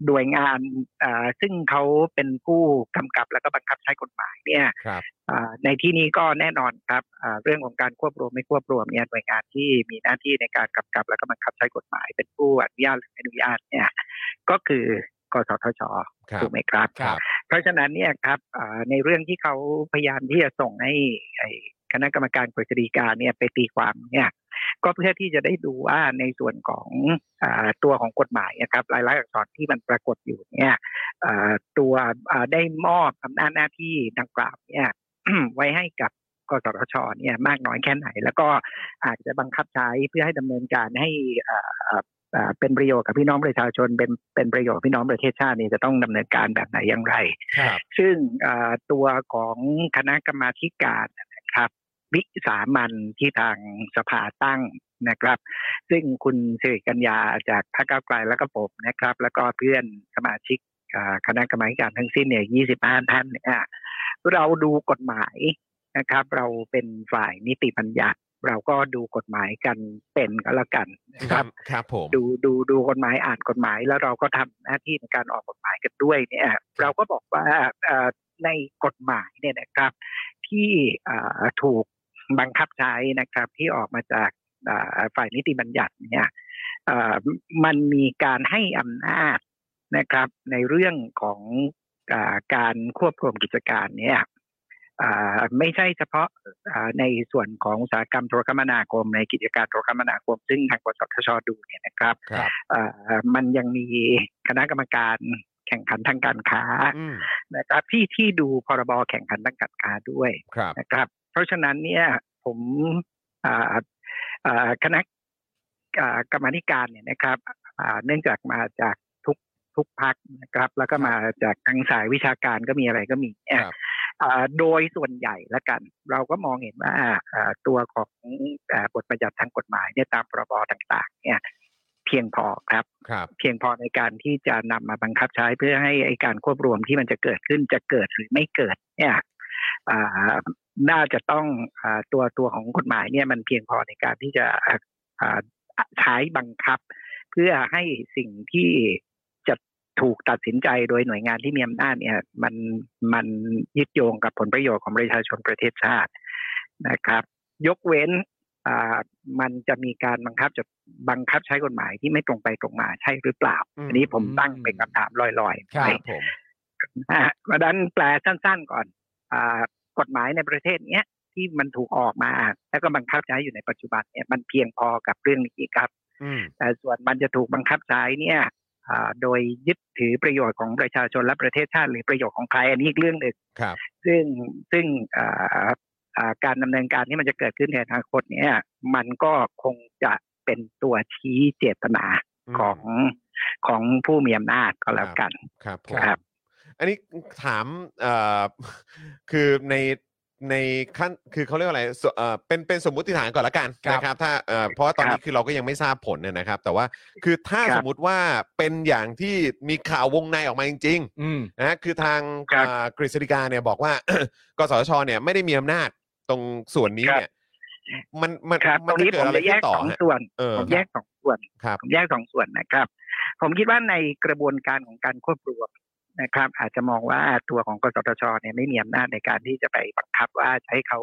E: หน่วยงานเอ่อซึ่งเขาเป็นผู้กำกับแล้วก็บังคับใช้กฎหมายเนี่ย
B: ครับ
E: เอ่อในที่นี้ก็แน่นอนครับเอ่อเรื่องของการควบรวมไม่ควบรวมเนี่ยหน่วยงานที่มีหน้าที่ในการกำกับแล้วก็บังคับใช้กฎหมาย เป็นผู้อนุญาตหรือไม่อนุญาตเนี่ยก็คือกสทช
B: ครับ
E: ถูกไหมครับ
B: ครับ
E: เพราะฉะนั้นเนี่ยครับเอ่อในเรื่องที่เขาพยายามที่จะส่งให้ไอ้คณะกรรมการกฤษฎีกาเนี่ยไปตีความเนี่ยก็เพื่อที่จะได้ดูว่าในส่วนของอาตัวของกฎหมายนะครับรายลักษณ์อักษรที่มันปรากฏอยู่เนี่ยเอ่อตัวอ่าได้มอบอำนาจหน้าที่ดังกล่าวเนี่ย ไว้ให้กับกสทชเนี่ยมากน้อยแค่ไหน แล้วก็อาจจะบังคับใช้เพื่อให้ดำเนินการให้อ่า อ่าเป็นประโยชน์กับพี่น้องประชาชนเป็นเป็นประโยชน์กับพี่น้องประเทศชาตินี่จะต้องดำเนินการแบบไหนอย่างไร
B: ครับ
E: ซึ่งอ่าตัวของคณะกรรมาธิการนะครับ วิสามันที่ทางสภาตั้งนะครับ ซึ่งคุณสิริกัญญาจากพรรคก้าวไกลแล้วก็ผมนะครับ แล้วก็เพื่อนสมาชิกอ่าคณะกรรมาธิการทั้งสิ้นเนี่ย25 ท่านเนี่ยเราดูกฎหมายนะครับ เราเป็นฝ่ายนิติบัญญัติ เราก็ดูกฎหมายกันเป็นก็แล้วกันนะค
B: ค
E: รั
B: รับ บครับผม
E: ดูดูดูกฎหมายอ่านกฎหมายแล้วเราก็ทำหน้าที่ในการออกกฎหมายกันด้วยเนี่ยเราก็บอกว่าเอ่อในกฎหมายเนี่ยนะครับ ที่เอ่อถูกบังคับใช้นะครับ ที่ออกมาจากเอ่อฝ่ายนิติบัญญัติเนี่ยเอ่อมันมีการให้อำนาจนะครับ ในเรื่องของเออการควบรวมกิจการเนี่ยเอ่อไม่ใช่เฉพาะ อ่าในส่วนของอุตสาหกรรมโทรคมนาคม ในกิจการโทรคมนาคม ซึ่งทางกสทชดูเนี่ยนะครับ
B: ครับ
E: เอ่อมันยังมีคณะกรรมการ แข่งขันทางการค้า
B: อืม
E: นะครับ ที่ที่ดูพรบแข่งขันทางการค้าด้วย
B: ครับ
E: นะครับเพราะฉะนั้นเนี่ยผมอ่าอ่าคณะอ่ากรรมาธิการเนี่ยนะครับอ่าเนื่องจากมาจากทุกทุกพักนะครับ แล้วก็มาจากทางสายวิชาการก็มีอะไรก็มีเนี่ย
B: ครับ
E: อ่าโดยส่วนใหญ่ละกัน เราก็มองเห็นว่าอ่าตัวของอ่าบทบัญญัติทางกฎหมายเนี่ยตามพรบต่าง ๆ เนี่ยเพียงพอครับ
B: ครับ
E: เพียงพอในการที่จะนำมาบังคับใช้เพื่อให้ไอการควบรวมที่มันจะเกิดขึ้นจะเกิดหรือไม่เกิดเนี่ยอ่าน่าจะต้องอาตัวตัวของกฎหมายเนี่ยมันเพียงพอในการที่จะอ่าใช้บังคับ เพื่อให้สิ่งที่จะถูกตัดสินใจโดยหน่วยงานที่มีอำนาจเนี่ยมันมันยึดโยงกับผลประโยชน์ของประชาชนประเทศชาตินะครับ ยกเว้นอ่ามันจะมีการบังคับจะบังคับใช้กฎหมายที่ไม่ตรงไปตรงมาใช่หรือเปล่า อันนี้ผมตั้งเป็นคำถามลอยๆ
B: ครับ
E: ไป
B: ผม
E: นะฮะเพราะฉะนั้นแปลสั้นๆก่อนอากฎหมายในประเทศเนี้ยที่มันถูกออกมา แล้วก็บังคับใช้อยู่ในปัจจุบันเนี่ยมันเพียงพอกับเรื่องนี้ครับ
B: อืม
E: แต่ส่วนมันจะถูกบังคับใช้เนี่ยอ่าโดยยึดถือประโยชน์ของประชาชนและประเทศชาติ หรือประโยชน์ของใครอันนี้อีกเรื่องหนึ่ง
B: ครับ
E: ซึ่งซึ่งอ่าอ่าการดำเนินการที่มันจะเกิดขึ้นในอนาคตเนี่ยมันก็คงจะเป็นตัวชี้เจตนาของของผู้มีอำนาจก็แล้ว
B: ครับ
E: กัน
B: ครับผม
E: ครับ
B: อันนี้ถามเอ่ อ คือในในขั้นคือเขาเรียกว่าอะไรสเอ่อเป็นเป็นสมมุติฐานก่อนละกัน
C: ครับ
B: นะครับ ถ้าเอ่อเพราะว่าตอนนี้คือเราก็ยังไม่ทราบผลเนี่ยนะครับ แต่ว่าคือถ้า
E: ครั
B: ส
E: บ
B: มมุติว่าเป็นอย่างที่มีข่าววงในออกมาจริงๆนะคือทาง
E: ครับ
B: อ่ากฤษฎิกาเนี่ยบอกว่า กสชเนี่ยไม่ได้มีอำนาจตรงส่วนนี้
E: ครับ
B: เนี่ยมันมัน
E: ครับต
B: มั
E: ร
B: น
E: ง
B: จะ
E: นี้
B: เกิด
E: ผม
B: อะไร
E: จะแย
B: ขึ้
E: ก
B: นต่อ
E: สอง
B: ฮะ
E: ส่วน
B: เออ
E: ผมแยกสองส่วน
B: ครับ
E: ผมแยกสองส่วนนะครับ ผมคิดว่าในกระบวนการของการควบรวมนะครับ อาจจะมองว่าตัวของกสทชเนี่ยไม่มีอำนาจในการที่จะไปบังคับว่าจะให้เขา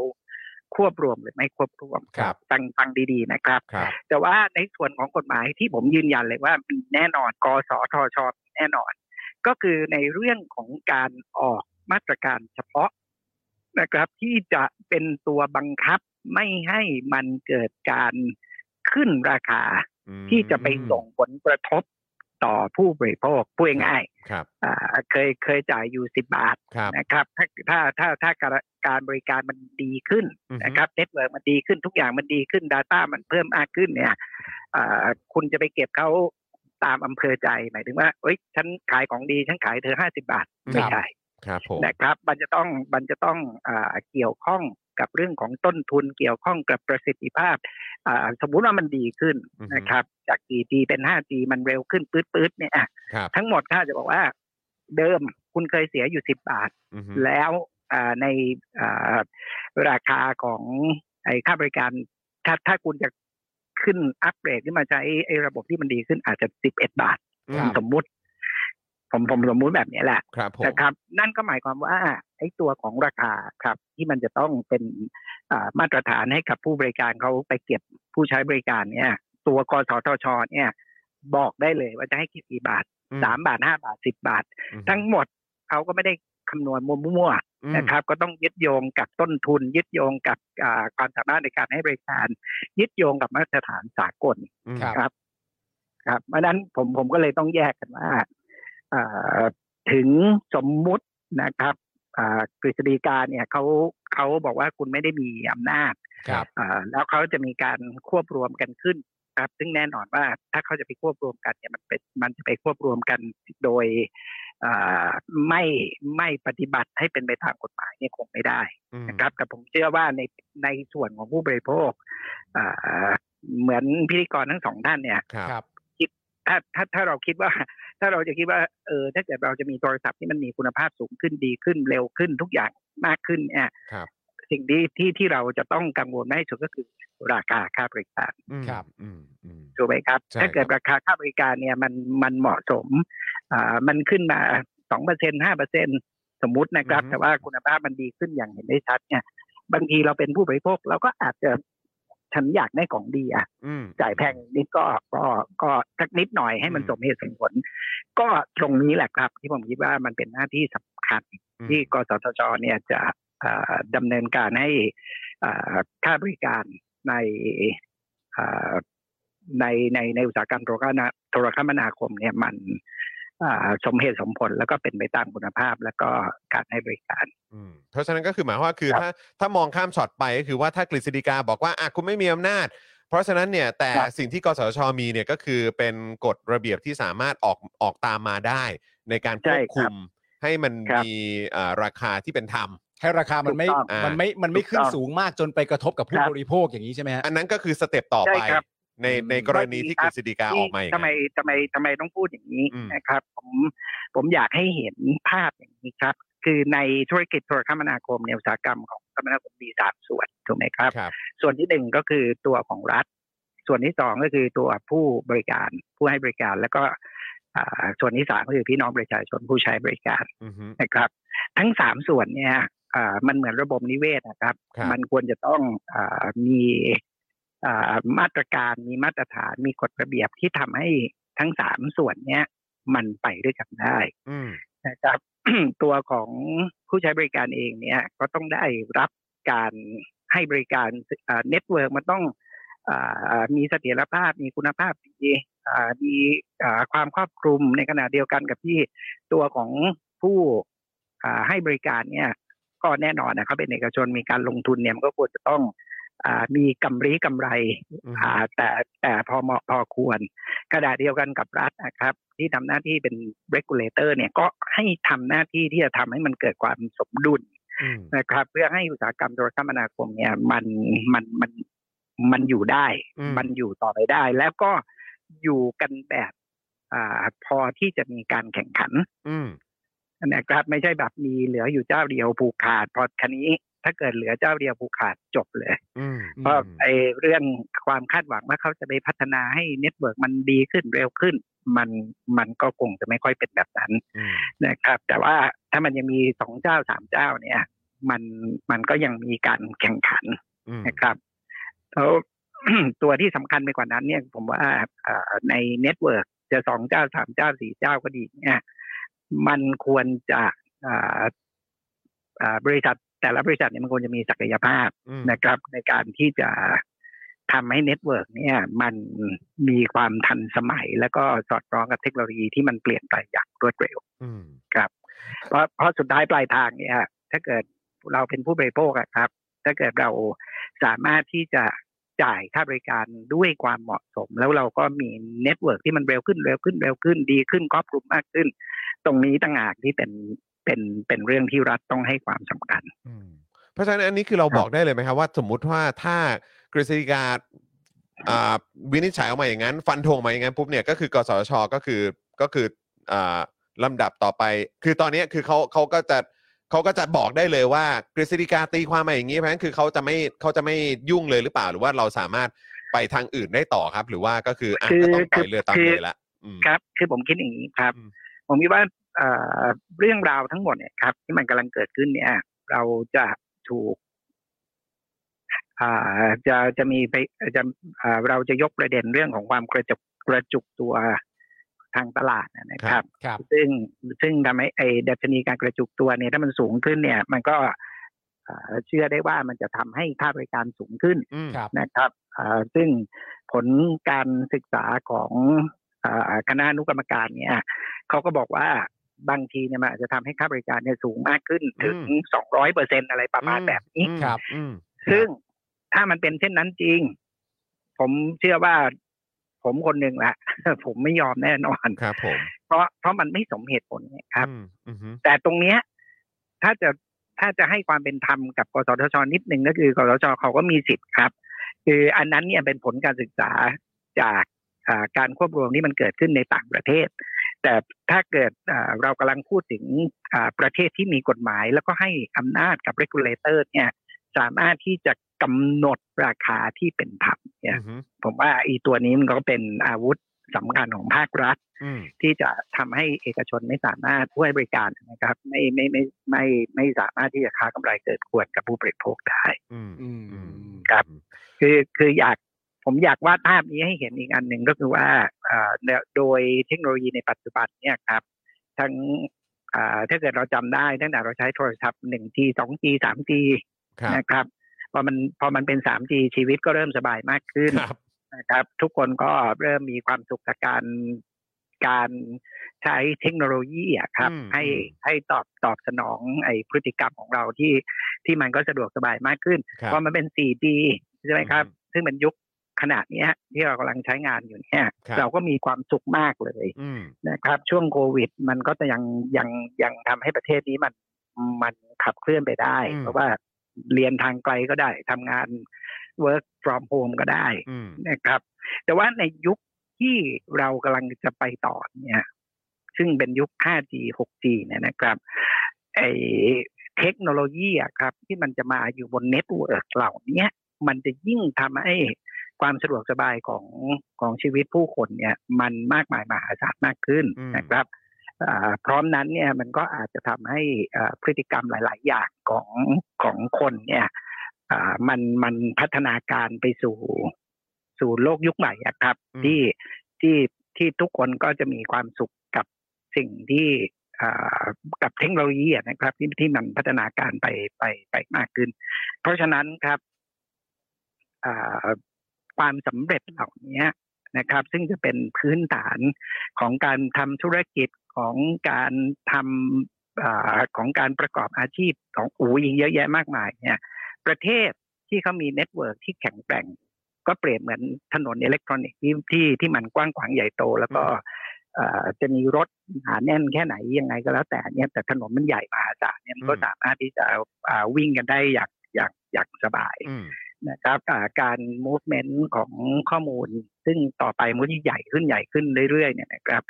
E: ควบรวมหรือไม่ควบรวม
B: ครับ
E: ฟังฟังดีๆนะครับ
B: ครับ
E: แต่ว่าในส่วนของกฎหมายที่ผมยืนยันเลยว่ามีแน่นอนกสทชมีแน่นอน ก็คือในเรื่องของการออกมาตรการเฉพาะนะครับ ที่จะเป็นตัวบังคับไม่ให้มันเกิดการขึ้นราคา
B: อืม
E: ที่จะไปส่งผลกระทบต่อผู้บริโภคพูดง่าย
B: ครับ
E: ๆอ่าเคยเคยจ่ายอยู่สิบบาท
B: ครับ
E: นะครับ ถ้าถ้าถ้าถ้าการการบริการมันดีขึ้น
B: อือฮึ
E: นะครับเน็ตเวิร์กมันดีขึ้นทุกอย่างมันดีขึ้น Data มันเพิ่มมากขึ้นเนี่ยอ่าคุณจะไปเก็บเขาตามอำเภอใจหมายถึงว่าเอ้ยฉันขายของดีฉันขายเธอห้าสิบาทไม่ใช่
B: ครับผม
E: นะครับมันจะต้องมันจะต้องอาเกี่ยวข้องกับเรื่องของต้นทุนเกี่ยวข้องกับประสิทธิภาพอ่าสมมุติว่ามันดีขึ้น
B: อือฮึ
E: นะครับ จาก 4G เป็น 5G มันเร็วขึ้นปื๊ดๆเนี่ยอ่ะ
B: ครับ
E: ทั้งหมดถ้าจะบอกว่า เดิมคุณเคยเสียอยู่ 10 บาท
B: อือฮึ
E: แล้วอ่าในอ่าราคาของไอ้ค่าบริการ ถ้าถ้าคุณจะขึ้นอัปเกรดขึ้นมาใช้ไอ้ระบบที่มันดีขึ้นอาจจะ 11 บาท สมมุติ ผมผมสมมุติแบบเนี้ยแหละ
B: ครับผม
E: นะครับนั่นก็หมายความว่าไอ้ตัวของราคาครับ ที่มันจะต้องเป็นอ่ามาตรฐานให้กับผู้บริการเขาไปเก็บผู้ใช้บริการเนี่ย ตัวกสทชเนี่ย บอกได้เลยว่าจะให้กี่บาท
B: อืม
E: สามบาทห้าบาทสิบบาท
B: อือฮึ
E: ทั้งหมดเขาก็ไม่ได้คำนวณมั่ว
B: อืม
E: ๆนะครับ ก็ต้องยึดโยงกับต้นทุน ยึดโยงกับอ่าความสามารถในการให้บริการ ยึดโยงกับมาตรฐานสากล
B: อืม
C: ครับ
E: ครับ ครับเพราะฉะนั้นผมผมก็เลยต้องแยกกันว่าเอ่อถึงสมมุตินะครับอ่ากฤษฎีกาเนี่ยเขาเขาบอกว่าคุณไม่ได้มีอำนาจ
C: ครับ
E: อ่าแล้วเขาจะมีการควบรวมกันขึ้นครับ ซึ่งแน่นอนว่าถ้าเขาจะไปควบรวมกันเนี่ยมันเป็นมันจะไปควบรวมกันโดยอ่าไม่ไม่ปฏิบัติให้เป็นไปตามกฎหมายเนี่ยคงไม่ได้ นะครับแต่ผมเชื่อว่าในในส่วนของผู้บริโภคอ่าเหมือนพิธีกรทั้งสองท่านเนี่ย
B: ครับ
C: ครับ
E: ถ้าถ้าถ้าเราคิดว่า ถ้าเราจะคิดว่าเออถ้าเกิดเราจะมีโทรศัพท์ที่มันมีคุณภาพสูงขึ้นดีขึ้นเร็วขึ้นทุกอย่างมากขึ้นเนี่ย
B: ครับ
E: สิ่งที่ที่ที่เราจะต้องกังวลมากที่สุดก็คือราคาค่าบริการ
B: อืม
C: ครับ
B: อืมอืม
E: ถูกไหมครับ
B: ใช่
E: ถ้าเกิด
B: ครับ
E: ราคาค่าบริการเนี่ยมันมันเหมาะสมอ่ามันขึ้นมาสองเปอร์เซ็นห้าเปอร์เซ็นสมมตินะครับ
B: อือฮึ
E: แต่ว่าคุณภาพมันดีขึ้นอย่างเห็นได้ชัดเนี่ย บางทีเราเป็นผู้บริโภคเราก็อาจจะฉันอยากได้ของดีอ่ะ
B: อืม
E: จ่ายแพงนิดก็ก็ก็สักนิดหน่อยให้มัน
B: อืม
E: สมเหตุสมผล ก็ตรงนี้แหละครับ ที่ผมคิดว่ามันเป็นหน้าที่สำคัญ
B: อืม
E: ที่กสทชเนี่ยจะเอ่อดำเนินการให้เอ่อค่าบริการในเอ่อในในในอุตสาหกรรมโทรคมนาโทรคมนาคมเนี่ยมัน อ่าสมเหตุสมผลแล้วก็เป็นไปตามคุณภาพแล้วก็การให้บริการ
B: อืมเพราะฉะนั้นก็คือหมายความว่าคือ
E: ครับ
B: ถ้าถ้ามองข้ามช็อตไปก็คือว่าถ้ากฤษฎีกาบอกว่าอ่ะคุณไม่มีอำนาจ เพราะฉะนั้นเนี่ยแต่
E: ครับ
B: สิ่งที่กสชมีเนี่ยก็คือเป็นกฎระเบียบที่สามารถออกออกตามมาได้ ในการค
E: ใช่
B: วบ
E: ครับ
B: คุมให้มัน
E: ครับ
B: มีเอ่อราคาที่เป็นธรรม
C: ให้ราคามันไม่
E: ถูกต้อง
C: มันไม่มันไม่
E: ถูกต้อง
C: ขึ้นสูงมากจนไปกระทบกับผู้
E: ครับ
C: บริโภคอย่างนี้ใช่ไหมฮะ
B: อันนั้นก็คือสเต็ปต่อ
E: ใช่
B: ไป
E: ครับ
B: ในในกรณีที่ก
E: ครั
B: ฤ
E: บ
B: ษฎีกาออกมาอย่าง
E: ทำไม
B: นั้น
E: ทำไมทำไมต้องพูดอย่างนี้
B: อืม
E: นะครับ ผมผมอยากให้เห็นภาพอย่างนี้ครับ คือในธุรกิจโทรคมนาคมในยอุตสาหกรรมของคมนาคมมีสามส่วนถูกไหมครับ
B: ครับ
E: ส่วนที่หนึ่งก็คือตัวของรัฐ ส่วนที่สองก็คือตัวผู้บริการ ผู้ให้บริการแล้วก็อ่าส่วนที่สามก็คือพี่น้องประชาชนผู้ใช้บริการ
B: อือฮึ
E: นะครับทั้งสามส่วนเนี่ยอ่ามันเหมือนระบบนิเวศนะครับ
B: ครับ
E: มันควรจะต้องอามีอ่ามาตรการมีมาตรฐานมีกฎระเบียบที่ทำให้ทั้งสามส่วนเนี้ยมันไปด้วยกันได้
B: อืม
E: นะครับ ตัวของผู้ใช้บริการเองเนี่ยก็ต้องได้รับการให้บริการเน็ตเวิร์กมันต้องอามีเสถียรภาพมีคุณภาพดีอ่ามีอ่าความครอบคลุมในขณะเดียวกันกับที่ ตัวของผู้อ่าให้บริการเนี่ยก็แน่นอนนะเขาเป็นเอกชนมีการลงทุนเนี่ยมันก็ควรจะต้องอามีกำไรกำไร
B: อืม
E: อ่าแต่แต่พอเหมาะพอควรกระดาษเดียวกันกับรัฐนะครับ ที่ทำหน้าที่เป็น regulator เนี่ยก็ให้ทำหน้าที่ที่จะทำให้มันเกิดความสมดุล
B: อืม
E: นะครับ เพื่อให้อุตสาหกรรมโทรคมนาคมเนี่ยมันมันมันมันอยู่ได้
B: อืม
E: มันอยู่ต่อไปได้ แล้วก็อยู่กันแบบอ่าพอที่จะมีการแข่งขัน
B: อืม
E: นะครับไม่ใช่แบบมีเหลืออยู่เจ้าเดียวผูกขาดพอคันนี้ถ้าเกิดเหลือเจ้าเดียวผูกขาดจบเลย
B: อืม
E: เพราะไอ้เรื่องความคาดหวังว่าเขาจะไปพัฒนาให้เน็ตเวิร์กมันดีขึ้นเร็วขึ้น มันมันก็คงจะไม่ค่อยเป็นแบบนั้น
B: อืม
E: นะครับ แต่ว่าถ้ามันยังมีสองเจ้าสามเจ้าเนี่ย มันมันก็ยังมีการแข่งขัน
B: อืม
E: นะครับแล้ว ตัวที่สำคัญไปกว่านั้นเนี่ยผมว่าเอ่อในเน็ตเวิร์กจะสองเจ้าสามเจ้าสี่เจ้าก็ดีเนี่ยมันควรจะเอ่อเอ่อบริษัทแต่ละบริษัทเนี่ยมันควรจะมีศักยภาพ
B: อืม
E: นะครับ ในการที่จะทำให้เน็ตเวิร์กเนี่ย มันมีความทันสมัย แล้วก็สอดคล้องกับเทคโนโลยีที่มันเปลี่ยนไปอย่างรวดเร็ว
B: อืม
E: เพราะเพราะสุดท้ายปลายทางเนี่ยถ้าเกิดเราเป็นผู้บริโภคอะครับ ถ้าเกิดเราสามารถที่จะจ่ายค่าบริการด้วยความเหมาะสม แล้วเราก็มีเน็ตเวิร์กที่มันเร็วขึ้นเร็วขึ้นเร็วขึ้นดีขึ้นครอบคลุมมากขึ้น ตรงนี้ต่างหากที่เป็นเป็นเป็นเรื่องที่รัฐต้องให้ความสำคัญ
B: อืมเพราะฉะนั้นอันนี้คือเราบอกได้เลยไหมครับว่า สมมุติว่าถ้ากฤษฎีกาอ่าวินิจฉัยออกมาอย่างนั้น ฟันธงออกมาอย่างนั้นปุ๊บเนี่ยก็คือกสชก็คือก็คืออ่าลำดับต่อไป คือตอนเนี้ยคือเขาเขาก็จะเขาก็จะบอกได้เลยว่ากฤษฎีกาตีความมาอย่างนี้เพราะฉะนั้นคือเขาจะไม่เขาจะไม่ยุ่งเลยหรือเปล่า หรือว่าเราสามารถไปทางอื่นได้ต่อครับ หรือว่าก็คืออ่ะก็ต้องปล่อยเรือตามเลยละอืม
E: ครับ คือผมคิดอย่างนี้ครับ
B: อืม
E: ผมคิดว่าเอ่อเรื่องราวทั้งหมดเนี่ยครับ ที่มันกำลังเกิดขึ้นเนี่ย เราจะถูกอ่าจะจะมีไปจะอ่าเราจะยกประเด็นเรื่องของความกระจุกกระจุกตัวทางตลาดนะครับ
C: ครับ
E: ซึ่งซึ่งทำให้ไอ้ดัชนีการกระจุกตัวเนี่ยถ้ามันสูงขึ้นเนี่ย มันก็อ่าเชื่อได้ว่ามันจะทำให้ค่าบริการสูงขึ้น
B: อืม
C: ครับ
E: นะครับอ่าซึ่งผลการศึกษาของอาคณะอนุกรรมการเนี่ยเขาก็บอกว่าบางทีเนี่ยมันอาจจะทำให้ค่าบริการเนี่ยสูงมากขึ้นถึง
B: อืม
E: สองร้อยเปอร์เซ็นอะไรประมาณแบบนี้
B: อืม
C: ครับ
B: อืม
E: ซึ่งถ้ามันเป็นเช่นนั้นจริง ผมเชื่อว่าผมคนหนึ่งละ ผมไม่ยอมแน่นอน
B: ครับผม
E: เพราะเพราะมันไม่สมเหตุผลไงครับ
B: อืมอือฮึ
E: แต่ตรงเนี้ยถ้าจะถ้าจะให้ความเป็นธรรมกับกสทชนิดหนึ่งก็คือกสทชเขาก็มีสิทธิ์ครับ คืออันนั้นเนี่ยเป็นผลการศึกษาจากอ่าการควบรวมที่มันเกิดขึ้นในต่างประเทศ แต่ถ้าเกิดอ่าเรากำลังพูดถึงอ่าประเทศที่มีกฎหมาย แล้วก็ให้อำนาจกับ regulator เนี่ยสามารถที่จะกำหนดราคาที่เป็นธรรมเนี่ย
B: อือฮึ
E: ผมว่าอีตัวนี้มันก็เป็นอาวุธสำคัญของภาครัฐ
B: อืม
E: ที่จะทำให้เอกชนไม่สามารถผู้ให้บริการนะครับ ไม่ไม่ไม่ไม่ไม่สามารถที่จะค้ากำไรเกิดขวดกับผู้บริโภคได้
B: อืม
C: อืม
B: อืม
E: ครับ คือคืออยากผมอยากวาดภาพนี้ให้เห็นอีกอันหนึ่งก็คือว่าเอ่อเนี่ยโดยเทคโนโลยีในปัจจุบันเนี่ยครับทั้งอ่าถ้าเกิดเราจำได้ตั้งแต่เราใช้โทรศัพท์ 1G 2G 3G
B: ครับ
E: นะครับพอมันพอมันเป็น 3G ชีวิตก็เริ่มสบายมากขึ้น
B: ครับ
E: นะครับทุกคนก็เริ่มมีความสุขจากการ การใช้เทคโนโลยีอะครับ
B: อืม
E: ให้
B: อืม
E: ให้ตอบตอบสนองไอ้พฤติกรรมของเราที่ที่มันก็สะดวกสบายมากขึ้น
B: ครับ
E: พอมันเป็น 4G ใช่ไหมครับ
B: อืม
E: ซึ่งมันยุคขนาดเนี้ยที่เรากำลังใช้งานอยู่เนี่ย
B: ครับ
E: เราก็มีความสุขมากเลย
B: อืม
E: นะครับ ช่วงโควิด มันก็จะยังยังยังทำให้ประเทศนี้มันมันขับเคลื่อนไปได้
B: อืม
E: เพราะว่าเรียนทางไกลก็ได้ทำงาน work from home ก็ได้
B: อืม
E: นะครับ แต่ว่าในยุคที่เรากำลังจะไปต่อเนี่ย ซึ่งเป็นยุค 5G 6G เนี่ยนะครับไอเทคโนโลยีอะครับ ที่มันจะมาอยู่บนเน็ตเวิร์กเหล่าเนี้ยมันจะยิ่งทำให้ความสะดวกสบายของของชีวิตผู้คนเนี่ย มันมากมายมหาศาลมากขึ้น
B: อืม
E: นะครับอ่าพร้อมนั้นเนี่ยมันก็อาจจะทำให้อ่าพฤติกรรมหลาย ๆ อย่างของของคนเนี่ย อ่ามันมันพัฒนาการไปสู่สู่โลกยุคใหม่อะครับ
B: อืม
E: ที่ที่ที่ทุกคนก็จะมีความสุขกับสิ่งที่อ่ากับเทคโนโลยีอะนะครับ ที่ที่มันพัฒนาการไปไปไปมากขึ้น เพราะฉะนั้นครับอ่าความสำเร็จเหล่านี้นะครับ ซึ่งจะเป็นพื้นฐานของการทำธุรกิจของการทำอาของการประกอบอาชีพของอูอีกเยอะแยะมากมายเนี่ย ประเทศที่เขามีเน็ตเวิร์กที่แข็งแกร่ง ก็เปรียบเหมือนถนนอิเล็กทรอนิกส์ที่ที่ที่มันกว้างขวางใหญ่โต แล้วก็เอ่อจะมีรถหนาแน่นแค่ไหนยังไงก็แล้วแต่เนี่ยแต่ถนนมันใหญ่มหาศาลเนี่ยมันก็
B: อืม
E: สามารถที่จะอ่าวิ่งกันได้อย่างอย่างอย่างสบาย
B: อืม
E: นะครับอ่าการ movement ของข้อมูล ซึ่งต่อไปมันก็จะใหญ่ขึ้นใหญ่ขึ้นเรื่อยๆเนี่ยนะครับ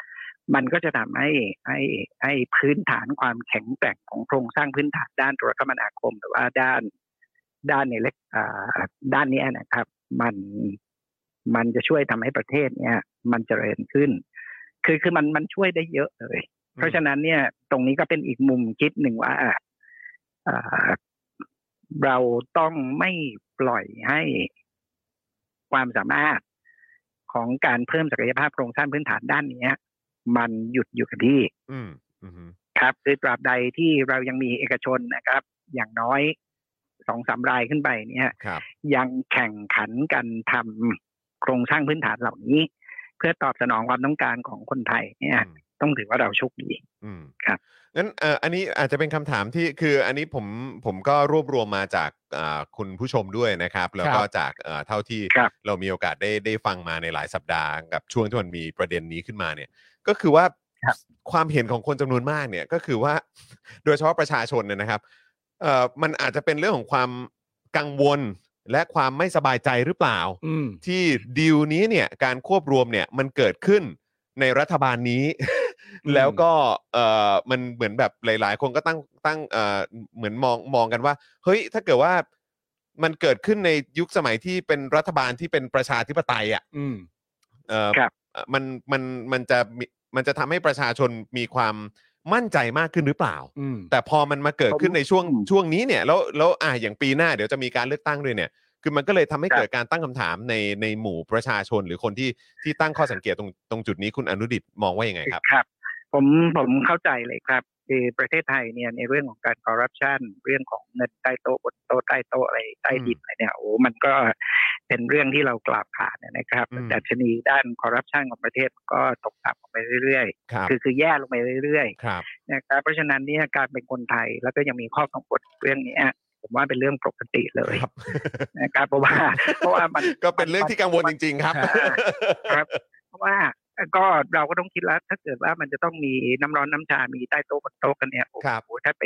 E: มันก็จะทำให้ให้ให้พื้นฐานความแข็งแกร่งของโครงสร้างพื้นฐานด้านโทรคมนาคม หรือว่าด้านด้านในเล็กอ่าด้านเนี้ยนะครับ มันมันจะช่วยทำให้ประเทศเนี่ย มันเจริญขึ้น คือคือมันมันช่วยได้เยอะเลย เพราะฉะนั้นเนี่ย ตรงนี้ก็เป็นอีกมุมคิดหนึ่งว่าอ่า เราต้องไม่ปล่อยให้ความสามารถของการเพิ่มศักยภาพโครงสร้างพื้นฐานด้านเนี้ย มันหยุดอยู่กับที่
B: อืมอืม
E: ครับคือตราบใดที่เรายังมีเอกชนนะครับ อย่างน้อยสองสามรายขึ้นไปเนี่ย
B: ครับ
E: ยังแข่งขันกันทำโครงสร้างพื้นฐานเหล่านี้ เพื่อตอบสนองความต้องการของคนไทยเนี่ย
B: อืม
E: ต้องถือว่าเราโชคดี
B: อืม
E: ครับ
B: งั้นเอ่ออันนี้อาจจะเป็นคำถามที่คืออันนี้ผมผมก็รวบรวมมาจากอ่าคุณผู้ชมด้วยนะครับ แล้วก็จากเอ่อเท่าที่
E: ครับ
B: เรามีโอกาสได้ได้ฟังมาในหลายสัปดาห์กับช่วงที่มันมีประเด็นนี้ขึ้นมาเนี่ย ก็คือว่า
E: ครับ
B: ความเห็นของคนจำนวนมากเนี่ยก็คือว่า โดยเฉพาะประชาชนเนี่ยนะครับเอ่อมันอาจจะเป็นเรื่องของความกังวลและความไม่สบายใจหรือเปล่า
C: อืม
B: ที่ดีลนี้เนี่ยการควบรวมเนี่ยมันเกิดขึ้นในรัฐบาลนี้
C: อืม
B: แล้วก็เออมันเหมือนแบบหลาย ๆ คนก็ตั้งตั้งเออเหมือนมองมองกันว่า เฮ้ยถ้าเกิดว่ามันเกิดขึ้นในยุคสมัยที่เป็นรัฐบาลที่เป็นประชาธิปไตยอ่ะ
C: อืม
B: เออ
E: ครับ
B: เอ่อมันมันมันจะมีมันจะทำให้ประชาชนมีความมั่นใจมากขึ้นหรือเปล่า
C: อืม
B: แต่พอมันมาเกิดขึ้น
E: ผม
B: ในช่วง
E: อืม
B: ช่วงนี้เนี่ยแล้วแล้วอ่าอย่างปีหน้าเดี๋ยวจะมีการเลือกตั้งด้วยเนี่ย คือมันก็เลยทำให้
E: ครับ
B: เกิดการตั้งคำถามในในหมู่ประชาชน หรือคนที่ที่ตั้งข้อสังเกตตรงตรงจุดนี้คุณอนุดิตมองว่ายังไงครับ
E: ครับผมผมเข้าใจเลยครับคือประเทศไทยเนี่ยในเรื่องของการคอร์รัปชันเรื่องของเงินใต้โต๊ะบนโต๊ะใต้โต๊ะอะไรใต้ดินอะไรเนี่ยโอ้มันก็เป็นเรื่องที่เรากล่าวขานนะครับ
B: อืม
E: ดัชนีด้านคอร์รัปชันของประเทศก็ตกต่ำลงไปเรื่อย
B: ครับ
E: ๆ คือคือแย่ลงไปเรื่อย
B: ครับ
E: ๆนะครับเพราะฉะนั้นเนี่ยการเป็นคนไทยแล้วก็ยังมีข้อกังวลเรื่องเนี้ยผมว่าเป็นเรื่องปกติเลย
B: ครับ
E: นะครับเพราะว่าเพราะว่ามัน
B: ก็เป็นเรื่องที่กังวลจริง ๆ ครับ
E: ครับ เพราะว่าก็เราก็ต้องคิดแล้ว ถ้าเกิดว่ามันจะต้องมีน้ำร้อนน้ำชา มีใต้โต๊ะบนโต๊ะกันเนี่ยโอ้
B: ครับ
E: โหถ้าไป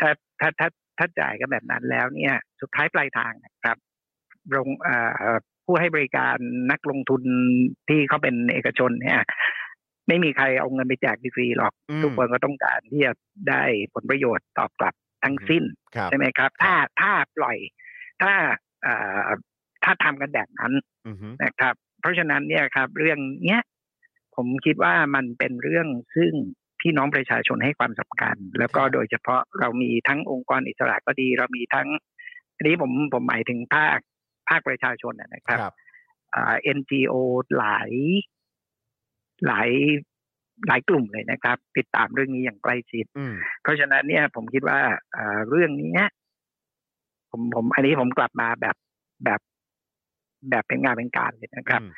E: ถ้าถ้าถ้าถ้าจ่ายกันแบบนั้นแล้วเนี่ย สุดท้ายปลายทางนะครับโรงเอ่อผู้ให้บริการนักลงทุนที่เขาเป็นเอกชนเนี่ย ไม่มีใครเอาเงินไปแจกฟรีๆหรอก
B: อืม
E: ทุกคนก็ต้องการที่จะได้ผลประโยชน์ตอบกลับทั้งสิ้น
B: ครับ
E: ใช่ไหมครับ ถ้าถ้าปล่อย ถ้าเอ่อถ้าทำกันแบบนั้น
B: อือฮึ
E: นะครับ เพราะฉะนั้นเนี่ยครับ เรื่องเนี้ยผมคิดว่ามันเป็นเรื่องซึ่งพี่น้องประชาชนให้ความสำคัญ แล้วก็โดยเฉพาะเรามีทั้งองค์กรอิสระก็ดี เรามีทั้งอันนี้ผมผมหมายถึงภาคภาคประชาชนนะนะค
B: ครับ รับ
E: อ่า NGO หลายหลายหลายกลุ่มเลยนะครับ ติดตามเรื่องนี้อย่างใกล้ชิด
B: อืม
E: เพราะฉะนั้นเนี่ยผมคิดว่าอ่าเรื่องเนี้ยผมผม อันนี้ผมกลับมาแบบแบบแบบเป็นงานเป็นการเลยนะครับ
B: อืม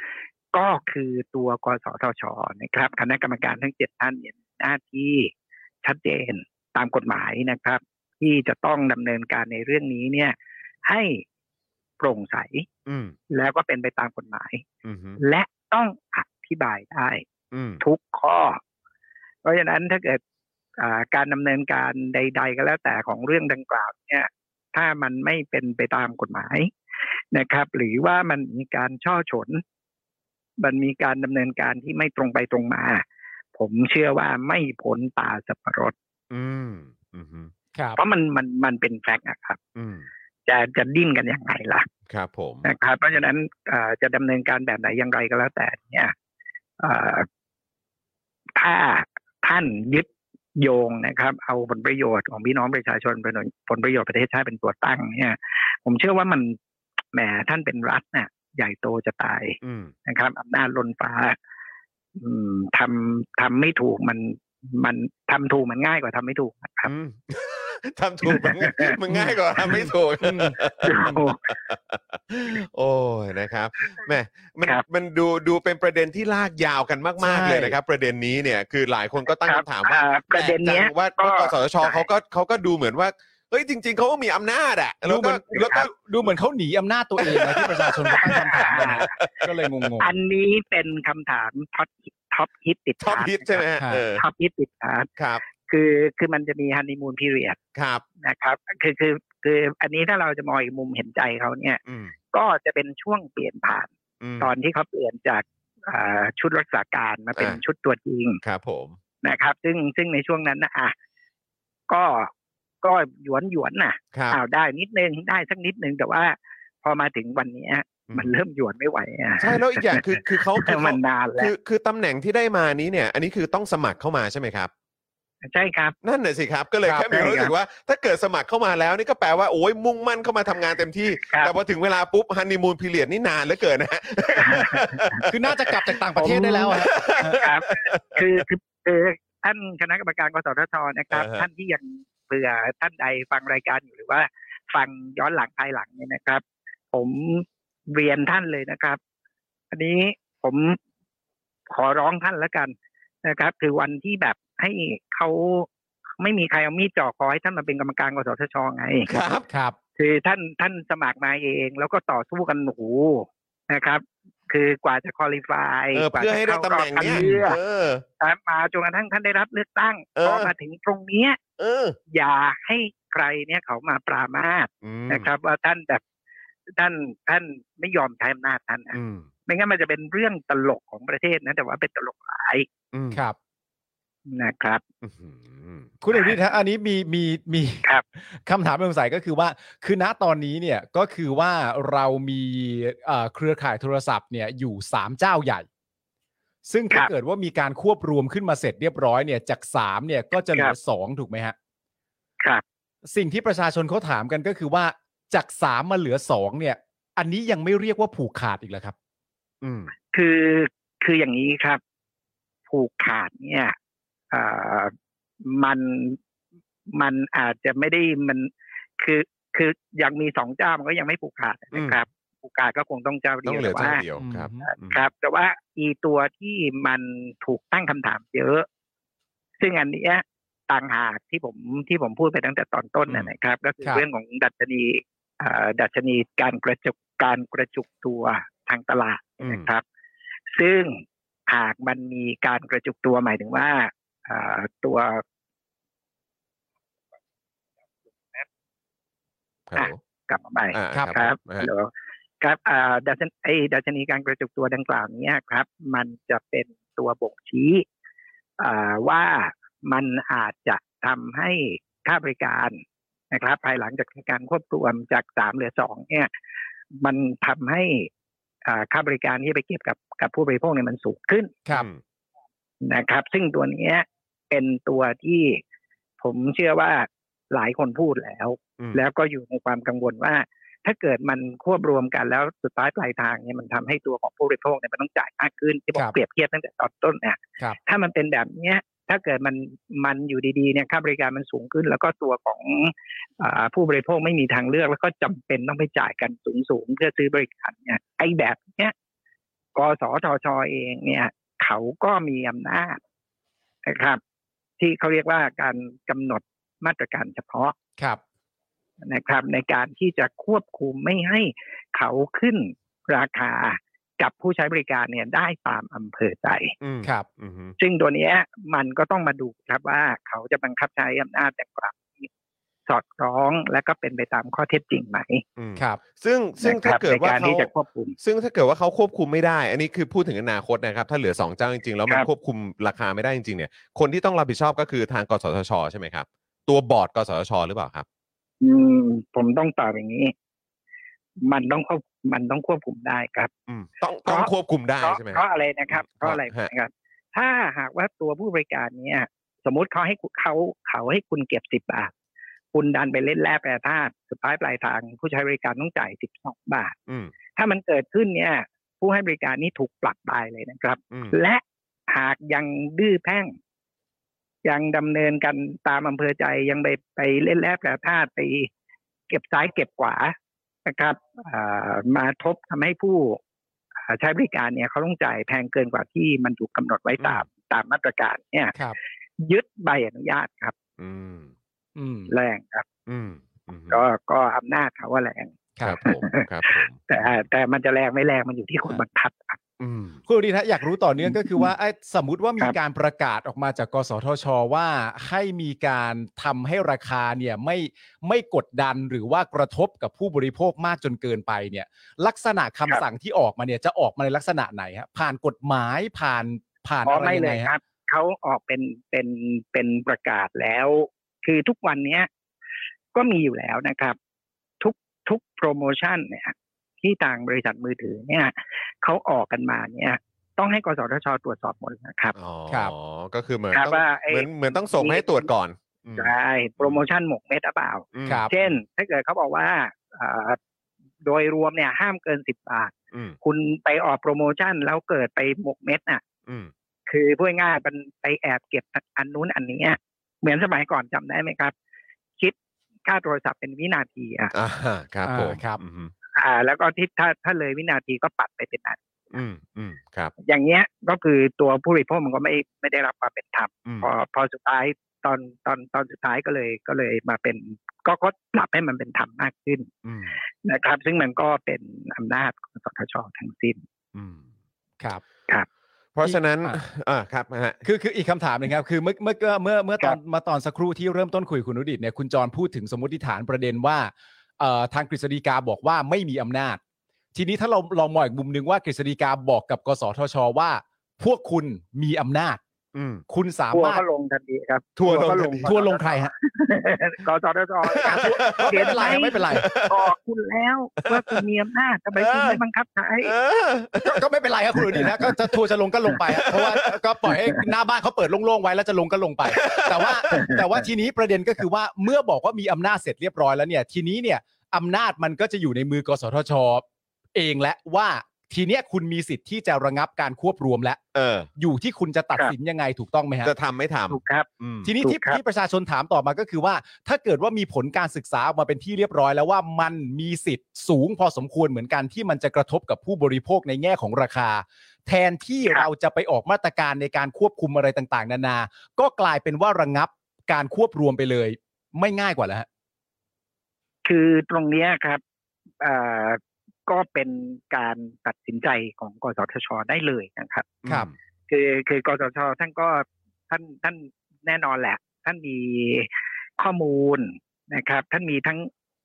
E: ก็คือตัวกสทชนะครับคณะกรรมการทั้งเจ็ดท่านเนี่ยมีหน้าที่ชัดเจนตามกฎหมายนะครับ ที่จะต้องดำเนินการในเรื่องนี้เนี่ย ให้โปร่งใส
B: อืม
E: แล้วก็เป็นไปตามกฎหมาย
B: อืมฮึ
E: และต้องอธิบายได้
B: อืม
E: ทุกข้อ เพราะฉะนั้นถ้าเกิดอ่าการดำเนินการใด ๆ ก็แล้วแต่ของเรื่องดังกล่าวเนี่ย ถ้ามันไม่เป็นไปตามกฎหมายนะครับ หรือว่ามันมีการช่อฉน มันมีการดำเนินการที่ไม่ตรงไปตรงมา ผมเชื่อว่าไม่พ้นตาสับปะรด
B: อืมอืมฮึ
C: ครับ
E: เพราะมันมันมันเป็นแฟกต์นะครับ
B: อืม
E: จะจะดิ้นกันยังไงล่ะ
B: ครับผม
E: นะครับเพราะฉะนั้นเอ่อจะดำเนินการแบบไหนอย่างไรก็แล้วแต่เนี่ยเอ่อถ้าท่านยึดโยงนะครับ เอาผลประโยชน์ของพี่น้องประชาชนเป็นผลประโยชน์ประเทศชาติเป็นตัวตั้งเนี่ย ผมเชื่อว่ามันแหมท่านเป็นรัฐเนี่ยใหญ่โตจะตาย
B: อืม
E: นะครับอำนาจล้นฟ้า อืมทำทำไม่ถูกมันมันทำถูกมันง่ายกว่าทำไม่ถูกนะครับ
B: อืม ทำถูก มันง่ายมันง่ายกว่าทำไม่ถูก โอ้ยนะครับแหม่มัน
E: ครับ
B: มันดูดูเป็นประเด็นที่ลากยาวกันมาก ๆ
C: ใช่
B: เลยนะครับ ประเด็นนี้เนี่ยคือหลายคนก็ตั้ง
E: ครับ
B: คำถามว่า
E: อ่าประเด็นเนี้ย
B: แปลกจังว่า
E: ก็
B: ว่ากสทช
E: ใช่
B: เขาก็เขาก็ดูเหมือนว่าเฮ้ยจริง ๆเขาก็มีอำนาจอะ
C: ดู
B: แล้ว
C: เหมื
B: ก็
C: อน
B: แล้วก็
C: ดูเหมือนเขาหนีอำนาจตัวเองนะที่ประชาชนเขาตั้งคำถามกันนะ ก็เลยงง
E: อันนี้เป็นคำถามท็อปท็อปฮิตติด
B: ชอบ
E: ชาร์ต
B: ฮิตใช่ไหมฮะ
C: ครับ
B: เออ
E: ท็อปฮิตติดชาร์ต
B: ครับ
E: คือคือมันจะมีฮันนีมูนพีเรียด
B: ครับ
E: นะครับคือคือคืออันนี้ถ้าเราจะมองอีกมุมเห็นใจเขาเนี่ย
B: อืม
E: ก็จะเป็นช่วงเปลี่ยนผ่าน
B: อืม
E: ตอนที่เขาเปลี่ยนจากอ่าชุดรักษาการมาเป็น
B: อ่า
E: ชุดตัวจริง
B: ครับผม
E: นะครับ ซึ่งซึ่งในช่วงนั้นนะอ่ะก็ก็หยวนหยวนๆน่ะ
B: ครับ
E: อ้าวได้นิดนึงได้สักนิดนึงแต่ว่า พอมาถึงวันเนี้ย มันเริ่มหยวนไม่ไหวอ่ะ
B: ใช่แล้วอีกอย่างคือคือเขาคือ
E: มั
B: เขา
E: นนานแล้
B: คื
E: ว
B: อคือตำแหน่งที่ได้มานี้เนี่ย อันนี้คือต้องสมัครเข้ามาใช่ไหมครับ
E: ใช่ครับ
B: นั่นน่ะสิครับก็เลย
E: ครับ
B: แค่มีความรู้สึกว่า ถ้าเกิดสมัครเข้ามาแล้วนี่ก็แปลว่าโอ้ยมุ่งมั่นเข้ามาทำงานเต็มที่
E: ครับ
B: แต่พอถึงเวลาปุ๊บฮันนีมูนพิเรียดนี่นานเหลือเกินนะฮะ
C: ๆ คือน่าจะกลับจากต่างประเทศได้แล้วอะฮะ
E: ครับคือคือคือท่านคณะกรรมการกสทชนะครับ
B: อ่าฮะ
E: ท่านที่ยังเผื่อท่านใดฟังรายการอยู่หรือว่า ฟังย้อนหลังภายหลังเนี่ยนะครับ ผมเรียนท่านเลยนะครับ อันนี้ผมขอร้องท่านแล้วกันนะครับ คือวันที่แบบให้เขาไม่มีใครเอามีดจ่อคอให้ท่านมาเป็นกรรมการกสทชไง
B: ครับ
C: ครับ
E: คือท่านท่านสมัครมาเอง แล้วก็ต่อสู้กันโอ้โหนะครับ คือกว่าจะคอลี่ฟาย
B: เออก
E: ว่า
B: เพื่อ
E: จะ
B: ให้ได้
E: เข้า
B: ตำ
E: ร
B: แห
E: อบ
B: น่ง
E: คัด
B: เนี้ย
E: เลือก
B: เออ
E: ตามมาจนกระทั่งท่านได้รับเลือกตั้ง
B: เออ
E: พอมาถึงตรงเนี้ย
B: เออ
E: อย่าให้ใครเนี่ยเขามาปรามาส
B: อืม
E: นะครับ ว่าท่านแบบท่านท่านไม่ยอมใช้อำนาจท่านนะ
B: อืม
E: ไม่งั้นมันจะเป็นเรื่องตลกของประเทศนะ แต่ว่าเป็นตลกหลาย
B: อืม
C: ครับ
E: นะครับ
B: อื้อหือ
C: คุณเอกนิดฮะอันนี้มีมีมี
E: ครับ
C: คำถามสงสัยก็คือว่า คือณตอนนี้เนี่ยก็คือว่าเรามีเอ่อเครือข่ายโทรศัพท์เนี่ยอยู่สามเจ้าใหญ่ ซึ่งถ้า
E: ครับ
C: เกิดว่ามีการควบรวมขึ้นมาเสร็จเรียบร้อยเนี่ยจากสามเนี่ยก็จะเหลื
E: ครั
C: อบ สองถูกไหมฮะ
E: ครับ
C: สิ่งที่ประชาชนเขาถามกันก็คือว่าจากสามมาเหลือสองเนี่ย อันนี้ยังไม่เรียกว่าผูกขาดอีกเหรอครับ
B: อืม
E: คือคืออย่างนี้ครับ ผูกขาดเนี่ยเอ่อมันมันอาจจะไม่ได้มันคือคือยังมีสองเจ้ามันก็ยังไม่ผูกขาดนะครับ ผูกขาดก็คงต้องเจ้าเดี
B: ต้
E: ย
B: อง
E: ว
B: เหลือ
E: แต่ว่า
B: เจ้าเดียวครับอืม
E: ครับ แต่ว่าอีตัวที่มันถูกตั้งคำถามเยอะ ซึ่งอันเนี้ยต่างหากที่ผมที่ผมพูดไปตั้งแต่ตอนต้นนะนะครับ ก็คือ
C: ครับ
E: เรื่องของดัชนีเอ่อดัชนีการกระจุกการกระจุกตัวทางตลาด
B: อืม
E: นะครับ ซึ่งหากมันมีการกระจุกตัวหมายถึงว่าเอ่อตัว
B: ครับ
E: กลับมาใหม่
B: อ่า
C: ครับ
E: ครับ
B: นะฮะ
E: ฮัลโหลครับเอ่อดัชนีไอ้ดัชนีการกระจุกตัวดังกล่าวเนี้ยครับ มันจะเป็นตัวบ่งชี้เอ่อว่ามันอาจจะทำให้ค่าบริการนะครับ ภายหลังจากการควบรวมจากสามเหลือสองเนี่ย มันทำให้เอ่อค่าบริการที่ไปเก็บกับกับผู้บริโภคเนี่ยมันสูงขึ้น
C: ครับ
B: อืม
E: นะครับซึ่งตัวเนี้ยเป็นตัวที่ผมเชื่อว่าหลายคนพูดแล้ว
B: อืม
E: แล้วก็อยู่ในความกังวลว่า ถ้าเกิดมันควบรวมกันแล้วสุดท้ายปลายทางเนี่ยมันทำให้ตัวของผู้บริโภคเนี่ยมันต้องจ่ายมากขึ้นที่บอ
C: ค
E: ก
C: รับ
E: เปรียบเทียบตั้งแต่ตอนต้นเนี่ย
C: ครับ
E: ถ้ามันเป็นแบบเนี้ย ถ้าเกิดมันมันอยู่ดีๆเนี่ยค่าบริการมันสูงขึ้น แล้วก็ตัวของอาผู้บริโภคไม่มีทางเลือก แล้วก็จำเป็นต้องไปจ่ายกันสูงๆเพื่อซื้อบริการเนี่ยไอ้แบบเนี้ย กสทชเองเนี่ย เขาก็มีอำนาจนะครับ ที่เขาเรียกว่าการกำหนดมาตรการเฉพาะ
C: ครับ
E: นะครับในการที่จะควบคุมไม่ให้เขาขึ้นราคากับผู้ใช้บริการเนี่ยได้ตามอำเภอใจ
B: อืม
C: ครับ
B: อืม
E: ซึ่งตัวเนี้ยมันก็ต้องมาดูครับว่าเขาจะบังคับใช้อำนาจแต่ความสอดคล้องและก็เป็นไปตามข้อเท็จจริงไหม
C: ครับ
B: ซึ่งซึ่ง
E: นะค
B: ถ้า
E: รับ
B: เกิด
E: ใน
B: ว่า
E: การ
B: เขา
E: ที่จะควบคุม
B: ซึ่งถ้าเกิดว่าเขาควบคุมไม่ได้ อันนี้คือพูดถึงอนาคตนะครับ ถ้าเหลือ 2 เจ้าจริงๆ แล้วมัน
E: ครับ
B: ควบคุมราคาไม่ได้จริงๆเนี่ย คนที่ต้องรับผิดชอบก็คือทางกสทช ใช่ไหมครับ ตัวบอร์ดกสทช หรือเปล่าครับ
E: อืมผมต้องตอบอย่างนี้ มันต้องควบมันต้องควบคุมได้ครับ
B: อืมต้องต้อง
E: เพราะ
B: ควบคุมได้
E: เพราะ
B: ใช่ไหมค
E: เพ
B: รั
E: ราะ
B: บ
E: อะไรนะครับเพราะอะไร
B: ฮะ
E: นะครับ ถ้าหากว่าตัวผู้บริการเนี่ย สมมุติเขาให้คุณเขาเขาให้คุณเก็บสิบบาท คุณดันไปเล่นแร่แปรธาตุสุดท้ายปลายทาง ผู้ใช้บริการต้องจ่ายสิบสองบาท
B: อืม
E: ถ้ามันเกิดขึ้นเนี่ย ผู้ให้บริการนี่ถูกปรับตายเลยนะครับ
B: อืม
E: และหากยังดื้อแพ่ง ยังดำเนินกันตามอำเภอใจยังไปไปเล่นแร่แปรธาตุไปเก็บซ้ายเก็บขวานะครับอ่ามาทบทำให้ผู้อ่าใช้บริการเนี่ยเขาต้องจ่ายแพงเกินกว่าที่มันถูกกำหนดไว้ตามตามมาตรการเนี่ย
C: ครับ
E: ยึดใบอนุญาตครับ
B: อืม
C: อืม
E: แรงครับ
B: อืมอืม
E: ก็ก็อำนาจเขาว่าแรง
B: ครับผมครับผม
E: แต่แต่มันจะแรงไม่แรงมันอยู่ที่คนบังคับครับ
B: อืม
C: คุณดีทะอยากรู้ต่อเนื่องก็คือว่าไอ้สมมติว่ามี
E: ครับ
C: การประกาศออกมาจากกสทช ว่าให้มีการทำให้ราคาเนี่ยไม่ไม่กดดันหรือว่ากระทบกับผู้บริโภคมากจนเกินไปเนี่ย ลักษณะคำ
E: ครับ
C: สั่งที่ออกมาเนี่ยจะออกมาในลักษณะไหนฮะผ่านกฎหมายผ่านผ่าน
E: อ๋อ
C: อะไร
E: ไม่
C: ยัง
E: เล
C: ไง
E: ยค
C: ฮะ
E: รับเขาออกเป็นเป็นเป็นประกาศแล้ว คือทุกวันเนี้ย ก็มีอยู่แล้วนะครับ ทุกทุกโปรโมชั่นเนี่ย ที่ต่างบริษัทมือถือเนี่ยเขาออกกันมาเนี่ย ต้องให้กสทชตรวจสอบหมดนะครับ
B: อ๋อก็คือเหมือน
E: ครับ
B: ต้อง
E: ว่าไอ้
B: เหมือนเหมือนต้องส่งให้ตรวจก่อนอืม
E: ใช่โปรโมชั่นหมกเม็ดหรือเปล่า
B: อืม
C: ครับ
E: เช่น ถ้าเกิดเขาบอกว่าอ่าโดยรวมเนี่ย ห้ามเกินสิบบาท
B: อืม
E: คุณไปออกโปรโมชั่นแล้วเกิดไปหมกเม็ดน่ะ
B: อืม
E: คือพูดง่ายๆมันไปแอบเก็บอันนู้นอันนี้อะเหมือนสมัยก่อนจำได้ไหมครับ คิดค่าโทรศัพท์เป็นวินาทีอ่ะ
B: อ่าครับผม
C: อ่าครับ
B: อืม
E: อ่า แล้วก็ที่ถ้าถ้าเลยวินาทีก็ปัดไปเป็นอัน
B: อืมอืมครับ
E: อย่างเงี้ยก็คือตัวผู้บริโภคมันก็ไม่ไม่ได้รับความเป็นธรรม
B: อืม
E: พอพอสุดท้ายตอนตอนตอนสุดท้ายก็เลยก็เลยมาเป็น ก็ก็ปรับให้มันเป็นธรรมมากขึ้น
B: อืม
E: นะครับ ซึ่งมันก็เป็นอำนาจของสทชทั้งสิ้น
B: อืม
C: ครับ
B: เพราะฉะนั้น
C: อ่ะ
B: อ่าครับฮะ
C: คือคืออีกคำถามหนึงครับคือเมื่อเมื่อเมื่อเมื่อตอนมาตอนสักครู่ที่เริ่มต้นคุยคุณนุดิตเนี่ยคุณจรพูดถึงสมมติฐานประเด็นว่าเอ่อทางกฤษฎีกาบอกว่าไม่มีอำนาจ ทีนี้ถ้าเราลองมองอีกมุมหนึ่งว่ากฤษฎีกาบอกกับ กสทช ว่า พวกคุณมีอำนาจ
B: อืม
C: คุณสา
E: ทัว
C: มา
E: ร์
C: รถ
E: ก็ลงทันทีครับ
B: ทัวร์ลง
E: ก็
B: ทันที
C: ทัวร์ลงใครฮะ
E: ก สทช ครับ
C: ไม่เป็นไรไม่เป็นไร
E: บอกคุณ แล้วว่าคุณมีอำนาจทำไมคุณไม่บังคับใช้
B: เออ
C: ก็ก็ไม่เป็นไรครับคุณนุดิตนะก็จะทัวร์จะลงก็ลงไปอะเพราะว่าก็ปล่อยให้หน้าบ้านเขาเปิดโล่งๆไว้แล้วจะลงก็ลงไป แต่ว่าแต่ว่าทีนี้ประเด็นก็คือว่าเมื่อบอกว่ามีอำนาจเสร็จเรียบร้อยแล้วเนี่ย ทีนี้เนี่ยอำนาจมันก็จะอยู่ในมือกสทช เองและว่าทีเนี้ยคุณมีสิทธิ์ที่จะระงับการควบรวมและ
B: เออ
C: อยู่ที่คุณจะตัดสินยังไงถูกต้องไหมฮะ
B: จะทำไม่ทำ
E: ถูกครับ
B: อืม
C: ทีนี้ที่
E: ถูกครับ
C: ที่ประชาชนถามต่อมาก็คือว่า ถ้าเกิดว่ามีผลการศึกษาออกมาเป็นที่เรียบร้อยแล้วว่ามันมีสิทธิ์สูงพอสมควรเหมือนกันที่มันจะกระทบกับผู้บริโภคในแง่ของราคา แทนที่เราจะไปออกมาตรการในการควบคุมอะไรต่างๆ นานา ก็กลายเป็นว่าระงับการควบรวมไปเลย ไม่ง่ายกว่าแล้วฮะ
E: คือตรงเนี้ยครับเอ่อก็เป็นการตัดสินใจของกสทชได้เลยนะครับ
C: ครับ
E: คือคือกสทชท่านก็ท่านท่านแน่นอนแหละ ท่านมีข้อมูลนะครับ ท่านมีทั้ง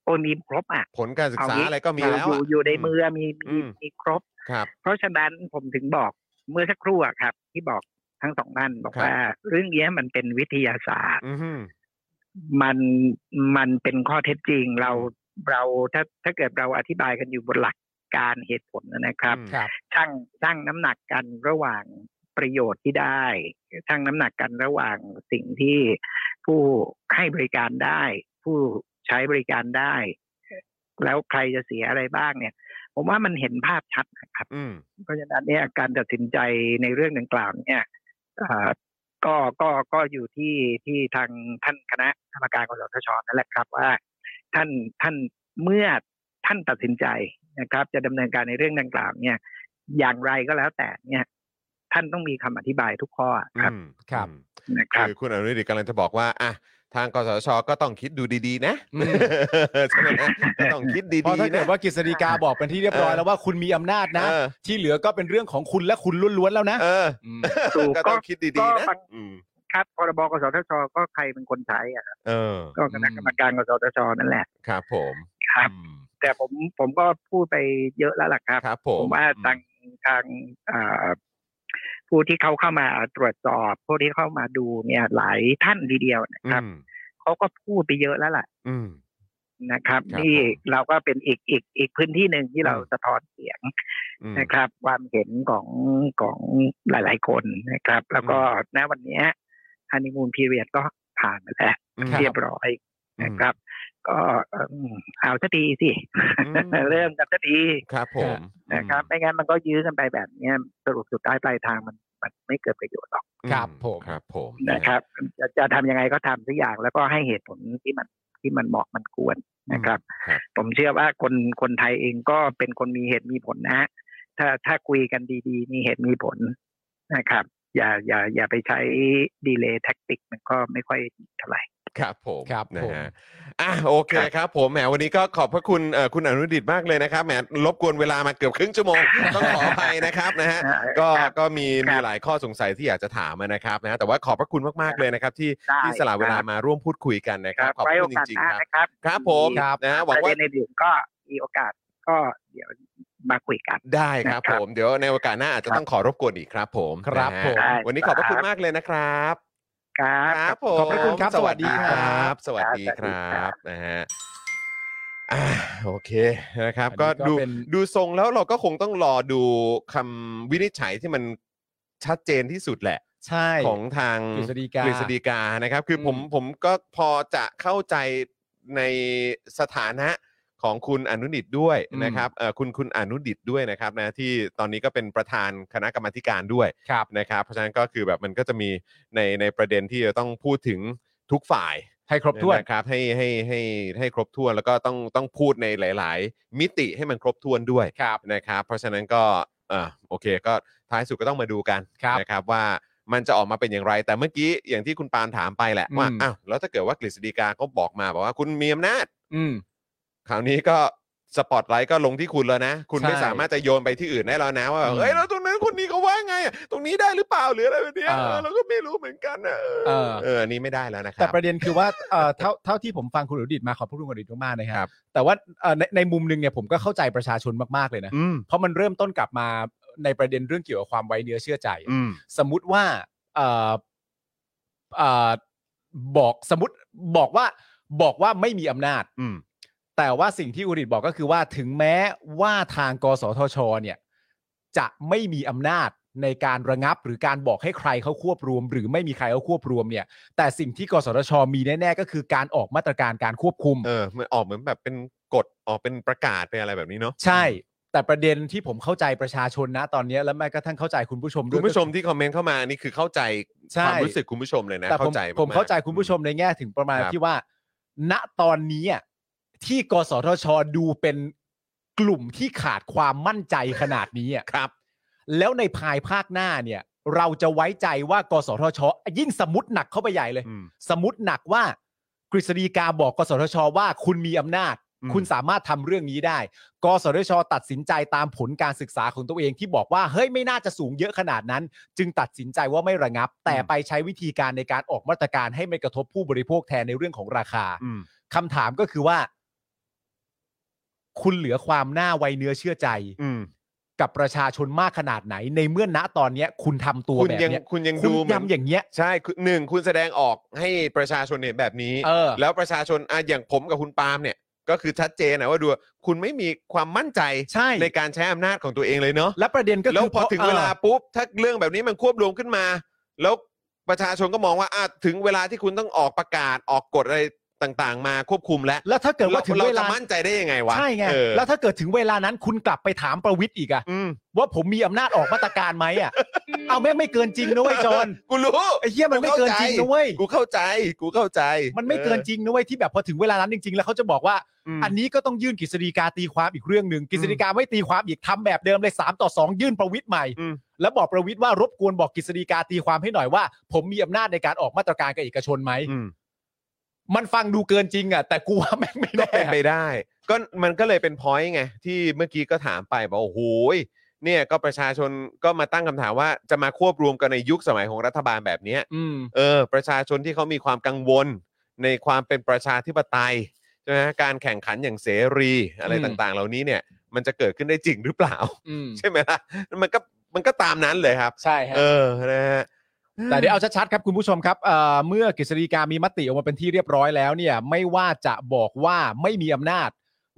E: โอนมีครบอ่ะ
B: ผลการศึกษา
E: เอางี้
B: อะไรก็มีแล้ว
E: อยู่
B: อะ
E: อยู่ในมือมี
B: อื
E: มี
B: ม
E: มีครบ
B: ครับ
E: เพราะฉะนั้นผมถึงบอกเมื่อสักครู่อะครับ ที่บอกทั้งสองท่านบอก
B: ครับ
E: ว่า เรื่องเนี้ยมันเป็นวิทยาศาสตร์
B: อืม
E: มันมันเป็นข้อเท็จจริงเราเราถ้าถ้าเกิดเราอธิบายกันอยู่บนหลักการเหตุผลนะครับ
B: อืม
C: ครับ
E: ช่างช่างน้ำหนักกันระหว่างประโยชน์ที่ได้ช่างน้ำหนักกันระหว่างสิ่งที่ผู้ให้บริการได้ ผู้ใช้บริการได้ แล้วใครจะเสียอะไรบ้างเนี่ย ผมว่ามันเห็นภาพชัดนะครับ
B: อืม
E: เพราะฉะนั้นเนี่ยการตัดสินใจในเรื่องดังกล่าวเนี่ยอ่าก็ก็ก็อยู่ที่ที่ทางท่านคณะกรรมการกสทชนั่นแหละครับว่า ท่านท่านเมื่อท่านตัดสินใจนะครับ จะดำเนินการในเรื่องดังกล่าวเนี่ย อย่างไรก็แล้วแต่เนี่ย ท่านต้องมีคำอธิบายทุกข้อครับ
B: อืม
C: ครับ
B: อืม
E: นะครับ
B: คือคุณอนุทินกำลังจะบอกว่าอ่ะทางกสชก็ต้องคิดดูดีๆ นะ
C: อืม
B: ใช่ไหมฮะก็ต้องคิด
C: เพราะ
B: ดี
C: ถ้า
B: ๆ
C: เกิ
B: นะ
C: ดว่ากฤษฎีกาบอกเป็นที่เรียบร้อย
B: เออ
C: แล้วว่าคุณมีอำนาจนะ
B: เออ
C: ที่เหลือก็เป็นเรื่องของคุณและคุณล้วนๆแล้วนะ
B: เออ
C: ม
E: ถูก
B: ก็
E: ก็
B: ต้องคิดดีๆนะ
E: ก็ฟัง
B: อืม
E: ครับพรบกสทช ก็ใครเป็นคนใช้อ่ะครับ
B: เออ
E: ก็คณะกรรมการกสทช นั่นแหละ
B: ครับผม
E: ครับ
B: อืม
E: แต่ผมผมก็พูดไปเยอะแล้วล่ะครับ
B: ครับผ
E: ผม มว่าทางทางอ่าผู้ที่เขาเข้ามาตรวจสอบผู้ที่เข้ามาดูเนี่ยหลายท่านทีเดียวนะครับ
B: อืม
E: เขาก็พูดไปเยอะแล้วล่ะ
B: อืม
E: นะครับ
B: ครับ
E: นี่
B: ผม
E: เราก็เป็นอีกอีกอีกพื้นที่หนึ่งที่เรา
B: อืม
E: สะท้อนเสียง
B: อืม
E: นะครับ ความเห็นของของหลาย ๆ คนนะครับ แล้วก็ณวันเนี้ฮันนีมูนพีเรียดก็ผ่านไปแล้ว
C: ครับ
E: เรียบร้อย
B: อืม
E: นะครับ ก็เอิ่มเอาสักทีสิ เริ่มกันสักที
B: ครับผม
E: นะครับไม่งั้นมันก็ยื้อกันไปแบบเนี้ยสรุปสุดท้ายปลายทางมันมันไม่เกิดประโยชน์หรอก
B: อื
C: ครับผม
B: ครับผม
E: นะครับจะจะทำยังไงก็ทำสักอย่างแล้วก็ให้เหตุผลที่มันที่มันเหมาะมันควรนะครับ
B: ครับ
E: ผมเชื่อว่าคนคนไทยเองก็เป็นคนมีเหตุมีผลนะฮะถ้าถ้าคุยกันดีๆ มีเหตุมีผลนะครับ อย่าอย่าอย่าไปใช้ดีเลย์แท็กติกมันก็ไม่ค่อยดีเท่าไหร่
B: ครับผม
C: ครับ
B: นะ
C: ผม
B: ฮะอ่ะโอเคครับผมแหมวันนี้ก็ขอบพระคุณเอ่อคุณอนุดิตมากเลยนะครับแหมรบกวนเวลามาเกือบครึ่งชั่วโมง ต้องขออภัยนะครับนะฮะก็
E: ครับ
B: ก็มี
E: ครับ
B: มีหลายข้อสงสัยที่อยากจะถามนะครับนะฮะแต่ว่าขอบพระคุณมากๆเลยนะครับ ที่
E: ได้
B: ที่สละเวลา
E: ครับ
B: มาร่วมพูดคุยกันนะค
E: ค
B: รั
E: รั
B: บบขอบ
E: ไว้
B: คุ
E: โอ
B: ณ
E: กาส
B: จริง
E: ห
B: ๆ
E: น้า
B: ครับ
E: นะครับ
B: ครับผม
C: ครับ
B: นะฮะห
E: ป
B: วัง
E: ระ
B: ว่า
E: เด็นในอื่นก็มีโอกาสก็เดี๋ยวมาคุยกัน
B: ได้ครับผ
E: นะครับ
B: มเดี๋ยวในโอกาสหน้าอาจจะ
E: ครับ
B: ต้องขอรบกวนอีกครับผม
C: ครับ
B: นะ
C: ผ
B: ฮะ
C: ม
E: ได้
B: วันนี้ขอบพระ
E: ครับ
B: คุณมากเลยนะครับ
E: ครับ
B: ครับผม
C: ขอบพระคุณครับสวัสดีครับ
B: สวัสดีครั
E: สวัสดีครับ บ
B: นะฮะอ่าโอเคนะครับ
C: อันนี้
B: ก็
C: ก็
B: ดู
C: เป็น
B: ดูทรงแล้วเราก็คงต้องรอดูคำวินิจฉัยที่มันชัดเจนที่สุดแหละ
C: ใช่
B: ของทาง
C: กฤษฎีกา
B: ฤษฎีกานะครับ คืออ
C: ม
B: ผมผมก็พอจะเข้าใจในสถานะของคุณอนุดิตด้วยนะครับเอ่อคุณคุณอนุดิตด้วยนะครับนะที่ตอนนี้ก็เป็นประธานคณะกรรมาธิการด้วย
C: ครับ
B: นะครับเพราะฉะนั้นก็คือแบบมันก็จะมีในในประเด็นที่จะต้องพูดถึงทุกฝ่าย
C: ให้ครบถ้วน
B: นะครับให้ให้ให้ให้ครบถ้วนแล้วก็ต้องต้องพูดในหลาย ๆ มิติให้มันครบถ้วนด้วย
C: ครับ
B: นะครับเพราะฉะนั้นก็เออโอเคก็ท้ายสุดก็ต้องมาดูกัน
C: ครับ
B: นะครับว่ามันจะออกมาเป็นอย่างไร แต่เมื่อกี้อย่างที่คุณปาล์มถามไปแหละว่า
C: อืม
B: อ้าวแล้วถ้าเกิดว่ากฤษฎีกาก็บอกมาบอกว่าคุณมีอำนาจ
C: อืม
B: คราวนี้ก็สปอตไลท์ก็ลงที่คุณแล้วนะ คุณ
C: ใช่
B: ไม่สามารถจะโยนไปที่อื่นได้แล้วนะว่าแบบ
C: อืม
B: เอ้ยแล้วตรงนั้นคนนี้เขาว่าไงอะตรงนี้ได้หรือเปล่าหรืออะไรแบบเนี้ย
C: อ่า
B: เออเราก็ไม่รู้เหมือนกันนะ
C: เออ
B: เอออันนี้ไม่ได้แล้วนะค
C: แต่
B: รับ
C: ประเด็นคือว่าเอ่อเท่าเท่าที่ผมฟังคุณอนุดิตมาขอบพระคุณคุณอนุดิตมากๆนะค
B: ครั
C: รับ บ แต่ว่าเอ่อในในมุมหนึงเนี่ยผมก็เข้าใจประชาชนมากๆเลยนะ
B: อืม
C: เพราะมันเริ่มต้นกลับมาในประเด็นเรื่องเกี่ยวกับความไว้เนื้อเชื่อใจ
B: อืม
C: สมมุติว่าเอ่อเอ่อบอกสมมติบอกว่าบอกว่าไม่มีอำนาจ
B: อืม
C: แต่ว่าสิ่งที่อุริตบอกก็คือว่าถึงแม้ว่าทางกสทช เนี่ย จะไม่มีอำนาจในการระงับ หรือการบอกให้ใครเขาควบรวม หรือไม่มีใครเขาควบรวมเนี่ย แต่สิ่งที่กสทช มีแน่ๆก็คือการออกมาตรการการควบคุม
B: เออมันออกเหมือนแบบเป็นกฎออกเป็นประกาศเป็นอะไรแบบนี้เนาะ
C: ใช่ แต่ประเด็นที่ผมเข้าใจประชาชนนะตอนเนี้ยและแม้กระทั่งเข้าใจคุณผู้ชมด้
B: คุ
C: ว
B: ณ
C: ย
B: ผู้ชมที่คอมเมนต์เข้ามานี่คือเข้าใจ
C: ใช่
B: ความรู้สึกคุณผู้ชมเลยนะ
C: แต่ผม
B: เข้าใจกๆ
C: ผมเข้าใจคุณผู้ชมในแง่ถึงประมาณ
B: ครับ
C: ที่ว่า ณตอนนี้อะที่กสทช ดูเป็นกลุ่มที่ขาดความมั่นใจขนาดนี้อะ
B: ครับ
C: แล้วในภายภาคหน้าเนี่ย เราจะไว้ใจว่ากสทช ยิ่งสมมติหนักเข้าไปใหญ่เลย
B: อืม
C: สมมติหนักว่ากฤษฎีกาบอกกสทช ว่าคุณมีอำนาจ
B: อืม
C: คุณสามารถทำเรื่องนี้ได้ กสทช ตัดสินใจตามผลการศึกษาของตัวเองที่บอกว่าเฮ้ยไม่น่าจะสูงเยอะขนาดนั้น จึงตัดสินใจว่าไม่ระงับ แต่ไปใช้วิธีการในการออกมาตรการให้ไม่กระทบผู้บริโภคแทนในเรื่องของราคา
B: อืม
C: คำถามก็คือว่า คุณเหลือความน่าไวเนื้อเชื่อใจ
B: อืม
C: กับประชาชนมากขนาดไหน ในเมื่อณตอนเนี้ย คุณทำตัว
B: คุณ
C: แบบ
B: ยัง
C: เนี้ย
B: คุณยัง
C: คุณ
B: ดูเหมือน
C: ย้ำอย่างเงี้ย
B: ใช่คือหนึ่งคุณแสดงออกให้ประชาชนเห็นแบบนี้
C: เออ
B: แล้วประชาชนอ่ะอย่างผมกับคุณปาล์มเนี่ย ก็คือชัดเจนนะว่าดูคุณไม่มีความมั่นใจ
C: ใช่
B: ในการใช้อำนาจของตัวเองเลยเนาะ
C: และประเด็นก็คื
B: แล้วพอถึงเวลา
C: ออ
B: ปุ๊บ ถ้าเรื่องแบบนี้มันควบรวมขึ้นมา แล้วประชาชนก็มองว่าอ่ะถึงเวลาที่คุณต้องออกประกาศออกกฎอะไร ต่างๆ มาควบคุมแล้ว
C: แล้วถ้าเกิดว่าถึง
B: ร
C: เว
B: จะ
C: ลา
B: มั่นใจได้ยังไงวะ
C: ใช่ไง
B: เออ
C: แล้วถ้าเกิดถึงเวลานั้นคุณกลับไปถามประวิทย์อีกอะ
B: อืม
C: ว่าผมมีอำนาจออกมาตรการไหมอะเอาแม่งไม่เกินจริงนะเว้ยจอน
B: กูรู้
C: ไอ้เหี้ยมันไม่เกินจริงนะเว้ย
B: กูเข้าใจ กูเข้าใจ
C: มันไม่เกินจริงนะเว้ยที่แบบพอถึงเวลานั้นจริง ๆ แล้วเขาจะบอกว่า
B: อั
C: อันนี้ก็ต้องยื่นกฤษฎีกาตีความอีกเรื่องหนึ่งกฤษฎีกาไม่ตีความอีกทำแบบเดิมเลย3ต่อ 2 ยื่นประวิทย์ใหม่ แล้วบอกประวิทย์ว่ารบกวนบอกกฤษฎีกาตีความให้หน่อยว่า ผมมีอำนาจในการออกมาตรการกับเอกชนไหมมันฟังดูเกินจริงอ่ะแต่กูว่าแม่งไม่
B: ก็
C: แน่
B: เป็นไปได้ ก็มันก็เลยเป็นพอยต์ไง ที่เมื่อกี้ก็ถามไปบอกโอ้โหยเนี่ยก็ประชาชนก็มาตั้งคำถามว่าจะมาควบรวมกันในยุคสมัยของรัฐบาลแบบเนี้ย
C: อืม
B: เออประชาชนที่เขามีความกังวลในความเป็นประชาธิปไตยใช่ไหมฮะการแข่งขันอย่างเสรีอะไร
C: อืม
B: ต่างๆ เหล่านี้เนี่ยมันจะเกิดขึ้นได้จริงหรือเปล่า
C: อืม
B: ใช่ไหมล่ะมันก็มันก็ตามนั้นเลยครับ
C: ใช่ฮะ
B: เออนะฮะ
C: แต่เดี๋ยวเอาชัดๆครับคุณผู้ชมครับเอ่อเมื่อกฤษฎีกามีมติออกมาเป็นที่เรียบร้อยแล้วเนี่ย ไม่ว่าจะบอกว่าไม่มีอำนาจ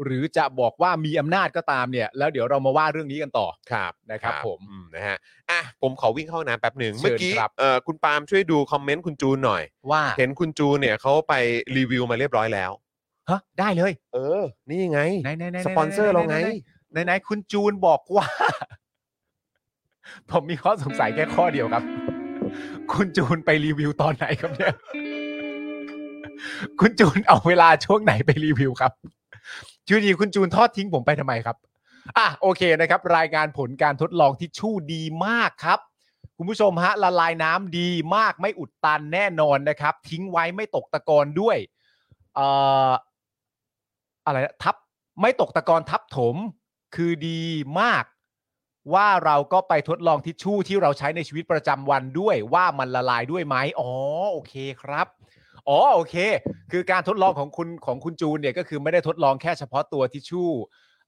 C: หรือจะบอกว่ามีอำนาจก็ตามเนี่ย แล้วเดี๋ยวเรามาว่าเรื่องนี้กันต่อ
B: ครับ
C: นะครับผม
B: อืนะฮะอ่ะผมขอวิ่งเข้าห้องน้ำแป๊บหนึ่ง
C: เชิญ
B: เมื่อกี้
C: ครับ
B: เอ่อคุณปาล์มช่วยดูคอมเมนต์คุณจูนหน่อย
C: ว่า
B: เห็นคุณจูนเนี่ยเขาไปรีวิวมาเรียบร้อยแล้ว
C: ฮะได้เลย
B: เออ นี่ไง
C: ไหนไหนไหน
B: สปอนเซอร์เราไง
C: ไหนไหนคุณจูนบอกว่า ผมมีข้อสงสัยแค่ข้อเดียวครับ คุณจูนไปรีวิวตอนไหนครับเนี่ย คุณจูนเอาเวลาช่วงไหนไปรีวิวครับชื่อดีคุณจูนทอดทิ้งผมไปทำไมครับ อ่ะโอเคนะครับ รายงานผลการทดลองทิชชู่ดีมากครับ คุณผู้ชมฮะละลายน้ำดีมากไม่อุดตันแน่นอนนะครับ ทิ้งไว้ไม่ตกตะกอนด้วยเอ่ออะไรนะทับไม่ตกตะกอนทับถมคือดีมาก ว่าเราก็ไปทดลองทิชชู่ที่เราใช้ในชีวิตประจำวันด้วย ว่ามันละลายด้วยไหมอ๋อโอเคครับ อ๋อโอเค คือการทดลองของคุณของคุณจูนเนี่ยก็คือไม่ได้ทดลองแค่เฉพาะตัวทิชชู่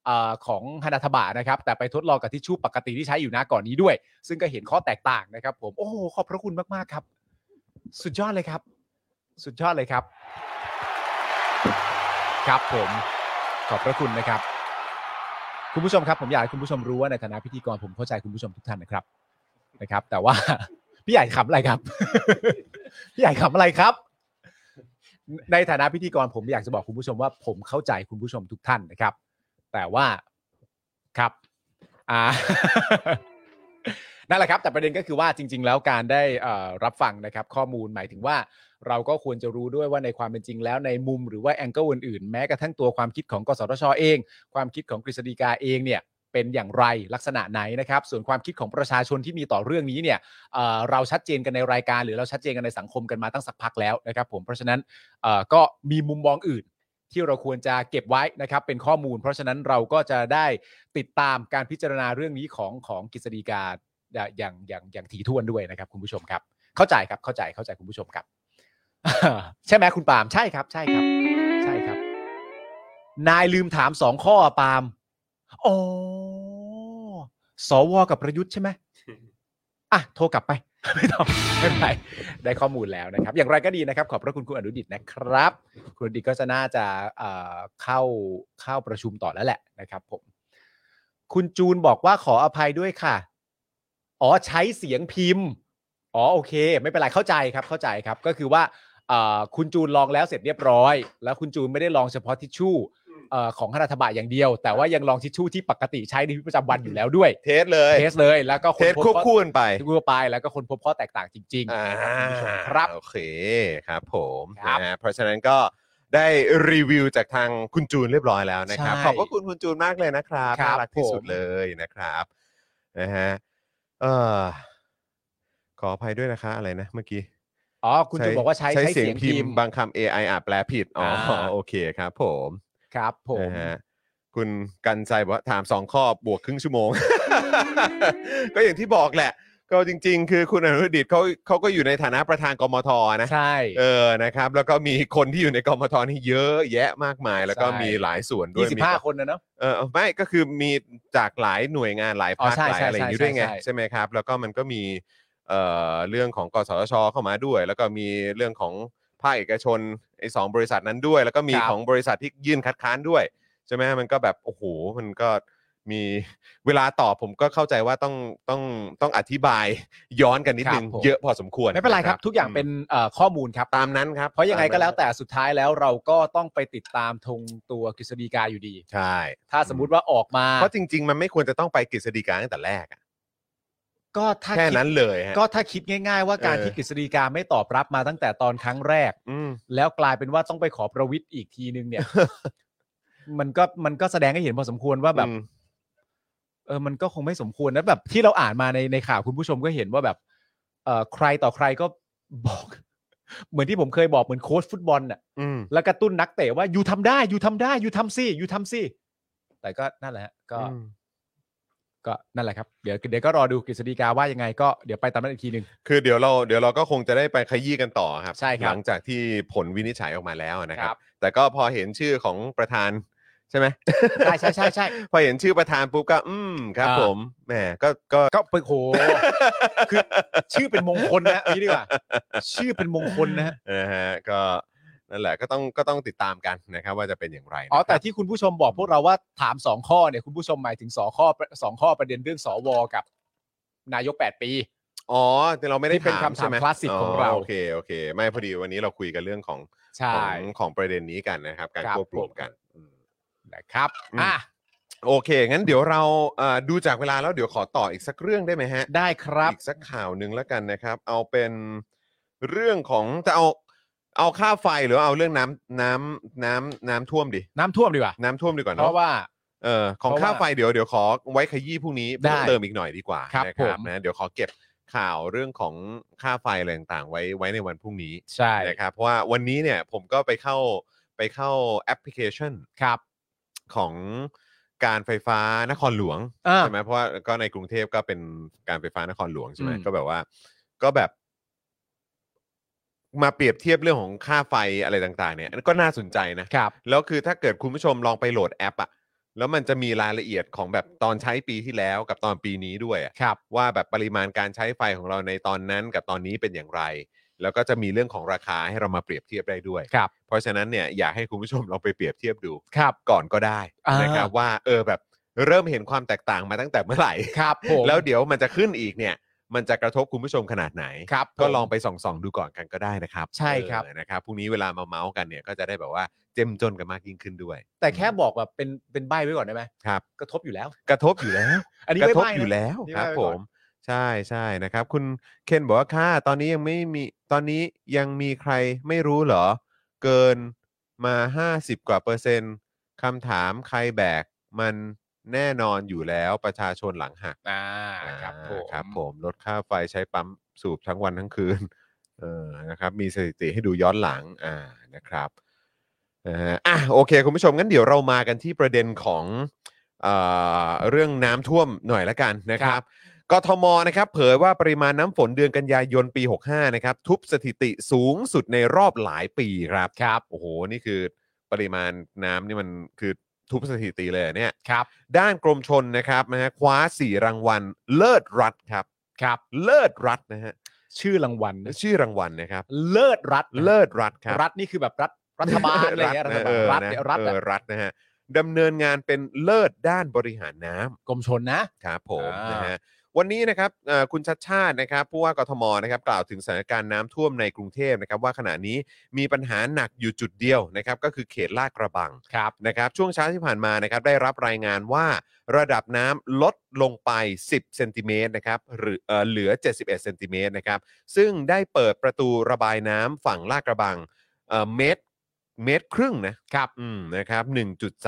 C: เอ่อของฮานาทบะนะครับ แต่ไปทดลองกับทิชชู่ปกติที่ใช้อยู่นะก่อนนี้ด้วย ซึ่งก็เห็นข้อแตกต่างนะครับ ผมโอ้โหขอบพระคุณมากๆครับ สุดยอดเลยครับ สุดยอดเลยครับ ครับผมขอบพระคุณนะครับ คุณผู้ชมครับผมอยากให้คุณผู้ชมรู้ว่าในฐานะพิธีกรผมเข้าใจคุณผู้ชมทุกท่านนะครับนะครับ แต่ว่า พี่ใหญ่ขำอะไรครับ พี่ใหญ่ขำอะไรครับ ในฐานะพิธีกรผมอยากจะบอกคุณผู้ชมว่าผมเข้าใจคุณผู้ชมทุกท่านนะครับ แต่ว่าครับอ่า นั่นแหละครับ แต่ประเด็นก็คือว่าจริง ๆ แล้วการได้เอ่อรับฟังนะครับ ข้อมูลหมายถึงว่า เราก็ควรจะรู้ด้วยว่าในความเป็นจริงแล้วในมุมหรือว่าแองเกิลอื่นๆ แม้กระทั่งตัวความคิดของกสทชเอง ความคิดของกฤษฎีกาเองเนี่ยเป็นอย่างไรลักษณะไหนนะครับ ส่วนความคิดของประชาชนที่มีต่อเรื่องนี้เนี่ยเอ่อเราชัดเจนกันในรายการ หรือเราชัดเจนกันในสังคมกันมาตั้งสักพักแล้วนะครับ ผมเพราะฉะนั้นเอ่อก็มีมุมมองอื่น ที่เราควรจะเก็บไว้นะครับ เป็นข้อมูล เพราะฉะนั้นเราก็จะได้ติดตามการพิจารณาเรื่องนี้ของของกฤษฎีกาอย่างอย่างอย่างถี่ถ้วนด้วยนะครับ คุณผู้ชมครับ เข้าใจครับเข้าใจเข้าใจคุณผู้ชมครับ ใช่ไหมคุณปาล์มใช่ครับ ใช่ครับ ใช่ครับ นายลืมถามสองข้ออะปาล์มอ๋อสวกับประยุทธ์ใช่ไหมอ่ะโทรกลับไป ไม่ต้องไม่เป็นไรได้ข้อมูลแล้วนะครับ อย่างไรก็ดีนะครับ ขอบพระคุณคุณอนุดิตนะครับ คุณอนุดิตก็จะน่าจะเอ่อเข้าเข้าประชุมต่อแล้วแหละนะครับ ผม คุณจูนบอกว่าขออภัยด้วยค่ะ อ๋อใช้เสียงพิมพ์ อ๋อโอเค ไม่เป็นไรเข้าใจครับเข้าใจครับก็คือว่าเอ่อคุณจูนลองแล้วเสร็จเรียบร้อย แล้วคุณจูนไม่ได้ลองเฉพาะทิชชู่เอ่อของคณะทบาอย่างเดียว แต่ว่ายังลองทิชชู่ที่ปกติใช้ในชีวิตประจำวันอยู่แล้วด้วย
B: เทสเลย
C: เทสเลยแล้วก็
B: เท
C: น
B: ส
C: พบ
B: ควบคู่กันไป
C: ทั่วไปแล้วก็คนพบข้อแตกต่างจริง
B: อ่า
C: ๆคุณผู้ชมครับ
B: โอเคครับผม
C: ครับ
B: นะฮะเพราะฉะนั้นก็ได้รีวิวจากทางคุณจูนเรียบร้อยแล้วนะครับ ขอบพระคุณคุณจูนมากเลยนะครับ
C: ครั
B: น่า
C: บ
B: รักที่สุด
C: ผม
B: เลยนะครับนะฮะเออขออภัยด้วยนะคะอะไรนะเมื่อกี้
C: อ๋อคุณจูนบอกว่าใช้ใช้เสียงพิมพ์
B: บางคำ AI อ่านแปลผิด อ๋ออา โอเคครับผม
C: ครับผม
B: นะฮะคุณกันใจบอกว่าถามสองข้อบวกครึ่งชั่วโมง ก็อย่างที่บอกแหละ ก็จริง ๆ คือคุณอนุดิตเขาเขาก็อยู่ในฐานะประธานกมทนะ
C: ใช่
B: เออนะครับ แล้วก็มีคนที่อยู่ในกมทนี่เยอะแยะมากมาย แล้วก็
C: ใช่
B: มีหลายส่วนด้วย
C: ยี่สิบ
B: มี
C: ห้าคนนะเนาะ
B: เออไม่ก็คือมีจากหลายหน่วยงานหลาย
C: อ๋อ
B: ภาค
C: ใช่
B: หลาย
C: ใช่
B: อะไรอย่างนี้
C: ใช่
B: ด้วยไง
C: ใช่
B: ใช่ไหมครับ แล้วก็มันก็มีเอ่อเรื่องของกสทชเข้ามาด้วย แล้วก็มีเรื่องของภาคเอกชนไอ้สองบริษัทนั้นด้วย แล้วก็มีของบริษัทที่ยื่นคัดค้านด้วยใช่ไหมฮะมันก็แบบโอ้โหมันก็ มี เวลาตอบผมก็เข้าใจว่าต้องต้องต้องอธิบาย ย้อนกันนิดนึง
C: ครับผม
B: เยอะพอสมควร
C: ไม่เป็นไรครับ ทุกอย่างเป็นเอ่อข้อมูลครับ
B: ตามนั้นครับ
C: เพราะยังไงก็แล้ว
B: ตามนั้น
C: แต่สุดท้ายแล้วเราก็ต้องไปติดตามทงตัวกฤษฎีกาอยู่ดี
B: ใช่
C: ถ้าสมมุติว่าออกมา
B: เพราะจริง ๆ มันไม่ควรจะต้องไปกฤษฎีกาตั้งแต่แรกอะ
C: ก็ถ้า
B: แค่
C: ด
B: นั้นเลยฮะ
C: ก็ถ้าคิดง่าย ๆ ว่าการ
B: เออ
C: ที่กฤษฎีกาไม่ตอบรับมาตั้งแต่ตอนครั้งแรก
B: อืม
C: แล้วกลายเป็นว่าต้องไปขอประวิทย์อีกทีนึง เนี่ย มันก็มันก็แสดงให้เห็นพอสมควรว่าแบบ
B: อืม
C: เออมันก็คงไม่สมควรนะแบบที่เราอ่านมาในในข่าวคุณผู้ชมก็เห็นว่าแบบเอ่อใครต่อใครก็บอก เหมือนที่ผมเคยบอกเหมือนโค้ชฟุตบอลน่ะ
B: อืม
C: แล้วกระตุ้นนักเตะว่าอยู่ทำได้อยู่ทำได้อยู่ทำสิอยู่ทำสิแต่ก็นั่นแหละฮะก็
B: อืม
C: ก็นั่นแหละครับเดี๋ยวเดี๋ยวก็รอดูกฤษฎีกาว่ายังไง ก็เดี๋ยวไปตามนั้นอีกทีหนึ่ง
B: คือเดี๋ยวเราเดี๋ยวเราก็คงจะได้ไปขยี้กันต่อครับ
C: ใช่ครั
B: ห
C: บ
B: ลังจากที่ผลวินิจฉัยออกมาแล้วนะครั
C: ครับ บ
B: แต่ก็พอเห็นชื่อของประธานใช่ไหม
C: ใช่ใช่ใช่ใช่
B: พอเห็นชื่อประธานปุ๊บก็ อืมครับ
C: อ่า
B: ผมแหมก็ก็
C: ก็ไปโห คือชื่อเป็นมงคลนะนี่ดีกว่า ชื่อเป็นมงคลนะฮะ
B: นะฮะก็นั่นแหละก็ต้องก็ต้องติดตามกันนะครับว่าจะเป็นอย่างไร
C: อ๋อแต่
B: นะครับ
C: ที่คุณผู้ชมบอกพวกเราว่าถามสองข้อเนี่ยคุณผู้ชมหมายถึงสองข้อสองข้อประเด็นเรื่องสวกับ นายกแปดปี
B: อ๋อแต่เราไม่ได้
C: ที่เป็น
B: ถาม
C: คำถาม
B: ใช่ไหม
C: คลาสสิกของเรา
B: โอเคโอเค ไม่พอดีวันนี้เราคุยกันเรื่องของ
C: ใช่
B: ของของประเด็นนี้กันนะครับ การ
C: ครับ
B: ควบรวม
C: ผม
B: กันอืม
C: นะครับ
B: อืม
C: อ่ะ
B: โอเค งั้นเดี๋ยวเราเอ่อดูจากเวลาแล้วเดี๋ยวขอต่ออีกสักเรื่องได้ไหมฮะ
C: ได้ครับ
B: อีกสักข่าวหนึ่งแล้วกันนะครับ เอาเป็นเรื่องของจะเอาเอาค่าไฟหรือเอาเรื่องน้ำน้ำน้ำน้ำท่วมดิ
C: น้ำท่วมดีกว่า
B: น้ำท่วมดีกว่าเน
C: เพ
B: อะ
C: ราะว่า
B: เออของ
C: เพราะว่า
B: ค่าไฟเดี๋ยวเดี๋ยวขอไว้ขยี้พรุ่งนี้
C: ได้
B: เพิ่มเติมอีกหน่อยดีกว่า
C: ครับ
B: นะ
C: ผม
B: นะเดี๋ยวขอเก็บข่าวเรื่องของค่าไฟอะไรต่างๆไว้ไว้ในวันพรุ่งนี้
C: ใช่
B: นะครับเพราะว่าวันนี้เนี่ยผมก็ไปเข้าไปเข้าแอปพลิเคชัน
C: ครับ
B: ของการไฟฟ้านครหลวง
C: อ่า
B: ใช่ไหมเพราะว่าก็ในกรุงเทพก็เป็นการไฟฟ้านครหลวงใช่ไหม
C: อืม
B: ก็แบบว่า ก็แบบ มาเปรียบเทียบเรื่องของค่าไฟอะไรต่าง ๆ เนี่ยก็น่าสนใจนะ
C: ครับ
B: แล้วคือถ้าเกิดคุณผู้ชมลองไปโหลดแอปอะแล้วมันจะมีรายละเอียดของแบบตอนใช้ปีที่แล้วกับตอนปีนี้ด้วยอะ
C: ครับ
B: ว่าแบบปริมาณการใช้ไฟของเราในตอนนั้นกับตอนนี้เป็นอย่างไร แล้วก็จะมีเรื่องของราคาให้เรามาเปรียบเทียบได้ด้วย
C: ครับ
B: เพราะฉะนั้นเนี่ยอยากให้คุณผู้ชมลองไปเปรียบเทียบดู
C: ครับ
B: ก่อนก็ได้
C: อ่าน
B: นะครับว่าเออแบบเริ่มเห็นความแตกต่างมาตั้งแต่เมื่อไหร่
C: ครับผม
B: แล้วเดี๋ยวมันจะขึ้นอีกเนี่ย มันจะกระทบคุณผู้ชมขนาดไหน
C: ครับ
B: ก็
C: ผม
B: ลองไปส่อง ๆ ดูก่อนกันก็ได้นะครับ
C: ใช่ครับ
B: เออนะครับพรุ่งนี้เวลามาเมาส์กันเนี่ยก็จะได้แบบว่าเจมจนกันมากยิ่งขึ้นด้วย
C: แต่แค่บอกแบบเป็นเป็นใบไว้ก่อนได้ไหม
B: ครับ
C: กระทบอยู่แล้ว
B: กระทบอยู่แล้ว
C: อันนี้
B: กระ
C: ไม่
B: ทบ
C: ใบ้นะ
B: อยู่แล้ว
C: นี่
B: ครับ
C: ใบ้ไว้
B: ผ
C: ก่อน
B: ม ใช่ใช่นะครับ คุณเคนบอกว่าค่ะตอนนี้ยังไม่มีตอนนี้ยังมีใครไม่รู้เหรอ เกินมา 50 กว่าเปอร์เซ็นต์คำถามใครแบกมันแน่นอนอยู่แล้วประชาชนหลังหัก
C: อ่า
B: อ่า
C: ครับผม
B: ครับผมลดค่าไฟใช้ปั๊มสูบทั้งวันทั้งคืน เออนะครับ มีสถิติให้ดูย้อนหลังอ่านะครับนะฮะอ่ะโอเค คุณผู้ชมงั้นเดี๋ยวเรามากันที่ประเด็นของเอ่อเรื่องน้ำท่วมหน่อยละกันนะครับกทมนะครับ เผยว่าปริมาณน้ำฝนเดือนกันยายนปี 65 นะครับ ทุบสถิติสูงสุดในรอบหลายปีครับครับโอ้โห นี่คือปริมาณน้ำนี่มันคือทุบสถิติเลยเหรอเนี่ย
C: ครับ
B: ด้านกรมชนนะครับนะฮะคว้า 4 รางวัล เลิศรัฐครับ
C: ครับ
B: เลิศรัฐนะฮะ
C: ชื่อรางวัลนะ
B: ชื่อรางวัลนะครับ
C: เลิศรัฐ
B: เลิศรัฐครับ
C: รัฐนี่คือแบบรัฐรัฐบาลอะไร
B: ฐ
C: เงี้ยรัฐ
B: นะ
C: บา
B: เออนะ
C: ลรัฐเนี่ยรัฐ
B: เอ
C: อะ
B: อรัฐนะฮะดำเนินงานเป็นเลิศด้านบริหารน้ำ
C: กรมชนนะ
B: ครับผม
C: อ่าน
B: นะฮะวันนี้นะครับเอ่อคุณชัดชาตินะครับผู้ว่ากทมนะครับกล่าวถึงสถานการณ์น้ำท่วมในกรุงเทพนะครับว่าขณะนี้มีปัญหาหนักอยู่จุดเดียวนะครับก็คือเขตลาดกระบัง
C: ครับ
B: นะครับช่วงเช้าที่ผ่านมานะครับได้รับรายงานว่าระดับน้ำลดลงไป 10เซนติเมตรนะครับหรือเอ่อเหลือ 71เซนติเมตรนะครับซึ่งได้เปิดประตูระบายน้ำฝั่งลาดกระบังเอ่อเมตรเมตรครึ่งนะครับอืมนะครับ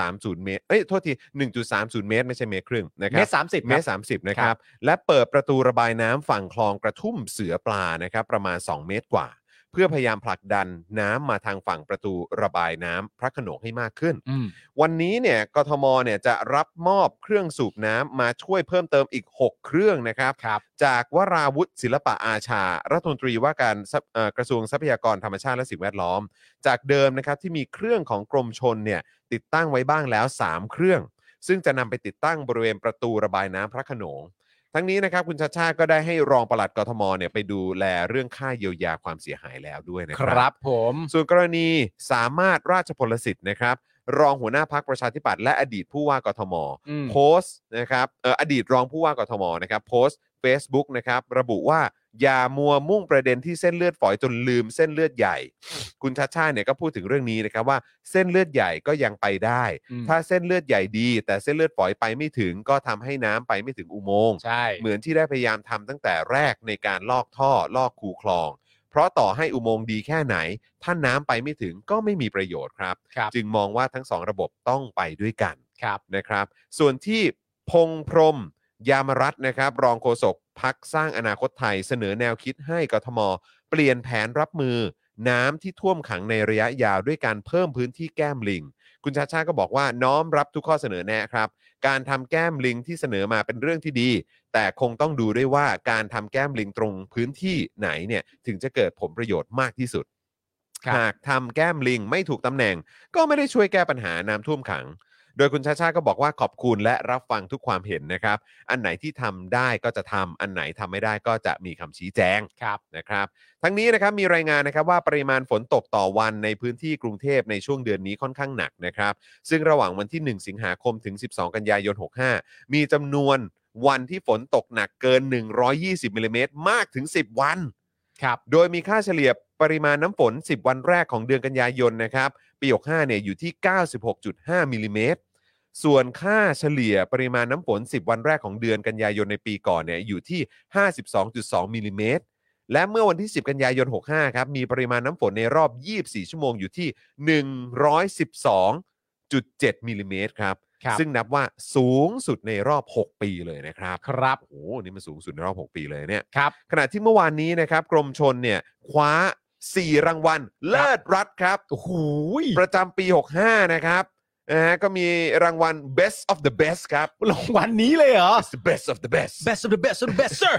B: 1.30 เมตรเอ้ยโทษที 1.30 เมตร ไม่ใช่เมตรครึ่งนะครั
C: เม
B: บ
C: ตรสามสิบ
B: เมตรสามสิบนะครับ และเปิดประตูระบายน้ำฝั่งคลองกระทุ่มเสือปลานะครับ ประมาณ 2 เมตรกว่า เพื่อพยายามผลักดันน้ำมาทางฝั่งประตูระบายน้ำพระโขนงให้มากขึ้น
C: อืม
B: วันนี้เนี่ยกทมเนี่ยจะรับมอบเครื่องสูบน้ำมาช่วยเพิ่มเติมอีก 6 เครื่องนะครับ
C: ครับ
B: จากวราวุธศิลปะอาชา รัฐมนตรีว่าการทรัพย์เอ่อกระทรวงทรัพยากรธรรมชาติและสิ่งแวดล้อม จากเดิมนะครับที่มีเครื่องของกรมชนเนี่ยติดตั้งไว้บ้างแล้ว 3 เครื่อง ซึ่งจะนำไปติดตั้งบริเวณประตูระบายน้ำพระโขนง ทั้งนี้นะครับคุณชาชาติก็ได้ให้รองปลัดกทมเนี่ยไปดูแลเรื่องค่าเยียวยาความเสียหายแล้วด้วยนะ
C: ค
B: ครั
C: รับผม
B: ส่วนกรณีสามารถราชพลสิทธิ์นะครับ รองหัวหน้าพักประชาธิปัตย์และอดีตผู้ว่ากทม
C: อืม
B: โพสต์นะครับเอ่ออดีตรองผู้ว่ากทมนะครับโพสต์ Facebook นะครับระบุว่าอย่ามัวมุ่งประเด็นที่เส้นเลือดฝอยจนลืมเส้นเลือดใหญ่ คุณชัดชาติเนี่ยก็พูดถึงเรื่องนี้นะครับว่าเส้นเลือดใหญ่ก็ยังไปได้
C: อืม
B: ถ้าเส้นเลือดใหญ่ดี แต่เส้นเลือดฝอยไปไม่ถึงก็ทำให้น้ำไปไม่ถึงอุโมงค์
C: ใช่
B: เหมือนที่ได้พยายามทำตั้งแต่แรกในการลอกท่อลอกคูคลอง เพราะต่อให้อุโมงค์ดีแค่ไหน ถ้าน้ำไปไม่ถึงก็ไม่มีประโยชน์ครับ
C: ครับ
B: จึงมองว่าทั้งสองระบบต้องไปด้วยกัน
C: ครับ
B: นะครับ ส่วนที่พงษ์พรหมยามรัตน์นะครับ รองโฆษกพักสร้างอนาคตไทยเสนอแนวคิดให้กทม เปลี่ยนแผนรับมือ น้ำที่ท่วมขังในระยะยาวด้วยการเพิ่มพื้นที่แก้มลิง คุณชาชาก็บอกว่าน้อมรับทุกข้อเสนอแนะครับ การทำแก้มลิงที่เสนอมาเป็นเรื่องที่ดี แต่คงต้องดูด้วยว่าการทำแก้มลิงตรงพื้นที่ไหนเนี่ยถึงจะเกิดผลประโยชน์มากที่สุด
C: ครับ
B: หากทำแก้มลิงไม่ถูกตำแหน่ง ก็ไม่ได้ช่วยแก้ปัญหาน้ำท่วมขัง โดยคุณชาชาก็บอกว่าขอบคุณและรับฟังทุกความเห็นนะครับ อันไหนที่ทำได้ก็จะทำอันไหนทำไม่ได้ก็จะมีคำชี้แจง
C: ครับ
B: นะครับ ทั้งนี้นะครับมีรายงานนะครับว่าปริมาณฝนตกต่อวันในพื้นที่กรุงเทพในช่วงเดือนนี้ค่อนข้างหนักนะครับ ซึ่งระหว่างวันที่ 1 สิงหาคมถึง 12 กันยายน 65 มีจำนวนวันที่ฝนตกหนักเกิน 120มิลลิเมตรมากถึง 10 วัน
C: ครับ
B: โดยมีค่าเฉลี่ยปริมาณน้ำฝน 10 วันแรกของเดือนกันยายนนะครับ ปี65เนี่ยอยู่ที่ 96.5มิลลิเมตร ส่วนค่าเฉลี่ยปริมาณน้ำฝน 10 วันแรกของเดือนกันยายนในปีก่อนเนี่ยอยู่ที่ 52.2มิลลิเมตร และเมื่อวันที่ 10 กันยายน 65 ครับ มีปริมาณน้ำฝนในรอบ 24 ชั่วโมงอยู่ที่ 112.7มิลลิเมตรครับ
C: ครับ
B: ซึ่งนับว่าสูงสุดในรอบ 6 ปีเลยนะครับ
C: ครับ
B: โอ้โหนี่มันสูงสุดในรอบ 6 ปีเลยเนี่ย
C: ครับ
B: ขณะที่เมื่อวานนี้นะครับ กรมชนเนี่ย คว้า 4 รางวัล เลิศรัฐครับ
C: โอ้โห
B: ประจำปี 65 นะครับนะฮะก็มีรางวัล best of the best ครับ
C: รางวัลนี้เลยเหรอ
B: It's the best of the best
C: best of the best of the best sir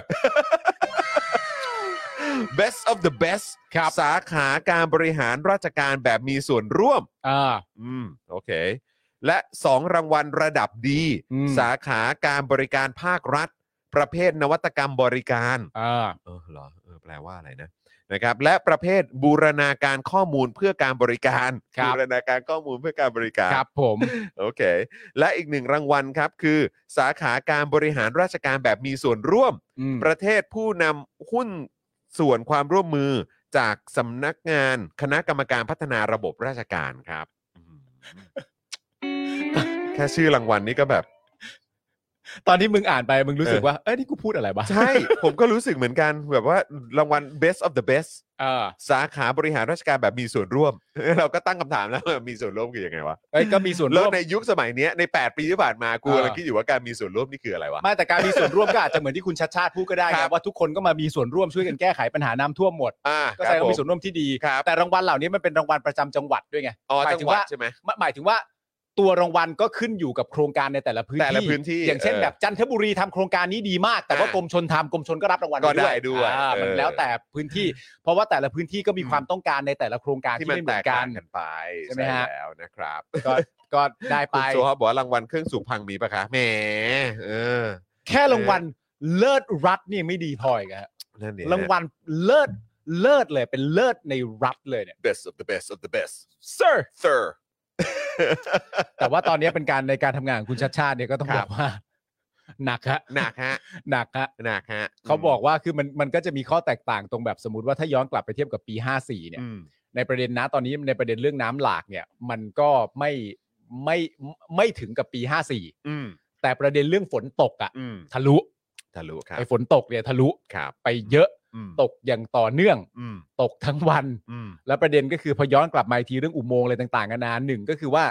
B: best of the best
C: ครับ
B: สาขาการบริหารราชการแบบมีส่วนร่วม
C: อ่า
B: อืม โอเค และ 2 รางวัลระดับดี
C: อืม
B: สาขาการบริการภาครัฐ ประเภทนวัตกรรมบริการ
C: อ่า
B: เออเหรอเออแปลว่าอะไรนะนะครับ และประเภทบูรณาการข้อมูลเพื่อการบริการ
C: ครับ
B: บูรณาการข้อมูลเพื่อการบริการ
C: ครับผม
B: โอเค และอีกหนึ่งรางวัลครับ คือ สาขาการบริหารราชการแบบมีส่วนร่วม
C: อืม
B: ประเทศผู้นำหุ้นส่วนความร่วมมือจากสำนักงานคณะกรรมการพัฒนาระบบราชการครับอืมแค่ชื่อรางวัลนี้ก็แบบ
C: ตอนที่มึงอ่านไปมึงรู้สึก
B: เออ
C: ว่า เอ้ยนี่กูพูดอะไรบ้า
B: ใช่ ผมก็รู้สึกเหมือนกันแบบว่ารางวัล best of the best
C: เออ
B: สาขาบริหารราชการแบบมีส่วนร่วม เราก็ตั้งคำถามแล้ว ว่ามีส่วนร่วมคือยังไงวะ
C: เอ้ยก็มีส่วน
B: แล้ว
C: ร่วม
B: ในยุคสมัยเนี้ยใน 8 ปีที่ผ่านมากู
C: เออ
B: กำลังคิดอยู่ว่าการมีส่วนร่วมนี่คืออะไรวะ
C: ไม่แต่การมีส่วนร่วมก็อาจจะเหมือนที่คุณชัดชาติพูดก็ได้
B: ค
C: ไง
B: รับ
C: ว่าทุกคนก็มามีส่วนร่วมช่วยกันแก้ไขปัญหาน้ำท่วมหมด
B: อ่า
C: ก็แสดงว่ามี
B: ค
C: ส่
B: รับผ
C: วนร่วมที่ดี
B: ครับ
C: แต่รางวัลเหล่านี้มันเป็นรางวัลประจำจังหวัดด้วยไง
B: อ๋อ
C: หมาย
B: จั
C: ถึ
B: งห
C: ง
B: วัด
C: ว่า
B: ใช่ไหม
C: หมายถึงว่าตัวรางวัลก็ขึ้นอยู่กับโครงการในแต่ละพื้น
B: แต่ละ
C: ที่
B: พื้นที่
C: อย่างเช่น
B: เออ
C: แบบจันทบุรีทำโครงการนี้ดีมาก แต่ว่ากรมชนทำกรมชนก็รับรางวัล
B: ก็ได้ด้วย
C: อ่ามัน
B: เออ
C: แล้วแต่พื้นที่ เพราะว่าแต่ละพื้นที่ก็มีความต้องการในแต่ละโครงการ
B: ที่
C: ที่
B: มัน
C: ไม่เห
B: แต
C: มือก นกั
B: ต่าน งกันไป
C: ใช่ไหมฮะ
B: แล้วนะครับ
C: ก็ก็ได้ไป
B: คุณโซฮอบอกว่ารางวัลเครื่องสูบพังมีปะคะแหมเออ
C: แค่รางวัลเลิศรัฐเนี่ยไม่ดีพออีกฮะ
B: นั่นเนี่ย
C: รางวัลเลิศเลิศเลยเป็นเลิศในรัฐเลยเนี่ย
B: best of the best of the best
C: sir
B: sir
C: แต่ว่าตอนนี้เป็นการในการทำงานของคุณชาติชาติเนี่ยก็ต้อง
B: ครับ บ
C: อกว่า หนักฮะ
B: หนักฮะ
C: หนักฮะ
B: หนักฮะ
C: เขาบอกว่าคือมันมันก็จะมีข้อแตกต่างตรงแบบสมมติว่าถ้าย้อนกลับไปเทียบกับปี 54 เนี่ย
B: อืม
C: ในประเด็นนะตอนนี้ในประเด็นเรื่องน้ำหลากเนี่ย มันก็ไม่ไม่ไม่ถึงกับปี
B: อืม
C: 54 แต่ประเด็นเรื่องฝนตกอะ
B: อืม
C: ทะลุ
B: ทะลุครับ
C: ไอ้ฝนตกเนี่ยทะลุ
B: ครับ
C: ไปเยอะ
B: อืม
C: ตกอย่างต่อเนื่อง
B: อืม
C: ตกทั้งวัน
B: อืม
C: แล้วประเด็นก็คือพอย้อนกลับมาอีกทีเรื่องอุโมงค์อะไรต่างๆกันานาหนึ่งก็คือว่า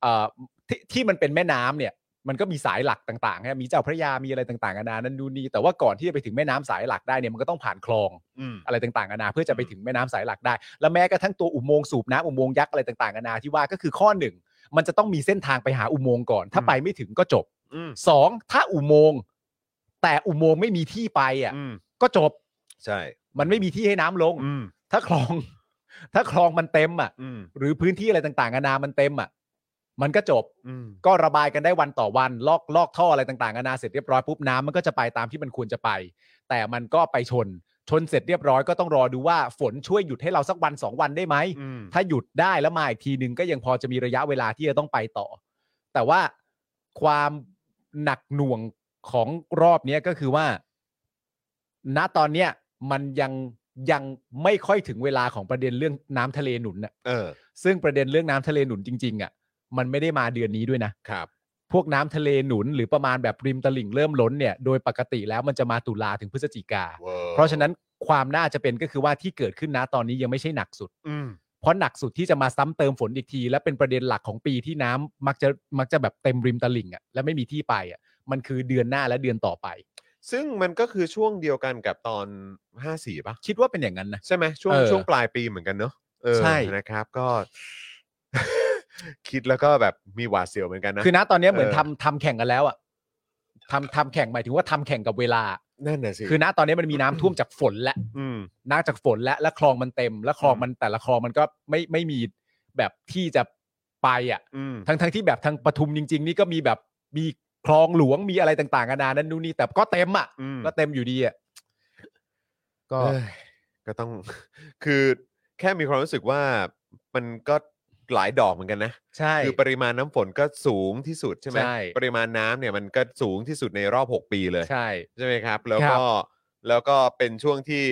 C: เอ่อที่ที่มันเป็นแม่น้ำเนี่ย มันก็มีสายหลักต่างๆนะมีเจ้าพระยามีอะไรต่างๆกันานานั่นดูนนี่แต่ว่าก่อนที่จะไปถึงแม่น้ำสายหลักได้เนี่ยมันก็ต้องผ่านคลอง
B: อืม
C: อะไรต่างๆกันานาเพื่อจะไปถึงแม่น้ำสายหลักได้ แล้วแม้กระทั่งตัวอุโมงค์สูบน้ำอุโมงค์ยักษ์อะไรต่างๆกันานาที่ว่าก็คือข้อหนึ่งมันจะต้องมีเส้นทางไปหาอุโมงค์ก่อน ถ้าไปไม่ถึงก็จบ
B: อืม
C: สองถ้าอุโมงค์แต่อุโมงค์ไม่มีที่ไปอ่ะ
B: อืม
C: ก็จบ
B: ใช่
C: มันไม่มีที่ให้น้ำลง
B: อืม
C: ถ้าคลอง ถ้าคลองมันเต็มอ่ะ
B: อืม
C: หรือพื้นที่อะไรต่างๆนานามันเต็มอ่ะ มันก็จบ
B: อืม
C: ก็ระบายกันได้วันต่อวัน ลอกลอกท่ออะไรต่างๆนานาเสร็จเรียบร้อยปุ๊บน้ำมันก็จะไปตามที่มันควรจะไป แต่มันก็ไปชน ชนเสร็จเรียบร้อยก็ต้องรอดูว่าฝนช่วยหยุดให้เราสักวันสองวันได้ไหม
B: อืม
C: ถ้าหยุดได้แล้วมาอีกทีหนึ่งก็ยังพอจะมีระยะเวลาที่จะต้องไปต่อ แต่ว่าความหนักหน่วงของรอบเนี้ยก็คือว่า ณตอนเนี้ยมันยังยังไม่ค่อยถึงเวลาของประเด็นเรื่องน้ำทะเลหนุนน่ะ
B: เออ
C: ซึ่งประเด็นเรื่องน้ำทะเลหนุนจริงๆอ่ะมันไม่ได้มาเดือนนี้ด้วยนะ
B: ครับ
C: พวกน้ำทะเลหนุนหรือประมาณแบบริมตลิ่งเริ่มล้นเนี่ยโดยปกติแล้วมันจะมาตุลาถึงพฤศจิกา
B: Wow
C: เพราะฉะนั้นความน่าจะเป็นก็คือว่าที่เกิดขึ้นนะตอนนี้ยังไม่ใช่หนักสุด
B: อืม
C: เพราะหนักสุดที่จะมาซ้ำเติมฝนอีกที และเป็นประเด็นหลักของปีที่น้ำมักจะมักจะแบบเต็มริมตลิ่งอะ่ะและไม่มีที่ไปอะ่ะมันคือเดือนหน้าและเดือนต่อไป
B: ซึ่งมันก็คือช่วงเดียวกันกับตอน 54ป่ะ
C: คิดว่าเป็นอย่างนั้นนะ
B: ใช่ไหมช่วง
C: เออ
B: ช่วงปลายปีเหมือนกันเนอะเออ
C: ใช่
B: นะครับก็ คิดแล้วก็แบบมีหวาดเสียวเหมือนกันนะ
C: คือนะตอนเนี้ยเหมือน
B: เออ
C: ทำทำแข่งกันแล้วอะ่ะทำทำแข่งหมายถึงว่าทำแข่งกับเวลา
B: นั่นน่ะสิ
C: คือนะตอนนี้มันมีน้ำท่วมจากฝนและ
B: อืม
C: น้ำจากฝนและและคลองมันเต็ม และคลองมันแต่ละคลองมันก็ไม่ไม่มีแบบที่จะไปอ่ะ
B: อืม
C: ทั้งทั้งที่แบบทางปทุมจริง ๆ นี่ก็มีแบบมีคลองหลวงมีอะไรต่างๆนานานั่นนู่นนี่แต่ก็เต็มอ่ะ
B: อืม
C: ก็เต็มอยู่ดีอ่ะก็
B: เอ้ยก็ต้อง คือแค่มีความรู้สึกว่ามันก็หลายดอกเหมือนกันนะ
C: ใช่
B: คือปริมาณน้ำฝนก็สูงที่สุดใช่ไหม
C: ใช่
B: ปริมาณน้ำเนี่ยมันก็สูงที่สุดในรอบ 6 ปีเลย
C: ใช่
B: ใช่ไหมครับ แล้วก็แล้วก็เป็นช่วงที่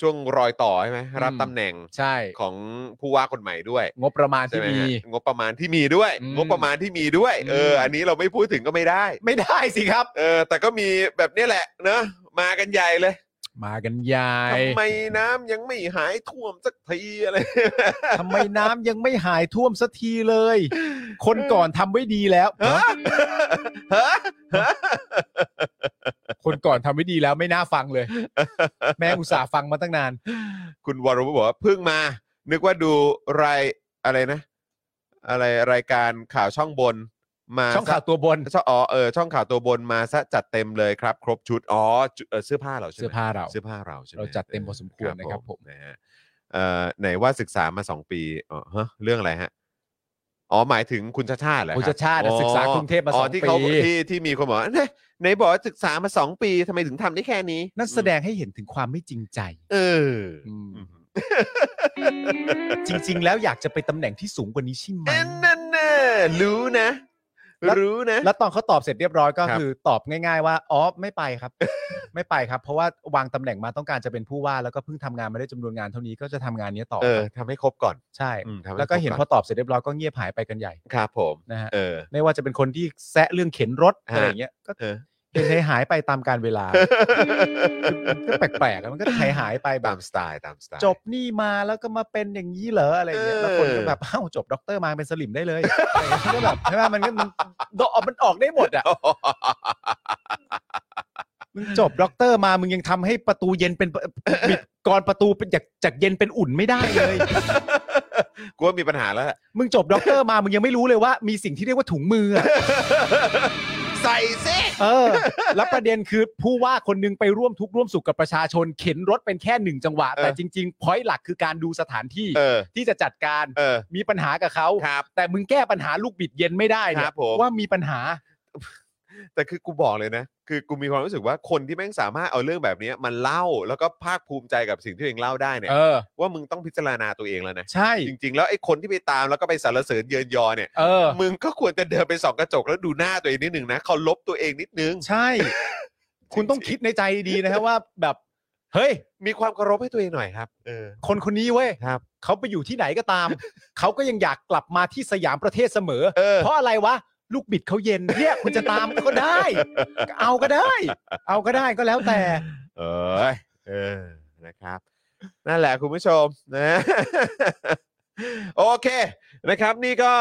B: ช่วงรอยต่อใช่ไหมรับ
C: อืม
B: ตำแหน่ง
C: ใช่
B: ของผู้ว่าคนใหม่ด้วย
C: งบประมาณ
B: ใช่
C: ที่
B: ไหม
C: มี
B: ฮะงบประมาณที่มีด้วย
C: อืม
B: งบประมาณที่มีด้วย เอออ
C: ม
B: อันนี้เราไม่พูดถึงก็ไม่ได้
C: ไม่ได้สิครับ
B: เออ แต่ก็มีแบบนี้แหละเนอะมากันใหญ่เลย
C: มากันใหญ่
B: ทำไมน้ำยังไม่หายท่วมสักทีอะไร
C: ทำไมน้ำยังไม่หายท่วมสักทีเลย คนก่อนทำไว้ดีแล้ว
B: ฮะฮะ
C: คนก่อนทำไว้ดีแล้วไม่น่าฟังเลย แม่อุตส่าห์ฟังมาตั้งนาน
B: คุณวรวุฒิบอกว่าเพิ่งมา นึกว่าดูรายอะไรนะ อะไรรายการข่าวช่องบน มา
C: ช่องข่าวตัวบน
B: ช่องอ๋อเออช่องข่าวตัวบนมาซะจัดเต็มเลยครับ ครบชุดอ๋อจุเออเสื้อผ้าเราใช่ไหม
C: เสื้อผ้าเรา
B: เสื้อผ้าเราใช่ไหม
C: เราจัดเต็มพอสมควรนะครับผม
B: นะฮะเอ่อไหนว่าศึกษามาสองปีอ๋อฮะเรื่องอะไรฮะอ๋อหมายถึงคุณชาชาติเหรอรับ
C: คุณชาติชาติน่ะ
B: อ๋อ
C: ศึกษากรุงเทพมาสอง
B: ที่เขา
C: ปี
B: ที่ที่มีคนบอกว่าเนี่ยไหนบอกว่าศึกษามาสองปีทำไมถึงทำได้แค่นี้
C: นั่นแสดงให้เห็นถึงความไม่จริงใจ
B: เอออ
C: อืม
B: อืม
C: จริง ๆ แล้วอยากจะไปตำแหน่งที่สูงกว่านี้ใช่ไหม
B: อันนั่นน่ะรู้นะ
C: แล้ว
B: รู้นะ
C: แล้วตอนเขาตอบเสร็จเรียบร้อยก็
B: ครับ
C: คือตอบง่าย ๆ ว่าอ๋อไม่ไปครับ ไม่ไปครับ เพราะว่าวางตำแหน่งมาต้องการจะเป็นผู้ว่าแล้วก็เพิ่งทำงานมาได้จำนวนงานเท่านี้ก็จะทำงานเนี้ยต่อ
B: เออทำให้ครบก่อน
C: ใช่
B: อืมทำใ
C: แล้วก็เห็น
B: ครบ
C: พอตอบเสร็จเรียบร้อยก็เงียบหายไปกันใหญ่
B: อนครับผม
C: นะฮะ
B: เออ
C: ไม่ว่าจะเป็นคนที่แซะเรื่องเข็นรถ
B: ฮะ
C: อะไรอย่างเงี้ยก็
B: เออ
C: เป็นหายหายไปตามการเวลาก็แปลกๆอะมันก็หายหายไปแบ
B: ตา
C: บ
B: มสไตล์ตามสไตล์
C: จบนี่มาแล้วก็มาเป็นอย่างนี้เหรออะไรอย่างเงี้ยแล้วคนก็แบบเอ้าจบด็อกเตอร์มาเป็นสลิมได้เลยอะไรอย่างเงี้ยก็แบบใช่ไหมมันก็มันมันออกได้หมดอะ มึงจบด็อกเตอร์มา มึงยังทำให้ประตูเย็นเป็นบิดกรประตูเป็นจากจากเย็นเป็นอุ่นไม่ได้เลย
B: กูว่ามีปัญหาแล้วแหละ
C: มึงจบด็อกเตอร์มา มึงยังไม่รู้เลยว่ามีสิ่งที่เรียกว่าถุงมืออะ
B: ใส่สิ
C: เออ แล้วประเด็นคือผู้ว่าคนนึงไปร่วมทุกข์ร่วมสุขกับประชาชน เข็นรถเป็นแค่หนึ่งจังหวะ
B: เออ
C: แต่จริงๆพอยหลักคือการดูสถานที่
B: เออ
C: ที่จะจัดการ
B: เออ
C: มีปัญหากับเขา
B: ครับ
C: แต่มึงแก้ปัญหาลูกบิดเย็นไม่ได้
B: ค
C: เนี่
B: รั
C: ย
B: บผม
C: ว่ามีปัญหา
B: แต่คือกูบอกเลยนะ คือกูมีความรู้สึกว่าคนที่แม่งสามารถเอาเรื่องแบบนี้มันเล่าแล้วก็ภาคภูมิใจกับสิ่งที่ตัวเองเล่าได้เนี่ย
C: เออ
B: ว่ามึงต้องพิจารณาตัวเองแล้วนะ
C: ใช่
B: จริง ๆ แล้วไอ้คนที่ไปตามแล้วก็ไปสารเสริญเยินยอเนี่ย
C: เออ
B: มึงก็ควรจะเดินไปส่องกระจกแล้วดูหน้าตัวเองนิดนึงนะเขาลบตัวเองนิดนึง
C: ใช่ คุณต้องคิดในใจดีๆนะฮะว่าแบบเฮ้ย
B: มีความเคารพให้ตัวเองหน่อยครับ เออ
C: คนคนนี้เว้ย
B: ครับ
C: เขาไปอยู่ที่ไหนก็ ตาม เขาก็ยังอยากกลับมาที่สยามประเทศเสมอ
B: เออ
C: เพราะอะไรวะ ลูกบิดเขาเย็นเนี่ยคุณจะตามก็ได้ ก็เอาก็ได้ เอาก็ได้ก็แล้วแต่
B: เออเออ นะครับ นั่นแหละคุณผู้ชมนะ โอเคนะครับ นี่ก็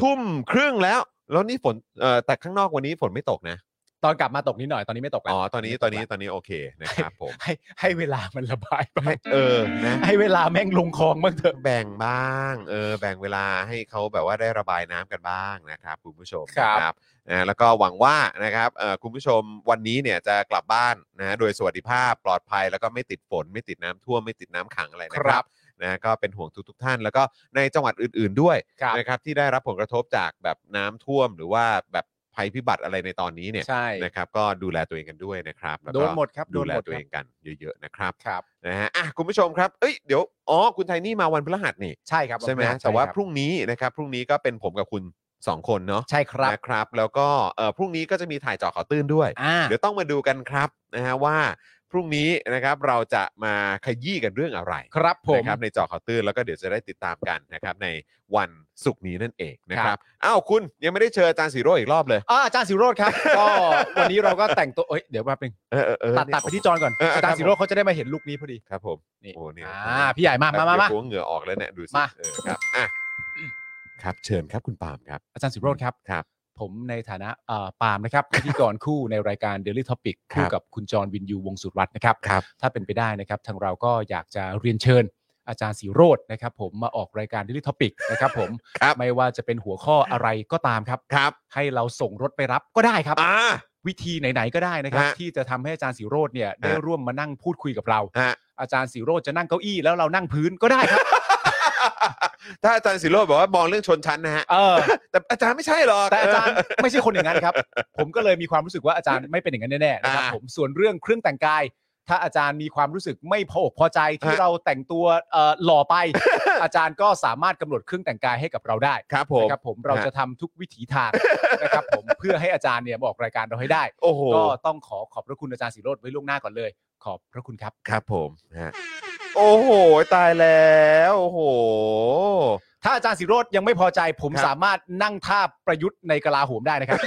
B: ทุ่มครึ่งแล้ว แล้วนี่ฝนเอ่อแต่ข้างนอกวันนี้ฝนไม่ตกนะ
C: ตอนกลับมาตกนิดหน่อยตอนนี้ไม่ตกแล้ว
B: อ๋อ ตอนนี้ตอนนี้ตอนนี้โอเคนะครับผม
C: ให้ให้เวลามันระบายบ้าง
B: ให้เออ นะ
C: ให้เวลาแม่งลงคลองบ้างเถอะ
B: แบ่งบ้าง เออ แบ่งเวลาให้เขาแบบว่าได้ระบายน้ำกันบ้างนะครับ คุณผู้ชม
C: ครับ
B: นะนะแล้วก็หวังว่านะครับเอ่อคุณผู้ชมวันนี้เนี่ยจะกลับบ้านนะโดยสวัสดิภาพปลอดภัยแล้วก็ไม่ติดฝน ไม่ติดน้ำท่วมไม่ติดน้ำขังอะไรนะครับนะก็เป็นห่วงทุกๆท่าน แล้วก็ในจังหวัดอื่น ๆด้วย
C: ครับ
B: นะครับที่ได้รับผลกระทบจากแบบน้ำท่วมหรือว่าแบบ ภัยพิบัติอะไรในตอนนี้เนี่ย
C: ใช่
B: นะครับก็ดูแลตัวเองกันด้วยนะครับแล้ว
C: โด
B: ก็
C: นหมดครับ
B: ดู
C: โน
B: แล
C: หม
B: ตัวเอง
C: ครับ
B: กันเยอะๆนะครับ
C: ครับ
B: นะฮะอ่ะคุณผู้ชมครับเอ้ยเดี๋ยวอ๋อคุณไทนี่มาวันพฤหัสนี่
C: ใช่ครับ
B: ใช่ไหม
C: วันพฤหัส
B: แต่ว่า
C: ใช่คบ
B: พรุ่งนี้นะครับพรุ่งนี้ก็เป็นผมกับคุณสองคนเนาะ
C: ใช่ครับ
B: นะครับ แล้วก็เอ่อพรุ่งนี้ก็จะมีถ่ายเจอข่าวตื้นด้วย
C: อ่า
B: เดี๋ยวต้องมาดูกันครับนะฮะว่าพรุ่งนี้นะครับเราจะมาขยี้กันเรื่องอะไร
C: ครับผม
B: นะครับในเจอข่าวตื้นแล้วก็เดี๋ยวจะได้ติดตามกันนะครับในวันศุกร์นี้นั่นเองนะครับอ้าวคุณยังไม่ได้เชิญอาจารย์สีโรจน์อีกรอบเลย
C: อ่าอาจารย์สิโรธ ครับ ก็วันนี้เราก็แต่งตัวเอ้ยเดี๋ยวแป๊บนึง
B: เออเออเออ
C: ตัดตัดไปที่จอนก่อน
B: เออ
C: อาจารย์สิโรธเขาจะได้มาเห็นลุคนี้พอดี
B: ครับผม
C: นี่
B: โอ้เนี่ย
C: อ่าพี่ใหญ่มามามามา
B: เดี๋ยวหัวเหงื่อออกแล้วเนี่ยดูสิ
C: มา
B: เออครับอ่ะครับเชิญครับคุณปาล์มครับ
C: อาจารย์สิโรธครับ
B: ครับ
C: ผมในฐานะเอ่อปาล์มนะครับ พิธีกรคู่ในรายการ Daily Topic
B: ครับ
C: คู่กับคุณจรวินยูวงศ์สุรวัตรนะครับ
B: ครับ
C: ถ้าเป็นไปได้นะครับ ทางเราก็อยากจะเรียนเชิญ อาจารย์สีโรดนะครับ ผมมาออกรายการ Daily Topic นะครับผม
B: ครับ
C: ไม่ว่าจะเป็นหัวข้ออะไรก็ตามครับ
B: ครับ
C: ให้เราส่งรถไปรับก็ได้ครับ
B: อ่า
C: วิธีไหนๆก็ได้นะครับ
B: ฮะ
C: ที่จะทำให้อาจารย์สีโรดเนี่ยได้
B: ฮะ
C: ร่วมมานั่งพูดคุยกับเรา
B: ฮะ
C: อาจารย์สีโรดจะนั่งเก้าอี้แล้วเรานั่งพื้นก็ได้ครับ
B: ถ้าอาจารย์สีโรจน์บอกว่ามองเรื่องชนชั้นนะฮะ
C: เออ
B: แต่อาจารย์ไม่ใช่หรอก
C: แต่อาจารย์ไม่ใช่คนอย่างนั้นครับ ผมก็เลยมีความรู้สึกว่าอาจารย์ไม่เป็นอย่างนั้นแน่ๆนะครับ
B: อ่า
C: ผมส่วนเรื่องเครื่องแต่งกาย ถ้าอาจารย์มีความรู้สึกไม่พออกพอใจที่
B: ฮะ
C: เราแต่งตัวเอ่อหล่อไป อาจารย์ก็สามารถกำหนดเครื่องแต่งกายให้กับเราได้
B: ครับผม
C: นะครับผมเราจะทำทุกวิถีทาง นะครับผมเพื่อให้อาจารย์เนี่ยบอกรายการเราให้ได้
B: โอ้โห
C: ก็ต้องขอขอบพระคุณอาจารย์สีโรดไว้ล่วงหน้าก่อนเลย ขอบพระคุณครับ
B: ครับผมฮะโอ้โห ตายแล้ว โอ้โห
C: ถ้าอาจารย์สีโรดยังไม่พอใจ ผม
B: ครับ
C: สามารถนั่งท่าประยุทธ์ในกลาโหมได้ นะครับ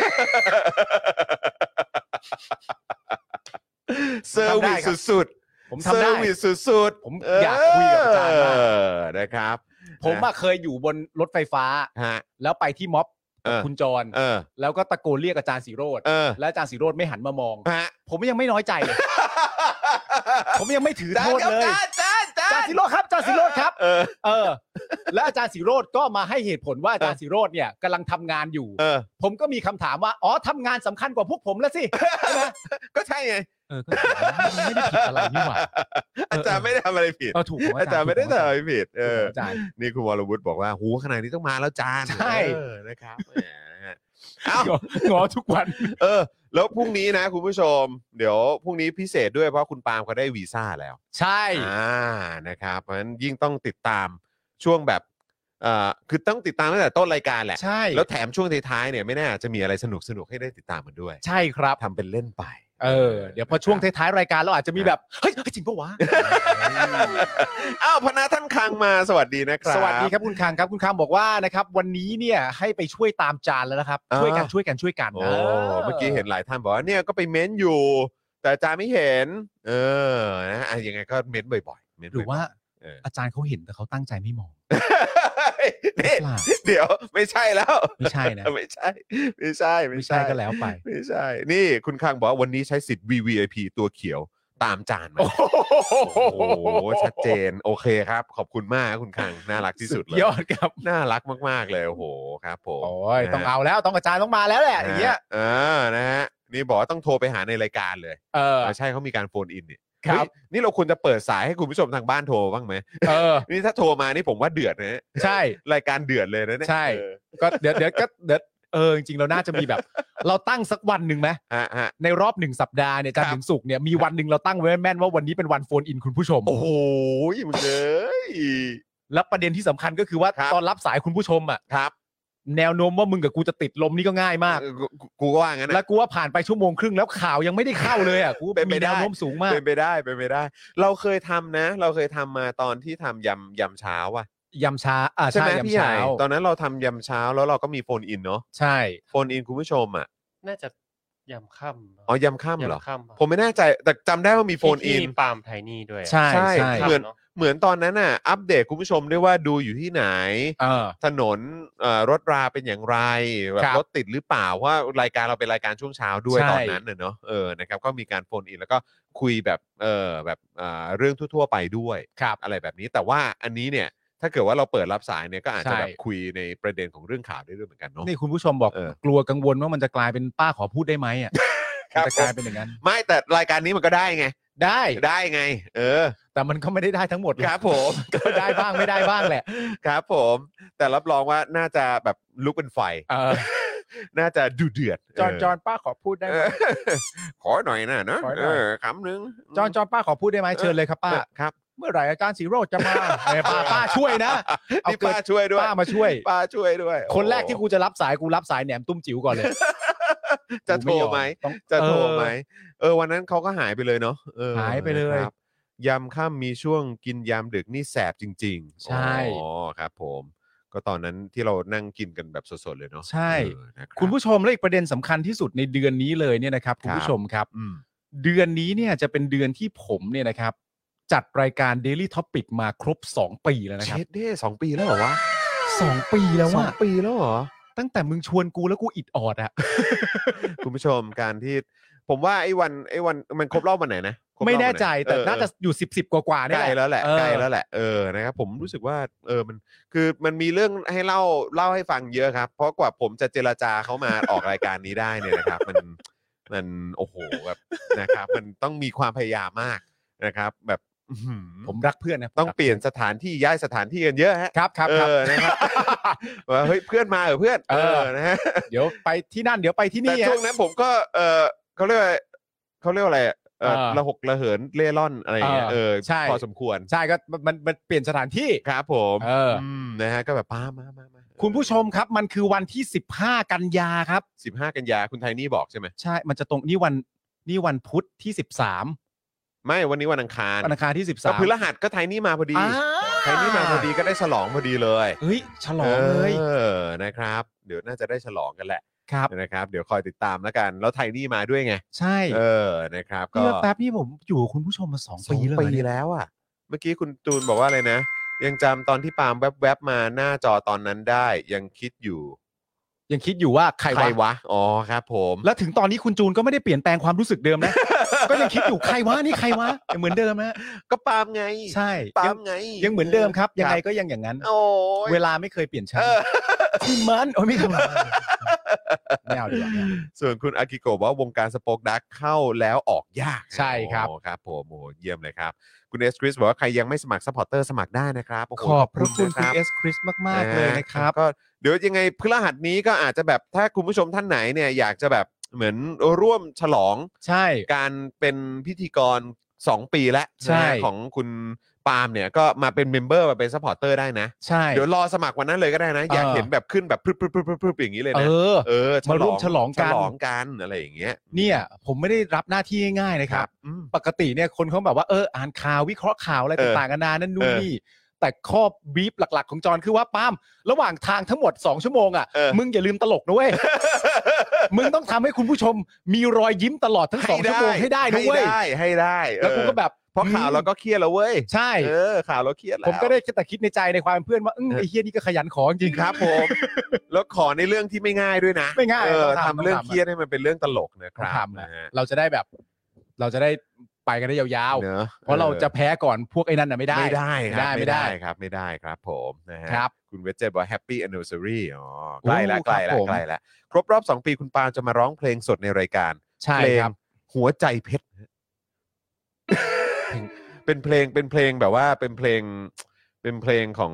B: เซอร์
C: ทำได้
B: วิส
C: ครับ
B: สุด
C: ผม
B: ๆ
C: ทำ
B: เซอ
C: ได้
B: ร์วิสสุดๆ
C: ผมอยากคุยกับอาจารย์มาก
B: เอนะครับ
C: ผมอะเคยอยู่บนรถไฟฟ้า
B: ฮะ
C: แล้วไปที่ม็อบกับ
B: เออ
C: คุณจร
B: เออ
C: แล้วก็ตะโกนเรียกอาจารย์สีโรด
B: เออ
C: และอาจารย์สีโรดไม่หันมามอง
B: ฮะ
C: ผมยังไม่น้อยใจเลย ผมยังไม่ถื อโทษเลย
B: จ้าจ้าจ้า
C: อาจารย์สีโรดครับอาจารย์สีโรดครับ
B: เออ
C: เออ และอาจารย์สีโรดก็มาให้เหตุผลว่าอาจารย์สีโรดเนี่ยกำลังทำงานอยู่
B: เออ
C: ผมก็มีคำถามว่าอ๋อทำงานสำคัญกว่าพวกผมแล้วสิใช่ไหม
B: ก็ใช่ไง
C: เออก็ถูกนะมันไม่ได้ผิดอะไรนี่หว่า
B: อาจารย์ไม่ได้ทำอะไรผิด
C: เออถูกของ
B: อา
C: อา
B: จา
C: จาร ร
B: ย์
C: ย์
B: ไม่ได้ทำอะไรผิด เออ
C: ถูกของอาจารย์
B: นี่คุณวรวุฒิบอกว่าหูขนาดนี้ต้องมาแล้วจาน
C: ใช่
B: เออนะครับแหมนะฮะเอ้า
C: งอ ทุกวัน
B: เออแล้วพรุ่งนี้นะคุณผู้ชม เดี๋ยวพรุ่งนี้พิเศษด้วยเพราะคุณปาล์มเขาได้วีซ่าแล้ว
C: ใช่
B: อ่านะครับเพราะฉะนั้นยิ่งต้องติดตามช่วงแบบเอ่อคือต้องติดตามตั้งแต่ต้นรายการแหละ
C: ใช่
B: แล้วแถมช่วงท้ายๆเนี่ยไม่แน่อาจจะมีอะไรสนุกสนุกๆให้ได้ติดตามกันด้วย
C: ใช่ครับ
B: ทำเป็นเล่นไป
C: เออเดี๋ยวพอช่วงท้ายๆรายการเราอาจจะมีแบบ เฮ้ยเฮ้ยจริงปะวะ
B: อ้าวพนาท่านคังมาสวัสดีนะครับ
C: สวัสดีครับคุณคังครับคุณคังบอกว่านะครับวันนี้เนี่ยให้ไปช่วยตามจานแล้วนะครับ
B: อ่า
C: ช่วยกันช่วยกันช่วยกัน
B: โอ้เมื่อกี้เห็นหลายท่านบอกว่าเนี่ยก็ไปเม้นอยู่ แต่อาจารย์ไม่เห็น เออนะอ่ะยังไงก็เม้นบ่อยๆเม้น
C: หรือว่า
B: บ่อยๆเออ
C: อาจารย์เขาเห็นแต่เขาตั้งใจไม่มอง
B: นี่
C: หรือเปล่า
B: เดี๋ยวไม่ใช่แล้ว
C: ไม่ใช่นะ
B: ไม่ใช่ไม่ใช่
C: ไม่ใช่ก็แล้วไป
B: ไม่ใช่ นี่คุณคังบอกว่าวันนี้ใช้สิทธิ์ VVIP ตัวเขียวตามจานมา
C: โอ้โห
B: โอ้โหชัดเจนโอเคครับ ขอบคุณมากครับคุณคังน่ารักที่สุดเลย
C: ยอดครับ
B: น่ารักมากๆเลยโอ้โหครับผม
C: โอ้ยต้องเอาแล้วต้องอาจารย์ต้องมาแล้วแหละอย่างเงี้ย
B: เออนะฮะนี่บอกว่าต้องโทรไปหาในรายการเลย
C: เออ
B: ใช่เขามีการโฟนอินนี่
C: ครับ
B: เฮ้ยนี่เราควรจะเปิดสายให้คุณผู้ชมทางบ้านโทรบ้างไหม
C: เออ
B: นี่ถ้าโทรมานี่ผมว่าเดือดนะฮะ
C: ใช่
B: รายการเดือดเลยนะเนี่ย
C: ใช่
B: เออ
C: ก็เดี๋ยวเดี๋ยวก็เดี๋ยวเออจริงๆเราน่าจะมีแบบ เราตั้งสักวันหนึ่งไหม
B: ฮะฮะ
C: ในรอบหนึ่งสัปดาห์เนี่ยจันทร์ถึงศุกร์เนี่ยมีวันหนึ่งเราตั้งไว้แม่นๆว่าวันนี้เป็นวันโฟนอินคุณผู้ชม
B: โอ้โหมึงเอ้ย
C: แล้วประเด็นที่สำคัญก็คือว่า
B: ครับ
C: ตอนรับสายคุณผู้ชมอ่ะ
B: ครับ
C: แนวโน้มว่ามึงกับกูจะติดลมนี่ก็ง่ายมาก
B: เออกูกูก็ว่างั้น
C: แล้
B: นะ
C: วกูว่าผ่านไปชั่วโมงครึ่งแล้วข่าวยังไม่ได้เข้าเลยอ่ะกู
B: เป็นไป
C: มี
B: ได้
C: แนวโน้มสูงมาก
B: เป็นไปได้เป็นไปได้ เราเคยทำนะ เราเคยทำมาตอนที่ทำยำยำเช้าอ่ะ
C: ยำช้าอ่า
B: ใช่
C: ใช่
B: ไหม
C: ยำ
B: พี่ให
C: เช้า
B: ญ่ตอนนั้นเราทำยำเช้าแล้วเราก็มีโฟนอินเนาะ
C: ใช่
B: โฟนอินคุณผู้ชมอ่ะ
D: น่าจะยำค่ำ
B: อ๋อยำข้ามเหรอ
D: ยำค่ำ
B: ผมไม่แน่ใจแต่จำได้ว่ามีโฟนอิน
D: ที่ปาล์มไทนี่ด้วยอะ
C: ใช่
B: ใช่
C: ใช่
B: ช่
D: ค่ำ
B: เหมือน
D: ะ
B: เหมือนตอนนั้นน่ะ อัปเดตคุณผู้ชมด้วยว่าดูอยู่ที่ไหน
C: เออ
B: ถนนเอ่อรถราเป็นอย่างไรแบบ
C: ครับ
B: รถติดหรือเปล่าเพราะว่ารายการเราเป็นรายการช่วงเช้าด้วย
C: ใช่
B: ตอนนั้นน่ะเนาะเออนะครับก็มีการโฟนอินแล้วก็คุยแบบเออแบบเอ่อเรื่องทั่วๆไปด้วย
C: ครับ
B: อะไรแบบนี้แต่ว่าอันนี้เนี่ยถ้าเกิดว่าเราเปิดรับสายเนี่ยก็อาจจะ
C: ใช่
B: แบบคุยในประเด็นของเรื่องข่าวได้ด้วยเหมือนกันเนาะ
C: นี่คุณผู้ชมบอก
B: เออ
C: กลัวกังวลว่ามันจะกลายเป็นป้าขอพูดได้ไหมอ่ะมันจะกลายเป็นอย่างนั้น
B: ไม่แต่รายการนี้มันก็ได้ไง
C: ได้
B: ได้ไง เออ
C: แต่มันก็ไม่ได้ได้ทั้งหมดหอก
B: ครับผม
C: ก็ได้บ้างไม่ได้บ้างแหละ
B: ครับผม แต่รับรองว่าน่าจะแบบลุกเป็นไฟ
C: เออ
B: น่าจะดูเดือด
C: จอน
B: เ
C: จอนป้าขอพูดได้ไห
B: เอ
C: ม
B: อ ขอหน่อยนะนะ
C: ขอหน่อย
B: เออคำนึง
C: จอนจอนป้าขอพูดได้ไหมเชิญเลยครับป้า
B: เออครับ
C: เมื่อไหร่อาจารย์สีโรจน์จะมาเออป้าป้าช่วยนะ เอา
B: นี่
C: เกิด
B: ป้าช่วยด้วย
C: ป้ามาช่วย
B: ป้าช่วยด้วย
C: คนแรกที่
B: โอ้
C: กูจะรับสายกูรับสายแหนมตุ้มจิ๋วก่อนเลย
B: จะโทร
C: กูยอ
B: ไหม
C: ต้อง
B: จะโทรไหมเออวันนั้นเขาก็หายไปเลยเนาะเออ
C: หายไปเลย
B: นะครับยามค่ำมีช่วงกินยามดึกนี่แสบจริงๆ
C: ใช่
B: อ๋อครับผม ก็ตอนนั้นที่เรานั่งกินกันแบบสดๆเลยเนาะ
C: ใช่
B: เออนะรับ
C: คุณผู้ชมและอีกประเด็นสำคัญที่สุดในเดือนนี้เลยเนี่ยนะครับคุณผู้ชมครับ
B: อืม
C: เดือนนี้เนี่ยจะเป็นเดือนที่ผมเนี่ยนะครับ จัดรายการ Daily Topic มาครบ 2 ปีแล้วนะครับ
B: เช็ดเด้สองปีแล้วเหรอวะ
C: สองปีแล้ว
B: สอง
C: ว่า
B: ปีแล้วเหรอ
C: ตั้งแต่มึงชวนกูแล้วกูอิดออดอะ
B: คุณผู้ชมการที่ ผมว่าไอ้วันไอ้วันมันครบรอบวันไหนนะครบรอบ
C: ไม่แน่
B: วัห
C: ใจแต่
B: เออ
C: น่าจะอยู่สิบสิบกว่า
B: ใก
C: ๆเนี่ย
B: ล้แล้วแหละ
C: เออ
B: ใกล้แล้วแหละเออนะครับผมรู้สึกว่าเออมันคือมันมีเรื่องให้เล่าเล่าให้ฟังเยอะครับ เพราะกว่าผมจะเจรจาเขามา ออกรายการนี้ได้เนี่ยนะครับ มันมันโอ้โหแบบนะครับ มันต้องมีความพยายามมากนะครับ แบบอื้อหือ
C: ผมรักเพื่อนนะ
B: ต้องเปลี่ยนสถานที่ย้ายสถานที่กันเยอะฮะ
C: ครับครับ
B: เอ
C: ครับ
B: อนะครับ ว่าเฮ้ยเพื่อนมาเหรอเพื่อน
C: เออ
B: นะฮะ
C: เดี๋ยวไปที่นั่นเดี๋ยวไปที่
B: แต่
C: นี่ฮะ
B: ช่วงนั้นผมก็ เออเขาเรียกว่าเขาเรียกว่าอะไรอะเออ
C: เออ
B: ระหกระเหินเล่ร่อนอะไรอย่างเงี้ย เอ
C: เอ
B: อ
C: อใช่
B: พอสมควร
C: ใช่ก็มันมันเปลี่ยนสถานที่
B: ครับผม
C: เอออื
B: มนะฮะ ก็แบบป้ามามามา
C: คุณผู้ชมครับมันคือวันที่ 15 กันยาครับ
B: สิบห้ากันยาคุณไทนี่บอกใช่ไหม
C: ใช่มันจะตรงนี่วันนี่วันพุธที่ 13
B: ไม่ วันนี้วันอังคาร
C: วันอังคารที่
B: ก็
C: 13
B: พฤหัสก็ไทนี่มาพอดี
C: อ่า
B: ไทนี่มาพอดีก็ได้ฉลองพอดีเลย
C: เฮ้ย ฉลองเลย
B: เออ นะครับ เดี๋ยวน่าจะได้ฉลองกันแหละ
C: ครับ
B: นะครับ เดี๋ยวคอยติดตามแล้วกัน แล้วไทนี่มาด้วยไง
C: ใช่
B: เออ นะครับ ก็
C: นี่ว่าแป๊บนี่ผมอยู่กับคุณผู้ชมมาสอง
B: สอ
C: ปี
B: ง
C: แล้ว
B: ปี
C: เหรอเนี่ย
B: แล้วอ่ะ เมื่อกี้คุณจูนบอกว่าอะไรนะ ยังจำตอนที่ปาล์มแวบๆมาหน้าจอตอนนั้นได้ ยังคิดอยู่
C: ยังคิดอยู่ว่าใคร
B: ใคร
C: วะ
B: วะ อ๋อครับผม
C: แล้วถึงตอนนี้คุณจูนก็ไม่ได้เปลี่ยนแปลงความรู้สึกเดิมนะ ก็ยังคิดอยู่ใครวะนี่ใครวะยังเหมือนเดิมฮ ะ
B: ก็ปาล์มไง
C: ใช่
B: ปา
C: ยั
B: ล์ม
C: ง
B: ไง
C: ยังเหมือนเดิมครับ ยังไงก็ยังอย่างนั้น
B: โอ้ย
C: เวลาไม่เคยเปลี่ยนชั้น
B: เออ
C: คุณมันโอ้ยไม่ทำไม่เอาดีกว่า
B: ส่วนคุณอากิโกะบอกว่าวงการสป็อกดักเข้าแล้วออกยาก
C: ใช่ครับ
B: โอ้ครับผมโอ้เยี่ยมเลยครับ คุณเอสคริสบอกว่าใครยังไม่สมัครซัพพอร์เตอร์สมัครได้นะครับโโห
C: ขอบพระคุณ
B: นะ
C: คุณ
B: รับ
C: เอสคริสมากๆเลยนะครับ
B: ก็เดี๋ยวยังไงพฤหัสนี้ก็อาจจะแบบถ้าคุณผู้ชมท่านไหนเนี่ยอยากจะแบบเหมือนร่วมฉลอง
C: ใช่
B: การเป็นพิธีกร 2 ปีแล้วนะ
C: ใช่
B: ฮะของคุณปาล์มเนี่ยก็มาเป็นเมมเบอร์มาเป็นซัพพอร์เตอร์ได้นะ
C: ใช่
B: เดี๋ยวรอสมัครวันนั้นเลยก็ได้นะ อยาก
C: เออ
B: เห็นแบบขึ้นแบบพรึบพรึบพรึบพรึบพรึบอย่างนี้เลย
C: เอ
B: นะ
C: อ
B: เออ
C: มาร่วมฉลองกัน
B: ฉลองกันอะไรอย่างเงี้ย
C: เนี่ย ผมไม่ได้รับหน้าที่ง่ายๆนะครับ
B: อืม
C: ปกติเนี่ยคนเขาแบบว่าเอออ่านข่าววิเคราะห์ข่าวอะไร
B: เออ
C: ต่างๆกันานานั่นนู่น
B: เออ
C: นี่ แต่ข้อบีบหลักๆ ของจอนคือว่าป้ามระหว่างทางทั้งหมด 2 ชั่วโมงอ่ะ
B: เออ
C: มึงอย่าลืมตลกนะ เว้ย มึงต้องทำให้คุณผู้ชมมีรอยยิ้มตลอดทั้งสองชั่วโมงให้ได้นะเว้ย
B: ให้ได้ให้ได้เออ
C: แล้วกูก็แบบ
B: เพราะข่าวเราก็เครียดแล้วเว้ย
C: ใช่
B: เออข่าวเราเครียดแล้ว
C: ผมก็ได้แต่คิดในใจในความเป็นเพื่อนว่าอื้อไอ้เฮียนี่ก็ขยันขอจริง
B: ครับผม แล้วขอในเรื่องที่ไม่ง่ายด้วยนะ
C: ไม่ง่าย
B: เออ
C: ต้องทำ
B: ทำ
C: ต้อง
B: เรื่อง
C: ทำ
B: เครียดให้มันเป็นเรื่องตลกนะค
C: ต้อ
B: รั
C: ง
B: บ
C: ทำนะ
B: นะฮะ
C: เราจะได้แบบ เราจะได้ไปกันได้ยาว
B: เนอะ
C: ๆ เพราะเราจะ
B: ออ
C: แพ้ก่อนพวกไอ้นั่นน่ะไม่ได้
B: ไม่ได้ครับ
C: ไม่ได้
B: ม่ครับ ไม่ได้ครับผมนะฮะ
C: ครับ
B: คุณเวจเจบอกแฮปปี้แอนนิวซารีอ๋อใกล้ละ
C: โอ้
B: ใกล้
C: ครั
B: ละ
C: บผม
B: ใกล้ละครบรอบ 2 ปีคุณปาจะมาร้องเพลงสดในรายการ
C: ใช่
B: เพลง
C: ครับ
B: หัวใจเพชร เป็นเพลงเป็นเพลงแบบว่าเป็นเพลง เป็นเพลงของ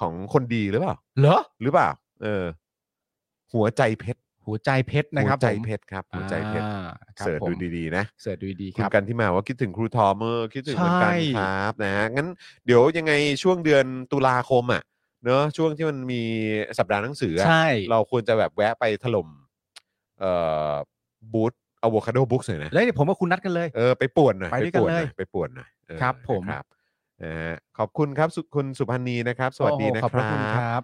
B: ของคนดีหรือเปล่า
C: เหรอ
B: หรือเปล่า เออ หัวใจเพชร
C: หัวใจเพชรนะครับ
B: หัวใจ
C: ผม
B: เพชรครับหัวใจเพชร
C: อ่าครับ
B: เสิร์ช
C: ผม
B: ดูดีๆนะ
C: เสิร์ชดูดีๆค
B: คุณ
C: รับ
B: กันที่มาว่าคิดถึงครูทอมเมอร์คิดถึงเหมือนกัน
C: ใช่
B: ครับนะฮะงั้นเดี๋ยวยังไงช่วงเดือนตุลาคมอ่ะเนอะช่วงที่มันมีสัปดาห์หนังสืออะ
C: ใช่
B: เราควรจะแบบแวะไปถล่มเอ่อบูธอะโวคาโดบุ๊กหน่อยนะ
C: แล้วเดี๋ยวผมกับคุณนัดกันเลย
B: เออไปป่วนหน่อย
C: ไปด้วยกัน
B: ป่วนหน่อ
C: เลยย
B: ไปป่วนหน่อยเออ
C: ครับผม
B: นะครับนะฮะขอบคุณครับสุคุณสุพันธ์นีนะครับ สวัสดีนะ
C: โอ้
B: ค
C: โหขอบพ
B: ร
C: ระคุณคั
B: บ
C: รับ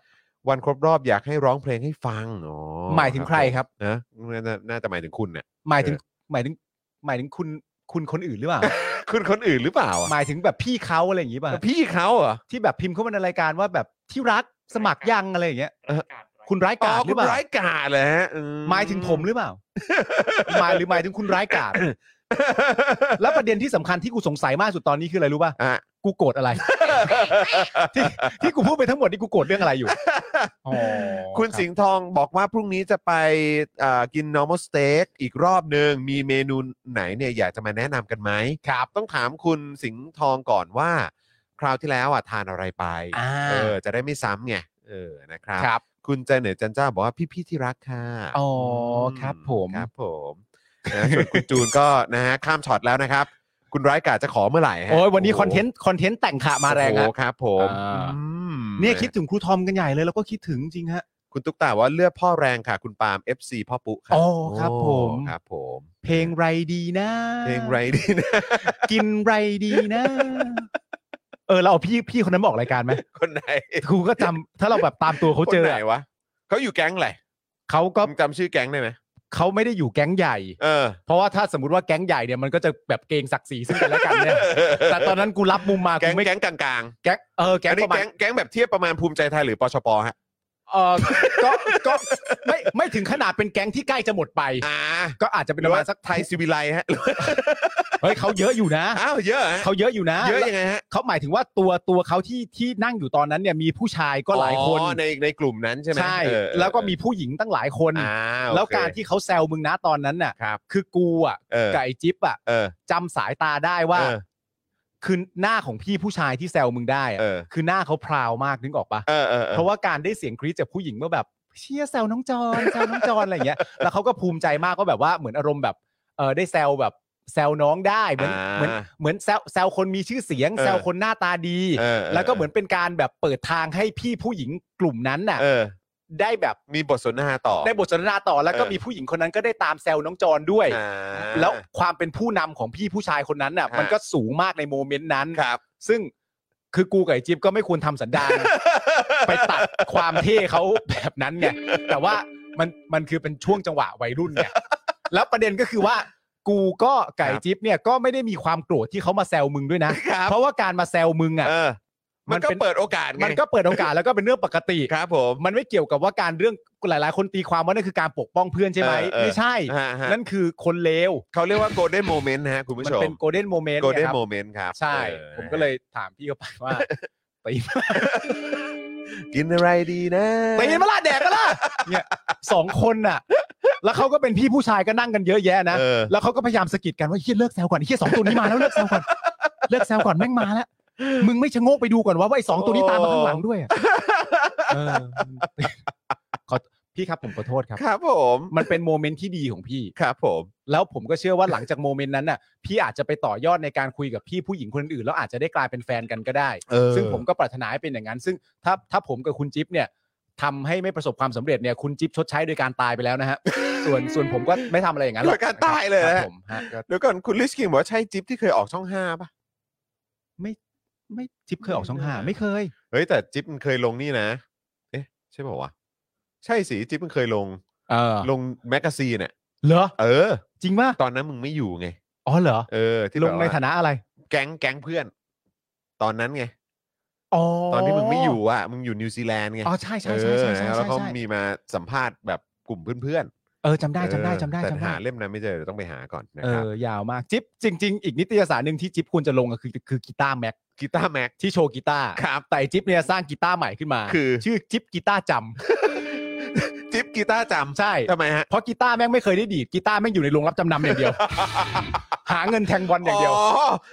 B: วันครบรอบอยากให้ร้องเพลงให้ฟังอ๋อ
C: หมายถึงใครครับ
B: นะน่าจะน่าจะหมายถึงคุณเนี่ย
C: หมายถึง
B: เอ
C: หมายถึงหมายถึงคุณคุณคนอื่นหรือเปล่า
B: คุณคนอื่นหรือเปล่าอะ
C: หมายถึงแบบพี่เขาอะไรอย่างงี้ป่ะ
B: พี่เขาเหรอ
C: ที่แบบพิมพ์เข้ามาในรายการว่าแบบที่รักสมัครยังอะไรอย่างเงี้ยคุณร้า
B: อ๋อก
C: ยาจห
B: คุ
C: รื
B: ณ
C: อเปล่า
B: ร้ายกาจเลยฮะอื
C: หมายถึงผมหรือเปล่าหมายหรือหมายถึงคุณร้ายกาจ แล้วประเด็นที่สำคัญที่กูสงสัยมากสุดตอนนี้คืออะไรรู้ป่ะ
B: อ่ะ
C: กูโกรธอะไร ที่ที่กูพูดไปทั้งหมดนี่กูโกรธเรื่องอะไรอยู่
B: คุณสิงห์ทองบอกว่าพรุ่งนี้จะไปอ่ากิน normal steak อีกรอบหนึ่งมีเมนูไหนเนี่ยอยากจะมาแนะนำกันไหมครับ ต้องถามคุณสิงห์ทองก่อนว่า คราวที่แล้วอ่ะทานอะไรไป
C: อ่า
B: เออจะได้ไม่ซ้ำไงเออนะครับ
C: ครับ
B: ค คุณจันเนตจันเจ้าบอกว่าพี่พี่ๆที่รักค่ะ
C: อ๋อครับผม
B: ครับผมนะส่วนคุณจูนก็นะฮะข้ามช็อตแล้วนะครับ คุณร้ายกาจจะขอเมื่อไหร่ฮะ
C: โอ้ยวันนี้คอนเทนต์คอนเทนต์แต่งขะมาแรง
B: โอ้
C: อะ
B: โหครับผม
C: อ่า
B: อืม
C: เนี่ยคิดถึงครูทอมกันใหญ่เลย แล้วก็คิดถึงจริงฮะ
B: คุณตุ๊กตาบอกว่าเลือกพ่อแรงค่ะ คุณปาล์ม FC พ่อปุ๊ค่ะ
C: โอ้ครับผม
B: โอ้ครับผม
C: เพลงไรดีนะ
B: เพลงไรดีนะ
C: กินไรดีนะ เออเราเอาพี่พี่คนนั้นมาออกรายการไหม
B: คนไหน
C: ครูก็จำถ้าเราแบบตามตัวเขาเจอ
B: คนไหน
C: อะ
B: วะเขาอยู่แก๊งอะไร
C: เขาก็
B: มึงจำชื่อแก๊งได้ไหม
C: เขาไม่ได้อยู่แก๊งใหญ่
B: เออ
C: เพราะว่าถ้าสมมติว่าแก๊งใหญ่เนี่ยมันก็จะแบบเกรงศักดิ์ศรีซึ่งกันและกันเนี่ยแต่ตอนนั้นกูรับมุมมา
B: แก๊
C: กู
B: ง
C: ไม่
B: แก๊งกลาง
C: แก๊งเออ
B: ๆแก๊
C: แก๊
B: ง
C: ง
B: นี้
C: ประมา
B: แก๊
C: ณ
B: งแก๊งแบบเทียบประมาณภูมิใจไทยหรือปชปฮะ
C: เออก็ก็ไม่ไม่ถึงขนาดเป็นแก๊งที่ใกล้จะหมดไป
B: อ่า
C: ก็อาจจะเป็น
B: หรื
C: ป
B: อ
C: ระมา
B: ว่า
C: ณสัก
B: ไทยซิวิไลฮะ หรือว่า
C: เฮ้ยเขาเยอะอยู่นะ
B: อ้าวเยอะฮะ
C: เขาเยอะอยู่นะ
B: เยอะยังไงฮะ
C: เขาหมายถึงว่าตัวตัวเขาที่ที่นั่งอยู่ตอนนั้นเนี่ยมีผู้ชายก็หลายคน
B: อ๋อในในกลุ่มนั้นใช่ไหม
C: ใช่
B: เออเออ
C: แล้วก็มีผู้หญิงตั้งหลายคน
B: อ่าโอเค
C: แล้วการที่เขาแซวมึงนะตอนนั้นน่ะ
B: ครับ
C: คือกูอ่ะ
B: เออ
C: กับไอ้จิ๊บอ่ะ
B: เออ
C: จำสายตาได้ว่า
B: เออ
C: คือหน้าของพี่ผู้ชายที่แซวมึงได้อะ
B: เออ
C: คือหน้าเขาพราวมากนึกออกปะ
B: เออเออออ
C: เพราะว่าการได้เสียงกรี๊ดจากผู้หญิงเมื่อแบบเชียแซวน้องจอนแซวน้องจอนอะไรอย่างเงี้ยแล้วเขาก็ภูมิใจมากก็แบบว่าเหมือนอารมณ์แบบเออได้แซวแบบแซวน้องได้เหมือนเหมือน
B: อ่า
C: เหมือนแซวแซวคนมีชื่อเสียง
B: เออ
C: แซวคนหน้าตาดี
B: เออ
C: แล้วก็เหมือนเป็นการแบบเปิดทางให้พี่ผู้หญิงกลุ่มนั้นน่ะ
B: เออ
C: ได้แบบ
B: มีบทสนทนาต่อ
C: ได้บทสนทนาต่อแล้วก็
B: เออ
C: มีผู้หญิงคนนั้นก็ได้ตามแซวน้องจอนด้วย
B: อ่า
C: แล้วความเป็นผู้นำของพี่ผู้ชายคนนั้นน่ะ
B: ฮะ
C: มันก็สูงมากในโมเมนต์นั้น
B: ครับ
C: ซึ่งคือกูกับไอ้จิ๊บก็ไม่ควรทำสันดาน ไปตัดความเท่เขาแบบนั้นไงแต่ว่ามันมันคือเป็นช่วงจังหวะวัยรุ่นไงแล้วประเด็นก็คือว่า กูก็ไก่
B: ครับ
C: จิ๊บเนี่ยก็ไม่ได้มีความโกรธที่เขามาแซวมึงด้วยนะ
B: ครับ
C: เพราะว่าการมาแซวมึงอ่ะ
B: เออ
C: มั
B: มัน
C: น
B: ก็
C: เป็น
B: เปิดโอกาสไง
C: มันก็เปิดโอกาสแล้วก็เป็นเรื่องปกติ
B: ครับผม
C: มันไม่เกี่ยวกับว่าการเรื่องหลาย ๆ คนตีความว่านั่นคือการปกป้องเพื่อนใช่ไหมไม่ใช่
B: ฮะฮะ
C: นั่นคือคนเลว
B: เขาเรียกว่าโกลเด้นโมเมนต์นะฮะคุณผู้
C: มัน
B: ชม
C: เป็นโกลเด้นโมเมนต์
B: โกลเด้นโมเมนต์ครับ
C: ใช่
B: ออ
C: ผมก็เลยถามพี่เขาไป ว่าตีมา
B: กินอะไรดีนะ
C: ตีมาละแดกกันละเนี่ยสองคนน่ะ แล้วเขาก็เป็นพี่ผู้ชายก็นั่งกันเยอะแยะนะ
B: เออ
C: แล้วเขาก็พยายามสะกิดกันว่าเฮียเลิกแซวก่อนเฮียสองตัวนี้มาแล้วเลิกแซวก่อนเลิกแซวก่อนแม่งมาแล้วมึงไม่ชะโงกไปดูก่อนว่าว่าไอ้สองตัวนี้ตามมาข้างหลังด้วยอะเออขอพี่ครับผมขอโทษครับ
B: ครับผม
C: มันเป็นโมเมนต์ที่ดีของพี่
B: ครับผม
C: แล้วผมก็เชื่อว่าหลังจากโมเมนต์นั้นน่ะ พี่อาจจะไปต่อยอดในการคุยกับพี่ผู้หญิงคนอื่น แล้วอาจจะได้กลายเป็นแฟนกันก็ได้
B: เออ
C: ซึ่งผมก็ปรารถนาให้เป็นอย่างนั้น ซึ่งถ้าถ้าผมกับคุณจิ๊บเนี่ยทำให้ไม่ประสบความสำเร็จเนี่ยคุณจิ๊บชดใช้โดยการตายไปแล้วนะฮะ ส่วนส่วนผมก็ไม่ทำอะไรอย่างนั้นหรอก
B: โดยการตายเลย
C: ค
B: นะฮะ
C: รับผมฮะก็
B: เดี๋ยวก่อนคุณลิชคิงบอกว่าใช่จิ๊บที่เคยออกช่องห้าป่ะ
C: ไม่จิ๊บเคยออกช่องห้าไม่เคย
B: เฮ้ยแต่จิ๊บมันเคยลงนี่นะ เอ๊ะ ใช่ป่าวะ ใช่สิจิ๊บมันเคยลง
C: เออ
B: ลงแมกกาซีนเนี่ย
C: เหรอ
B: เออ
C: จริงป่ะ
B: ตอนนั้นมึงไม่อยู่ไง
C: อ๋อเหรอ
B: เออ ที่
C: ล
B: แบบ
C: ง
B: ว่
C: ในฐานะอะไร
B: แก๊งแก๊งเพื่อน ตอนนั้นไง
C: อ๋อ
B: ตอนที่มึงไม่อยู่อ่ะ มึงอยู่นิวซีแลนด์ไง
C: อ๋อใช่ใช่
B: เอ
C: ใช่
B: อ
C: ใช่ใช่
B: นะแล้ว
C: ใช่
B: เขา
C: ใช่
B: มีมาสัมภาษณ์แบบกลุ่มเพื่อน
C: เออจำ
B: ๆ
C: ได้จำได้จำได้
B: เออ
C: จำ
B: แต่
C: ได้
B: หาเล่มนั้นไม่เจอเดี๋ยวต้องไปหาก่อนนะ
C: เอ
B: ครับ
C: อยาวมากจิ๊บจริง ๆ อีกนิตยสารหนึ่งที่จิ๊บควรจะลงก็คือคือกีตาร์แม็ก
B: กีตาร์แม็ ก
C: ที่โชว์กีตาร์
B: ครับ
C: แต่จิ๊บเนี่ยสร้างกีตาร์ใหม่ขึ้นมา
B: คือ
C: ชื่อจิ๊บกีตาร์จ
B: จิ๊บกีตาร์จ
C: ำใช่
B: ำทำไมฮะ
C: เพราะกีตาร์แม่งไม่เคยได้ดีดกีตาร์แม่งอยู่ในโรงรับจำนำอย่างเดียว หาเงินแทงบอลอย่างเดียว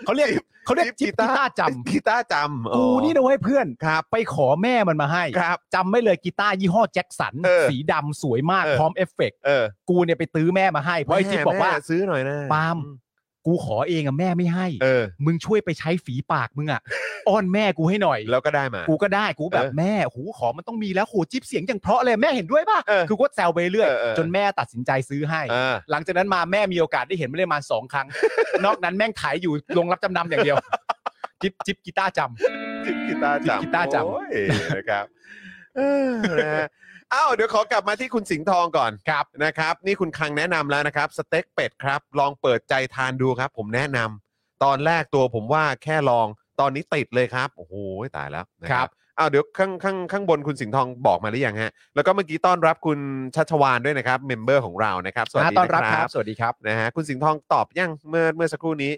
C: เขาเรียกเขาเรียกจิ๊บกีตาร์จำ
B: กีตาร์จำ
C: กูนี่นะเว้ยเพื่อน
B: ครับ
C: ไปขอแม่มันมาให้
B: ครับ
C: จำไม่เลยกีตาร์ยี่ห้อแจ็คสัน
B: เออ
C: สีดำสวยมาก
B: เออ
C: พร้อมเอฟเฟกต์
B: เออ
C: กูเนี่ยไปตื้อแม่มาให้เพราะไอ้จิ๊บบอกว่า
B: แม่ซื้อหน่อยนะ
C: ปาล์ม กูขอเองอะแม่ไม่ให้
B: เออ
C: มึงช่วยไปใช้ฝีปากมึง อ่ะ อ้อนแม่กูให้หน่อย
B: แล้วก็ได้มา
C: กูก็ได้กูแบบ
B: เออ
C: แม่หูขอมันต้องมีแล้วโหจิ๊บเสียงอย่างเพราะเลยแม่เห็นด้วยป่ะ
B: เออ
C: คือก็แซวไปเรื่อย
B: เออเออ
C: จนแม่ตัดสินใจซื้อให้
B: เออ
C: หลังจากนั้นมาแม่มีโอกาสได้เห็นไม่ได้มาสองครั้ง นอกนั้นแม่งขายอยู่โรงรับจำนำอย่างเดียว จิ๊บจิ๊บกีตาร์จ
B: จิ๊บกีตาร์
C: จิ๊
B: จำ
C: บกีตาร์จำ
B: โอ้ยนะครับเออนะฮะอ้าวเดี๋ยวขอกลับมาที่คุณสิงห์ทองก่อน
C: ำครับ
B: นะครับ นี่คุณคังแนะนำแล้วนะครับ สเต็กเป็ดครับ ลองเปิดใจทานดูครับ ผมแนะนำตอนแรกตัวผมว่าแค่ลองตอนนี้ติดเลยครับโอ้โหตายแล้วนะค
C: ครั
B: รับบ อ้าวเดี๋ยวข้างข้างข้างบนคุณสิงห์ทองบอกมาหรือยังฮะแล้วก็เมื่อกี้ต้อนรับคุณชัชวานด้วยนะครับเมมเบอร์ของเรานะครับสวัสดี
C: นะต้อนรับ
B: นะ
C: ค
B: ค
C: รั
B: รับ บ
C: สวัสดีครับ
B: นะฮะคุณสิงห์ทองตอบยังเมื่อเมื่อสักครู่นี้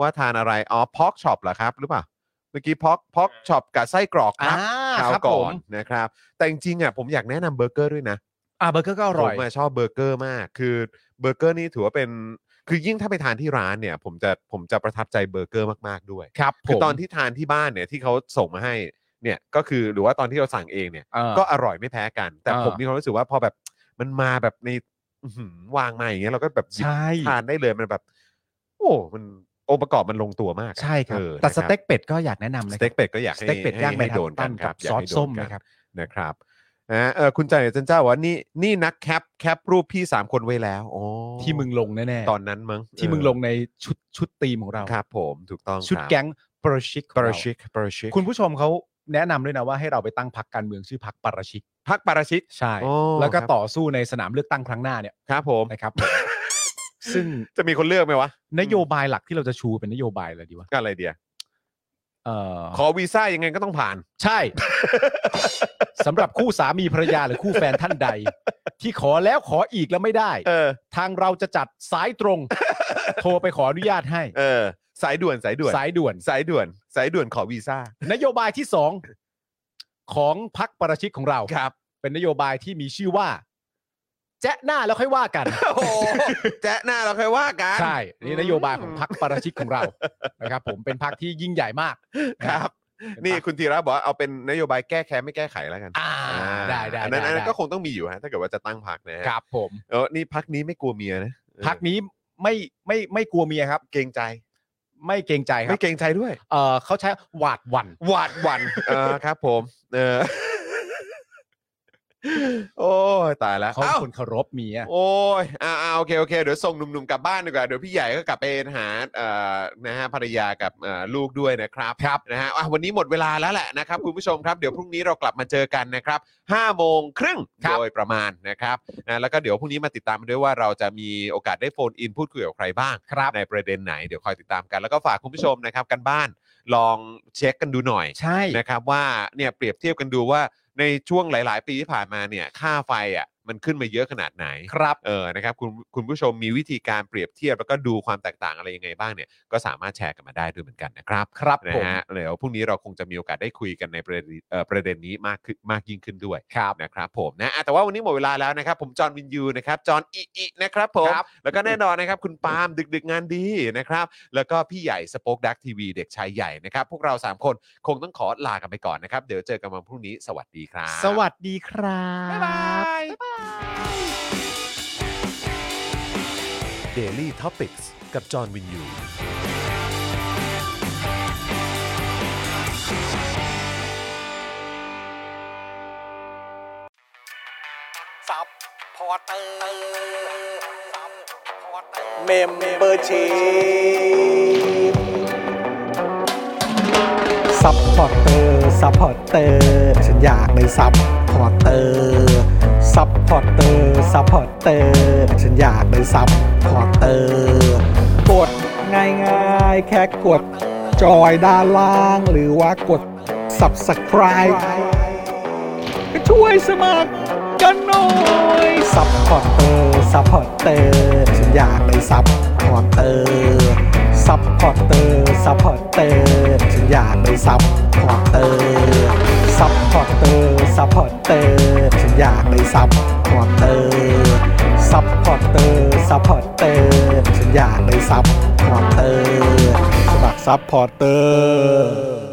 B: ว่าทานอะไรอ๋อพอกช็อปเหรอครับหรือเปล่าเมื่อกี้พอกพอกช็อปกับไส้กรอกค
C: อ่า
B: รับข่าว
C: ครับ
B: ก่
C: ผ
B: อ
C: ม
B: นนะครับ แต่จริงๆอ่ะผมอยากแนะนำเบอร์เกอร์ด้วยนะ
C: อ่าเบอร์เกอร์ก็อ
B: ผ
C: ร่อ
B: ม
C: ย
B: อะชอบเบอร์เกอร์มาก คือเบอร์เกอร์นี่ถือว่าเป็นคือยิ่งถ้าไปทานที่ร้านเนี่ย ผมจะผมจะประทับใจเบอร์เกอร์มากๆด้วย
C: ครับผ
B: คือ
C: ม
B: ตอนที่ทานที่บ้านเนี่ยที่เขาส่งมาให้ เนี่ยก็คือหรือว่าตอนที่เราสั่งเองเนี่ย
C: อ่า
B: ก็อร่อยไม่แพ้กัน แต่
C: อ่า
B: ผมมีความรู้สึกว่าพอแบบมันมาแบบในอื้อหือวางมาอย่างเงี้ยเราก็แบบหยิบ
C: ใช่
B: ทานได้เลยมันแบบ โอ้ มันองค์ประกอบมันลงตัวมาก
C: ใช่ครับ
B: เออ
C: แต่
B: นะ
C: สเต็กเป็ดก็อยากแนะ
B: ส
C: นำนะค
B: เต็
C: รับ
B: กเป็ดก็อยาก
C: ส
B: ให้
C: เต็กเป็ดย่าง
B: ให้
C: แม
B: ให้
C: น
B: โดนกั
C: ตั
B: น
C: น
B: ค
C: กั
B: รับบ อยาก
C: ซอส
B: ให้โดน
C: ส้ม
B: กั
C: นะครับ
B: นะครับนะเออคุณจันเนตจันเจ้าบอกว่านี่นี่นักแคปแคปรูปพี่ 3 คนไว้แล้วอ๋อ
C: ที่มึงลงแน่
B: ตอนนั้นมั้ง
C: ๆที่มึงลงในชุดชุดตีมของเรา
B: ครับผมถูกต้อง
C: ชุด
B: ครับ
C: แก๊งปรชิกของ
B: ปา
C: เา
B: ราชิกปาราชิก
C: คุณผู้ชมเขาแนะนำด้วยนะว่าให้เราไปตั้งพักการเมืองชื่อพักปรชิก
B: พักปาราชิก
C: ใช่
B: โอ้
C: แล้วก็
B: ครับ
C: ต่อสู้ในสนามเลือกตั้งครั้งหน้าเนี่ย
B: ครับผม
C: นะครับ ซึ่ง
B: จะมีคนเลือกไหมวะ
C: นโยบายหลักที่เราจะชูเป็นนโยบายอะไรดีวะ
B: ก็อะไรเดีย
C: เออ
B: ขอวีซ่ายังไงก็ต้องผ่าน
C: ใช่ สำหรับคู่สามีภรรยาหรือคู่แฟนท่านใด ที่ขอแล้วขออีกแล้วไม่ได้
B: เออ
C: ทางเราจะจัดสายตรง โทรไปขออนุญาตให้
B: เออ สายด่วนสายด่วน
C: สายด่วน
B: สายด่วนสายด่วนขอวีซ่าน
C: โยบายที่สองของพักประชิกของเรา
B: ครับ
C: เป็นนโยบายที่มีชื่อว่า แจ๊ะหน้าแล้วค่อยว่ากัน
B: โอ้โหแจ๊ะหน้าเราเคอยว่ากัน
C: ใช่ นี่นโยบายของพักประชิกของเรา นะครับ ผมเป็นพักที่ยิ่งใหญ่มาก
B: ครับ นี่คุณธีระบอกว่าเอาเป็นนโยบายแก้แค้นไม่แก้ไขแล้วกัน
C: อ่าได้ได้
B: อันนั้น
C: ได้
B: อันนั้น
C: ได้
B: ก็คงต้องมีอยู่ฮะถ้าเกิดว่าจะตั้งพักนะฮะ
C: ครับผม
B: เออ นี่พักนี้ไม่กลัวเมียนะเออ
C: พักนี้ไม่ไม่ไม่กลัวเมียครับ
B: เกรงใจ
C: ไม่เกรงใจครั
B: ไม่
C: บ
B: เกรงใจด้วย
C: เออเขาใช้หวาดหวั่น
B: หวาดหวัน เออครับผม เออ โอ้ยตายแล้ว
C: เขา
B: เอ้า
C: คนเคารพเมีย
B: โอ้ยอ่าอ่าโอเคโอเค เดี๋ยวส่งหนุ่มๆกลับบ้านดีกว่า เดี๋ยวพี่ใหญ่ก็กลับไปหาเอ่อนะฮะภรรยากับเอ่อลูกด้วยนะครับครับนะฮะอ่ะวันนี้หมดเวลาแล้วแหละนะครับคุณผู้ชมครับ เดี๋ยวพรุ่งนี้เรากลับมาเจอกันนะครับ5้าโมงครึ่ง
C: ครับ
B: โดยประมาณนะครับนะแล้วก็เดี๋ยวพรุ่งนี้มาติดตามด้วยว่าเราจะมีโอกาสได้โฟนอินพูดคุยกับใครบ้าง
C: ครับ
B: ในประเด็นไหนเดี๋ยวคอยติดตามกัน แล้วก็ฝากคุณผู้ชมนะครับกันบ้านลองเช็คกันดูหน่อย
C: ใช่
B: นะครับว่าเนี่ยเปรียบเทียบกันดูว่าในช่วงหลาย ๆ ปีที่ผ่านมาเนี่ยค่าไฟอ่ะมันขึ้นมาเยอะขนาดไหน
C: ครับ
B: เออนะครับคุณคุณผู้ชมมีวิธีการเปรียบเทียบแล้วก็ดูความแตกต่างอะไรยังไงบ้างเนี่ยก็สามารถแชร์กันมาได้ด้วยเหมือนกันนะครับ
C: ครับ
B: นะ
C: ผม
B: ฮะเดี๋ยวพรุ่งนี้เราคงจะมีโอกาสได้คุยกันในประเด็นเอ่อประเด็นนี้มากขึ้นมากยิ่งขึ้นด้วย
C: ครับ
B: นะครับผมนะอ่ะแต่ว่าวันนี้หมดเวลาแล้วนะครับ ผมจอห์นวินยูนะครับจอห์นอิอินะครับผม
C: ครับ
B: แล้วก็แน่นอนนะครับ คุณปาล์มดึก ๆ งานดีนะครับ แล้วก็พี่ใหญ่สป็อคดักทีวีเด็กชายใหญ่นะครับ พวกเรา 3 คนคงต้องขอลากันไปก่อนนะครับ เดี๋ยวเจอกันวันพรุ่งนี้สวัสดีครับ
C: สวัสดีครับ
B: บ๊ายบาย
A: Daily Topics กับจอห์นวินยู
G: ซับพอร์เตอร์ซับพอร์เตอร์
H: เมมเบอร์ชีซัพพอร์เตอร์ซัพพอร์เตอร์ฉันอยากเป็นซัพพอร์เตอร์ซัพพอร์เตอร์ซัพพอร์เตอร์ฉันอยากเป็นซัพพอร์เตอร์กดง่ายๆ แค่กดจอยด้านล่างหรือว่ากด subscribe ก็ช่วยสมัคร กันหน่อยซัพพอร์เตอร์ซัพพอร์เตอร์ฉันอยากเป็นซัพพอร์เตอร์ซัพพอร์เตอร์ซัพพอร์เตอร์ฉันอยากเป็นซัพพอร์เตอร์ซัพพอร์เตอร์ซัพพอร์เตอร์ฉันอยากเป็นซัพพอร์เตอร์ซัพพอร์เตอร์ซัพพอร์เตอร์ฉันอยากเป็นซัพพอร์เตอร์สมัครซัพพอร์เตอร์